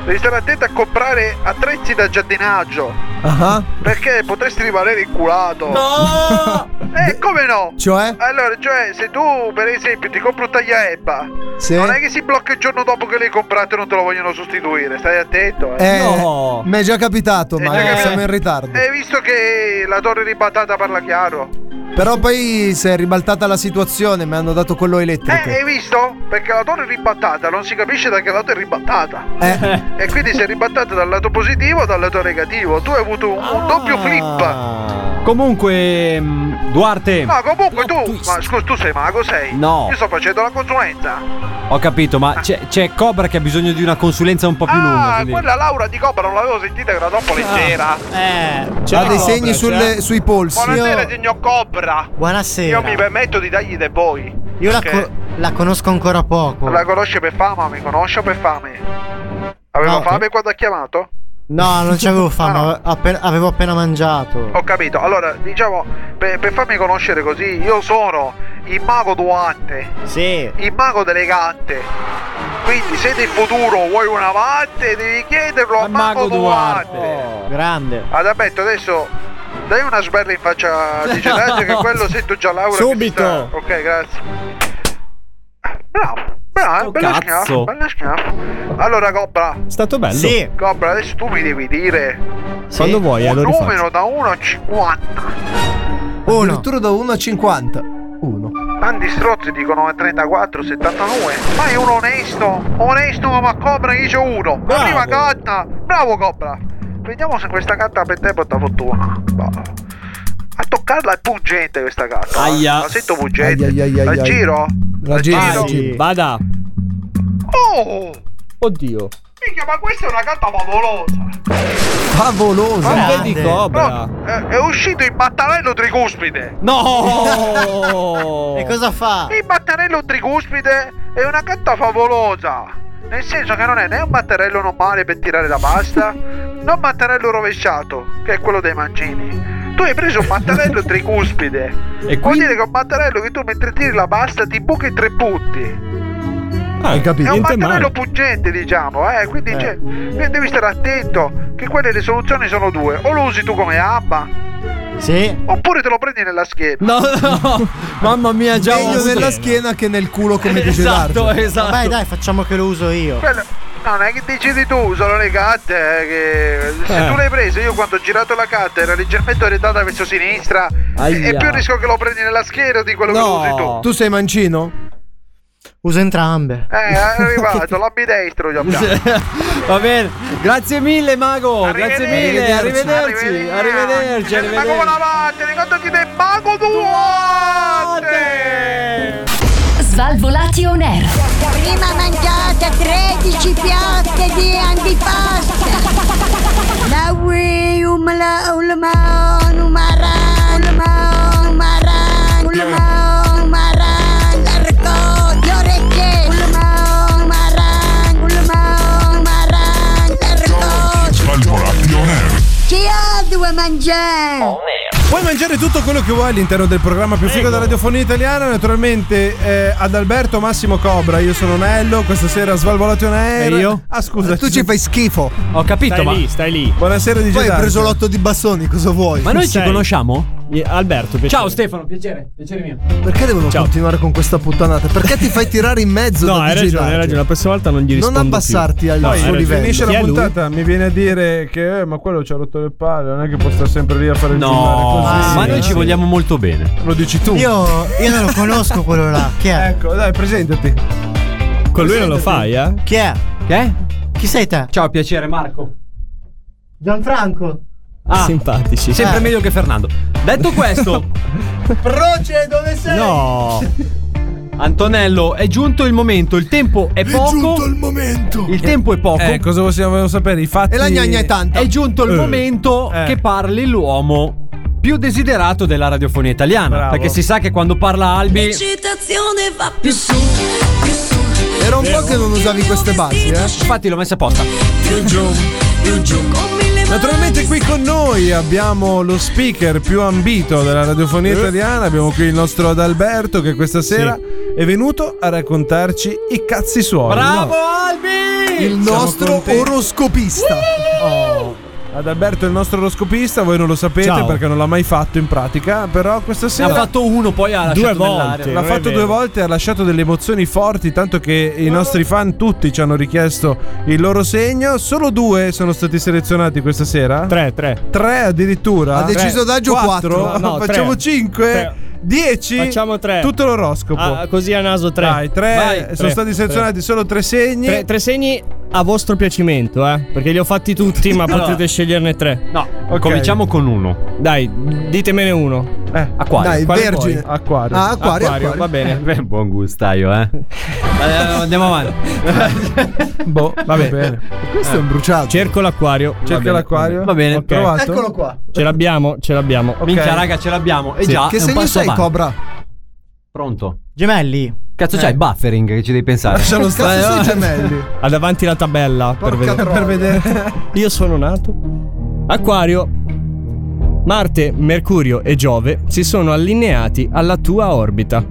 Speaker 14: Devi stare attento a comprare attrezzi da giardinaggio.
Speaker 27: Ah.
Speaker 14: Perché potresti rimanere inculato. No! Eh, come no?
Speaker 27: Cioè?
Speaker 14: Allora, cioè, se tu, per esempio, ti compri un tagliaebba,
Speaker 27: Sì.
Speaker 14: non è che si blocca il giorno dopo che l'hai comprato e non te lo vogliono sostituire. Stai attento, eh.
Speaker 27: Eh, Mi è già capitato, ma siamo in
Speaker 5: Eh.
Speaker 27: ritardo.
Speaker 14: Hai visto che la torre di patata parla chiaro? Eh,
Speaker 27: Però poi si è ribaltata la situazione, mi hanno dato quello elettrico.
Speaker 14: Eh, hai visto? Perché la torre è ribattata, non si capisce da che lato è ribattata. E quindi si è ribattata dal lato positivo o dal lato negativo. Tu hai avuto un, un
Speaker 21: Ah.
Speaker 14: doppio flip.
Speaker 4: Comunque, mh, Duarte.
Speaker 14: Ma comunque tu, ma scusa, tu sei mago, sei?
Speaker 4: No.
Speaker 14: Io sto facendo la consulenza.
Speaker 4: Ho capito, ma c'è, c'è Cobra che ha bisogno di una consulenza un po' più lunga.
Speaker 14: Ah,
Speaker 4: quindi-
Speaker 14: quella Laura di Cobra non l'avevo sentita, era troppo leggera. Eh.
Speaker 27: Ha dei segni
Speaker 4: eh.
Speaker 27: sulle- sui polsi.
Speaker 14: Buonasera,
Speaker 27: Io-
Speaker 14: signor Cobra.
Speaker 23: Buonasera.
Speaker 14: Io mi permetto di dargli dei voi.
Speaker 23: Io la,
Speaker 14: perché
Speaker 23: co- la conosco ancora poco.
Speaker 14: la conosce per fama, mi conosce per fame. Aveva
Speaker 23: No.
Speaker 14: fame quando ha chiamato?
Speaker 23: No, Ah, non c'avevo fame, ave- appen- avevo appena mangiato.
Speaker 14: Ho capito, allora diciamo per, per farmi conoscere così, io sono il mago Duante.
Speaker 23: Sì.
Speaker 14: Il mago elegante. Quindi se nel futuro vuoi una parte devi chiederlo al mago, Duarte.
Speaker 23: Grande.
Speaker 14: Adalberto adesso dai una sberla in faccia di Gennaro che quello sento già Laura. che
Speaker 21: Subito.
Speaker 14: si sta- Ok, grazie. Bravo, bravo, bella
Speaker 21: Oh, cazzo.
Speaker 14: schiaffo, bella schiaffo. Allora Cobra.
Speaker 21: È stato bello.
Speaker 14: Cobra, adesso tu mi devi dire
Speaker 21: Quando vuoi,
Speaker 14: un
Speaker 21: allora rifaccio.
Speaker 14: numero da 1 a 50.
Speaker 27: Addirittura da 1 a 50. Uno.
Speaker 14: Tanti strozzi dicono 34, 79. Ma è un onesto, onesto ma Cobra che dice uno. La prima carta. Bravo Cobra. Vediamo se questa carta per te porta fortuna. Ma- A toccarla è pungente questa carta. eh.
Speaker 21: Aia.
Speaker 14: La sento pungente.
Speaker 21: Ai, ai, ai, ai,
Speaker 14: La
Speaker 21: ai.
Speaker 14: giro?
Speaker 27: La giri, la giri.
Speaker 21: Vada.
Speaker 14: Oh!
Speaker 21: Oddio.
Speaker 14: Minchia, ma questa è una carta favolosa.
Speaker 27: Favolosa.
Speaker 21: Ma vedi Cobra.
Speaker 14: È, è uscito il battarello tricuspide.
Speaker 21: No!
Speaker 23: E cosa fa?
Speaker 14: Il battarello tricuspide è una carta favolosa. Nel senso che non è né un battarello normale per tirare la pasta, né un battarello rovesciato, che è quello dei mancini. Tu hai preso un battarello tricuspide. Vuol dire che è un battarello che tu mentre tiri la pasta ti buca in tre punti.
Speaker 21: Hai
Speaker 14: È
Speaker 21: capito?
Speaker 14: un
Speaker 21: Niente male.
Speaker 14: battarello pungente, diciamo, eh. Quindi
Speaker 21: Eh.
Speaker 14: cioè, quindi devi stare attento che quelle le soluzioni sono due. O lo usi tu come abba,
Speaker 23: Sì.
Speaker 14: oppure te lo prendi nella schiena.
Speaker 4: No, no. Mamma mia, già
Speaker 27: Meglio
Speaker 4: ho-
Speaker 27: nella schiena che nel culo, come dice
Speaker 4: Esatto,
Speaker 27: Darge.
Speaker 4: esatto.
Speaker 23: Vabbè, dai, facciamo che lo uso io.
Speaker 14: Quello- No, non è che decidi tu, sono le carte eh, che... Se
Speaker 23: Eh.
Speaker 14: tu le hai prese, io quando ho girato la carta era leggermente orientata verso sinistra
Speaker 27: Aia.
Speaker 14: e più il rischio che lo prendi nella schiena di quello che lo usi tu.
Speaker 27: Tu sei mancino?
Speaker 23: Uso entrambe.
Speaker 14: Eh, è arrivato, l'ambidestro gli abbiamo.
Speaker 4: Va bene, grazie mille, Mago. Grazie mille, arrivederci. Arrivederci.
Speaker 14: Eh, Ma come
Speaker 4: arrivederci.
Speaker 14: la vattene? Ricordo chi te pago Duarte!
Speaker 1: Svalvolati on air.
Speaker 10: Prima mangiate 13 piatte di antipasto. La um, ui umla ulma numara ulma numara ulma numara largo le orecchie ulma numara um, ulma numara largo.
Speaker 28: Svalvolati on air.
Speaker 10: Chi ha due mangiare?
Speaker 3: Puoi mangiare tutto quello che vuoi all'interno del programma più figo della radiofonia italiana. Naturalmente, eh, ad Alberto Massimo Cobra, io sono Nello. Questa sera Svalvolation Air.
Speaker 27: E io?
Speaker 3: Ah, scusa.
Speaker 27: Tu ci fai schifo.
Speaker 4: Ho capito,
Speaker 3: Stai
Speaker 4: ma
Speaker 3: lì,
Speaker 21: stai lì.
Speaker 3: Buonasera, DJ
Speaker 27: Poi hai
Speaker 3: Darge.
Speaker 27: preso l'otto di Bassoni, cosa vuoi?
Speaker 4: Ma noi ci conosciamo?
Speaker 21: Alberto,
Speaker 4: Ciao Stefano, piacere, piacere mio.
Speaker 27: Perché devono continuare con questa puttanata? Perché ti fai tirare in mezzo
Speaker 21: No,
Speaker 27: da
Speaker 21: hai
Speaker 27: DJ
Speaker 21: ragione, hai
Speaker 27: Darge?
Speaker 21: ragione. La prossima volta non gli
Speaker 27: Non
Speaker 21: rispondo
Speaker 27: abbassarti
Speaker 21: più.
Speaker 27: al
Speaker 21: No, hai
Speaker 27: suo
Speaker 21: ragione.
Speaker 27: livello.
Speaker 3: Finisce
Speaker 21: Chi
Speaker 3: la
Speaker 21: è lui?
Speaker 3: puntata, mi viene a dire che eh, ma quello ci ha rotto le palle, non è che può stare sempre lì a fare il
Speaker 4: No,
Speaker 3: giornale così.
Speaker 4: ma noi ci vogliamo molto bene.
Speaker 3: Lo dici tu.
Speaker 23: Io, io non lo conosco quello là. Chi è?
Speaker 3: Ecco, dai, presentati.
Speaker 21: Con lui non lo fai, eh?
Speaker 23: Chi è?
Speaker 4: Chi è?
Speaker 23: Chi sei te?
Speaker 4: Ciao, piacere, Marco.
Speaker 23: Gianfranco.
Speaker 4: Ah,
Speaker 21: Simpatici.
Speaker 4: Sempre
Speaker 23: Eh.
Speaker 4: meglio che Fernando. Detto questo,
Speaker 27: Proce, dove sei?
Speaker 4: No. Antonello, è giunto il momento, il tempo è poco.
Speaker 3: giunto
Speaker 4: il momento. Il tempo è poco.
Speaker 3: Eh, cosa possiamo sapere? I fatti.
Speaker 4: E la gnagna è tanta. È giunto il
Speaker 3: Eh.
Speaker 4: momento
Speaker 3: Eh.
Speaker 4: che parli l'uomo più desiderato della radiofonia italiana.
Speaker 9: Bravo.
Speaker 4: Perché si sa che quando parla Albi.
Speaker 9: L'eccitazione va più su, più su,
Speaker 4: Era un po' che non usavi queste basi, eh. Infatti l'ho messa apposta.
Speaker 9: più giù, più giù. Con mille
Speaker 3: Naturalmente qui con noi abbiamo lo speaker più ambito della radiofonia
Speaker 9: Eh.
Speaker 3: italiana, abbiamo qui il nostro Adalberto che questa sera è venuto a raccontarci i cazzi suoi.
Speaker 9: Bravo,
Speaker 4: Albi!
Speaker 27: Il
Speaker 3: Siamo
Speaker 27: nostro
Speaker 3: contenti. Oh,
Speaker 27: oroscopista.
Speaker 3: Adalberto è il nostro oroscopista, voi non lo sapete
Speaker 27: Ciao.
Speaker 3: perché non l'ha mai fatto in pratica, però questa
Speaker 4: Ne
Speaker 3: sera...
Speaker 4: ha fatto uno, poi ha lasciato nell'aria.
Speaker 3: L'ha fatto due volte, ha lasciato delle emozioni forti, tanto che i nostri fan tutti ci hanno richiesto il loro segno. Solo due sono stati selezionati questa sera. Tre, tre. Tre addirittura.
Speaker 27: Ha deciso Daggio quattro.
Speaker 3: No, facciamo cinque. Dieci.
Speaker 21: Facciamo tre.
Speaker 3: Tutto l'oroscopo.
Speaker 21: Ah, così a naso tre.
Speaker 3: Dai, tre.
Speaker 21: Vai.
Speaker 3: sono
Speaker 21: Tre.
Speaker 3: stati selezionati
Speaker 21: Tre.
Speaker 3: solo tre segni.
Speaker 21: Tre, tre segni a vostro piacimento, eh? Perché li ho fatti tutti, ma
Speaker 3: Allora.
Speaker 21: potete sceglierne tre.
Speaker 4: No,
Speaker 3: Ok. cominciamo
Speaker 4: con uno.
Speaker 21: Dai, ditemene uno.
Speaker 3: Eh,
Speaker 21: acquario.
Speaker 27: Dai,
Speaker 21: Quale
Speaker 27: vergine.
Speaker 21: vuoi?
Speaker 3: Acquario.
Speaker 27: Ah, acquario, acquario.
Speaker 21: va bene.
Speaker 4: Beh, buon gustaio, eh. Andiamo avanti.
Speaker 3: boh, va bene.
Speaker 27: Questo è un bruciato.
Speaker 21: Cerco l'acquario. Va
Speaker 3: Cerca
Speaker 21: bene.
Speaker 3: l'acquario.
Speaker 21: Va bene.
Speaker 3: Ho trovato.
Speaker 27: Eccolo qua.
Speaker 21: Ce l'abbiamo, ce l'abbiamo.
Speaker 4: Minchia, raga, ce l'abbiamo. E
Speaker 21: Sì.
Speaker 27: Ah,
Speaker 4: già.
Speaker 21: Che
Speaker 4: è un
Speaker 21: segno
Speaker 4: passo
Speaker 21: sei,
Speaker 4: avanti.
Speaker 21: Cobra?
Speaker 4: Pronto.
Speaker 23: Gemelli.
Speaker 4: Cazzo, c'hai il buffering che ci devi pensare.
Speaker 21: Lascialo stare.
Speaker 4: Eh,
Speaker 21: Cazzo, sei
Speaker 27: gemelli.
Speaker 21: Ha davanti la tabella per vedere.
Speaker 27: troia. Per
Speaker 21: vedere. Io sono nato. Acquario. Marte, Mercurio e Giove si sono allineati alla tua orbita.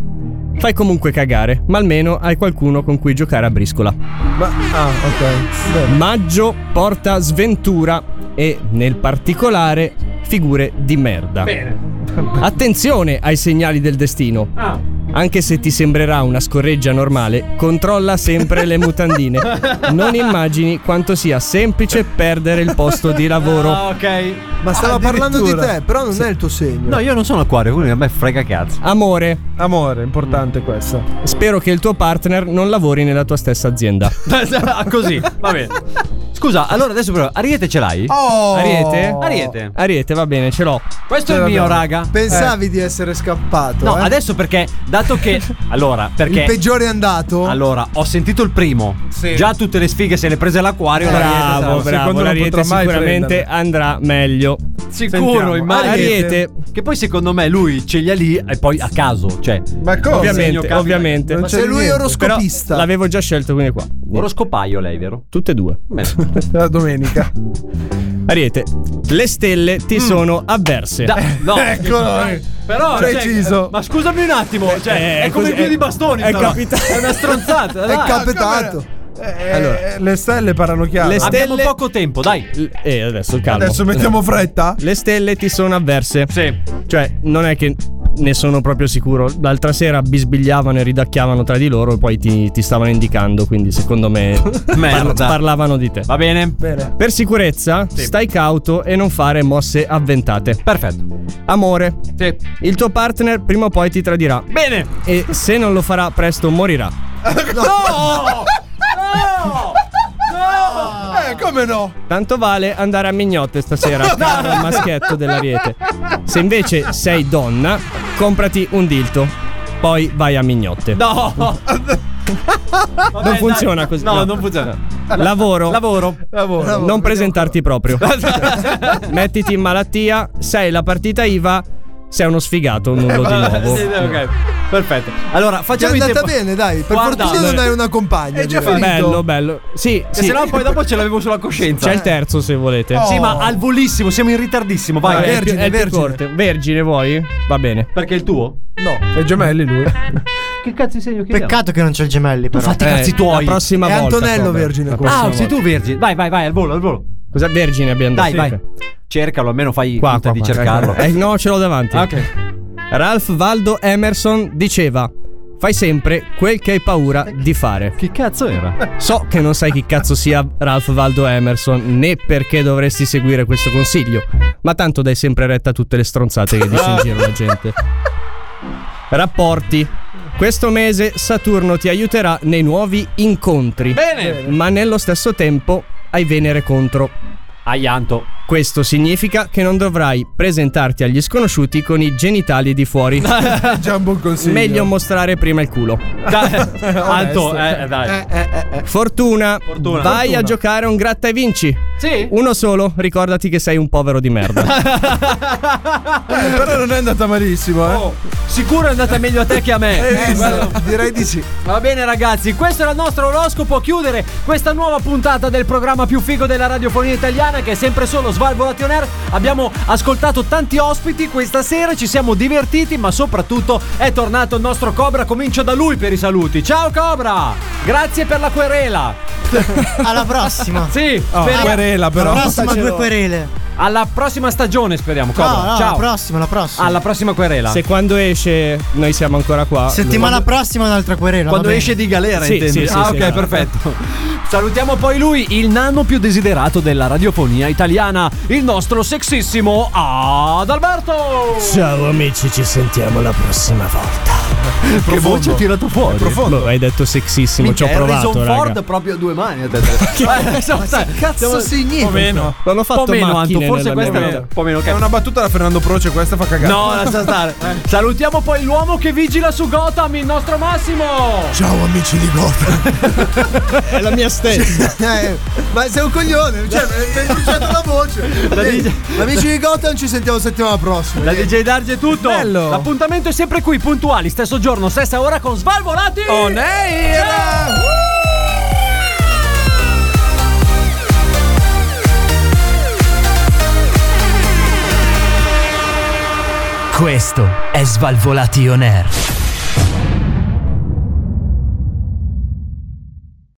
Speaker 21: Fai comunque cagare, ma almeno hai qualcuno con cui giocare a briscola.
Speaker 3: Ma, ah, ok.
Speaker 21: Maggio porta sventura e, nel particolare, figure di merda. Attenzione ai segnali del destino. Anche se ti sembrerà una scorreggia normale, controlla sempre le mutandine. Non immagini quanto sia semplice perdere il posto di lavoro.
Speaker 4: Ah, ok. Ah,
Speaker 27: Ma stava parlando di
Speaker 21: addirittura.
Speaker 27: te, però non è il tuo segno.
Speaker 4: No, io non sono acquario, quindi a me frega cazzo.
Speaker 21: Amore.
Speaker 3: Amore, importante questo.
Speaker 21: Spero che il tuo partner non lavori nella tua stessa azienda.
Speaker 4: Ah, Così, va bene. Scusa, allora adesso però, Ariete ce l'hai?
Speaker 27: Oh!
Speaker 21: Ariete?
Speaker 4: Ariete.
Speaker 21: Ariete, va bene, ce l'ho.
Speaker 4: Questo è il mio, raga.
Speaker 27: Pensavi di essere scappato.
Speaker 4: No,
Speaker 27: eh?
Speaker 4: adesso perché, dato che. Allora, perché.
Speaker 27: Il peggiore è andato.
Speaker 4: Allora, ho sentito il primo.
Speaker 27: Sì.
Speaker 4: Già tutte le sfighe se le prese
Speaker 21: Eh,
Speaker 4: l'acquario. l'Ariete sarà-
Speaker 21: Bravo, bravo. L'Ariete sicuramente andrà meglio.
Speaker 4: Sicuro, immagino.
Speaker 21: Ariete.
Speaker 4: Che poi secondo me lui ce li ha lì e poi a caso. Cioè,
Speaker 3: Ma
Speaker 4: cosa? Segno
Speaker 21: Ovviamente,
Speaker 4: capita.
Speaker 21: ovviamente.
Speaker 4: Non c'è Se lui è niente. oroscopista.
Speaker 21: Però l'avevo già scelto, quindi qua.
Speaker 4: Oroscopaio lei, vero?
Speaker 21: Tutte e due.
Speaker 3: La domenica.
Speaker 21: Ariete, le stelle ti sono avverse.
Speaker 4: Mm. Da- no.
Speaker 21: Ecco,
Speaker 4: Però cioè,
Speaker 21: Preciso.
Speaker 4: eh, ma scusami un attimo, cioè,
Speaker 21: Eh,
Speaker 4: è come
Speaker 21: così,
Speaker 4: i piedi
Speaker 21: è-
Speaker 4: bastoni.
Speaker 21: è
Speaker 4: però.
Speaker 21: capita-
Speaker 4: È una stronzata.
Speaker 27: È
Speaker 4: dai.
Speaker 27: capitato.
Speaker 3: allora, Eh, le stelle parlano chiaro.
Speaker 21: Le stelle...
Speaker 4: Abbiamo poco tempo, dai.
Speaker 21: L- eh, adesso calmo.
Speaker 3: Adesso mettiamo fretta.
Speaker 21: Le stelle ti sono avverse.
Speaker 4: Sì.
Speaker 21: Cioè, non è che ne sono proprio sicuro. L'altra sera bisbigliavano e ridacchiavano tra di loro e poi ti, ti stavano indicando. Quindi, secondo me, par-
Speaker 4: Merda.
Speaker 21: parlavano di te.
Speaker 4: Va bene?
Speaker 21: Per sicurezza, stai cauto e non fare mosse avventate.
Speaker 4: Perfetto.
Speaker 21: Amore,
Speaker 4: Sì.
Speaker 21: il tuo partner prima o poi ti tradirà.
Speaker 4: Bene.
Speaker 21: E se non lo farà presto, morirà.
Speaker 4: No!
Speaker 3: Eh, come no?
Speaker 21: Tanto vale andare a mignotte stasera caro il maschietto dell'ariete. Se invece sei donna, comprati un dilto. Poi vai a mignotte.
Speaker 4: No!
Speaker 21: non funziona così.
Speaker 4: No, non funziona.
Speaker 21: Lavoro.
Speaker 4: Lavoro.
Speaker 21: Non presentarti proprio. Mettiti in malattia, sei la partita IVA, sei uno sfigato, nullo di nuovo.
Speaker 4: Eh, Sì, ok. Perfetto. Allora,
Speaker 27: Ti è
Speaker 4: facciamo in
Speaker 27: andata
Speaker 4: tempo-
Speaker 27: bene, dai. Per
Speaker 4: Guarda,
Speaker 27: fortuna non
Speaker 4: allora-
Speaker 27: hai una compagna. direi.
Speaker 21: Bello, bello. Sì,
Speaker 4: E
Speaker 21: sì.
Speaker 4: se no poi Eh. dopo ce l'avevo sulla coscienza.
Speaker 21: C'è il terzo se volete.
Speaker 4: Sì, ma al volissimo, siamo in ritardissimo. Vai,
Speaker 21: Vai, è il più-
Speaker 4: vergine,
Speaker 21: è il più
Speaker 4: vergine.
Speaker 21: corto. Vergine vuoi? Va bene.
Speaker 4: Perché è il tuo?
Speaker 3: No, è gemelli lui.
Speaker 4: Che cazzo di segno che
Speaker 23: Peccato che non c'è il gemelli, però.
Speaker 4: Fatti i
Speaker 21: Eh,
Speaker 4: cazzi tuoi.
Speaker 21: La prossima
Speaker 27: È
Speaker 21: volta.
Speaker 27: Antonello
Speaker 21: Cobra.
Speaker 27: vergine,
Speaker 21: La
Speaker 27: come
Speaker 21: prossima
Speaker 4: Ah, sei tu vergine. Vai, vai, vai, al volo, al volo.
Speaker 21: volta. Cos'è vergine abbiamo
Speaker 4: Dai,
Speaker 21: detto?
Speaker 4: vai. Cercalo, almeno fai
Speaker 21: Qua,
Speaker 4: finta
Speaker 21: qua,
Speaker 4: di
Speaker 21: qua.
Speaker 4: cercarlo.
Speaker 21: Eh, no, ce l'ho davanti.
Speaker 4: Ah, ok.
Speaker 21: Ralph Waldo Emerson diceva: Fai sempre quel che hai paura di fare.
Speaker 4: Che cazzo era?
Speaker 21: So che non sai chi cazzo sia Ralph Waldo Emerson, né perché dovresti seguire questo consiglio, ma tanto dai sempre retta a tutte le stronzate che dice in giro la gente. Rapporti. Questo mese Saturno ti aiuterà nei nuovi incontri.
Speaker 4: Bene.
Speaker 21: Ma nello stesso tempo hai Venere contro.
Speaker 4: Aianto.
Speaker 21: Questo significa che non dovrai presentarti agli sconosciuti con i genitali di fuori.
Speaker 3: Già un buon consiglio.
Speaker 21: Meglio mostrare prima il culo.
Speaker 4: Alto, eh, eh, dai.
Speaker 21: Fortuna,
Speaker 4: Fortuna.
Speaker 21: vai
Speaker 4: Fortuna.
Speaker 21: a giocare a un gratta e vinci. Sì. Uno solo, ricordati che sei un povero di merda.
Speaker 3: Eh, però non è andata malissimo, eh.
Speaker 4: Oh, Sicuro è andata meglio a te che a me.
Speaker 3: Eh, guarda, direi di sì.
Speaker 4: Va bene ragazzi, questo era il nostro oroscopo. Chiudere questa nuova puntata del programma più figo della radiofonia italiana che è sempre solo Svalvolation Air. Abbiamo ascoltato tanti ospiti questa sera, ci siamo divertiti ma soprattutto è tornato il nostro Cobra. Comincio da lui per i saluti. Ciao Cobra! Grazie per la querela.
Speaker 23: Alla prossima. Ah.
Speaker 4: Sì,
Speaker 3: Oh,
Speaker 4: speriamo-
Speaker 3: querela però.
Speaker 23: Alla prossima due querele.
Speaker 4: Alla prossima stagione speriamo
Speaker 23: No,
Speaker 4: Cobra.
Speaker 23: no,
Speaker 4: Ciao.
Speaker 23: la prossima, la prossima.
Speaker 4: Alla prossima querela.
Speaker 21: Se quando esce noi siamo ancora qua.
Speaker 23: Settimana prossima un'altra querela.
Speaker 4: Quando
Speaker 23: va bene.
Speaker 4: esce di galera,
Speaker 21: Ah, Sì,
Speaker 4: intendi?
Speaker 21: sì, sì,
Speaker 4: ah,
Speaker 21: sì,
Speaker 4: ok,
Speaker 21: sì.
Speaker 4: perfetto. Salutiamo poi lui, il nano più desiderato della radiofonia italiana, il nostro sexissimo Adalberto.
Speaker 21: Ciao amici, ci sentiamo la prossima volta.
Speaker 4: Che voce ha tirato fuori?
Speaker 21: Boh, hai detto sexissimo, ci ho
Speaker 4: Minchia, Harrison
Speaker 21: provato, raga.
Speaker 4: Ford proprio a due mani ha detto. Eh, insomma, stai-
Speaker 29: Cazzo significa?
Speaker 21: Non ho fatto
Speaker 4: po' meno,
Speaker 21: macchine
Speaker 4: Anto, forse
Speaker 21: nella mia
Speaker 4: questa
Speaker 21: vita.
Speaker 4: è un po' meno
Speaker 3: È
Speaker 4: che
Speaker 3: una battuta da Fernando Proce, questa fa cagare.
Speaker 4: No, lascia stare.
Speaker 21: Eh.
Speaker 4: Salutiamo poi l'uomo che vigila su Gotham, il nostro Massimo.
Speaker 27: Ciao amici di Gotham.
Speaker 21: È la mia stessa.
Speaker 27: Eh, ma sei un coglione, cioè, mi hai bruciato la voce.
Speaker 4: La
Speaker 27: Eh,
Speaker 4: dice-
Speaker 27: Amici di Gotham, ci sentiamo settimana prossima.
Speaker 4: Da DJ Darge è tutto.
Speaker 27: Bello.
Speaker 4: L'appuntamento è sempre qui, puntuali, stesso giorno, stessa ora con Svalvolati.
Speaker 3: On air!
Speaker 2: Questo è Svalvolation Air.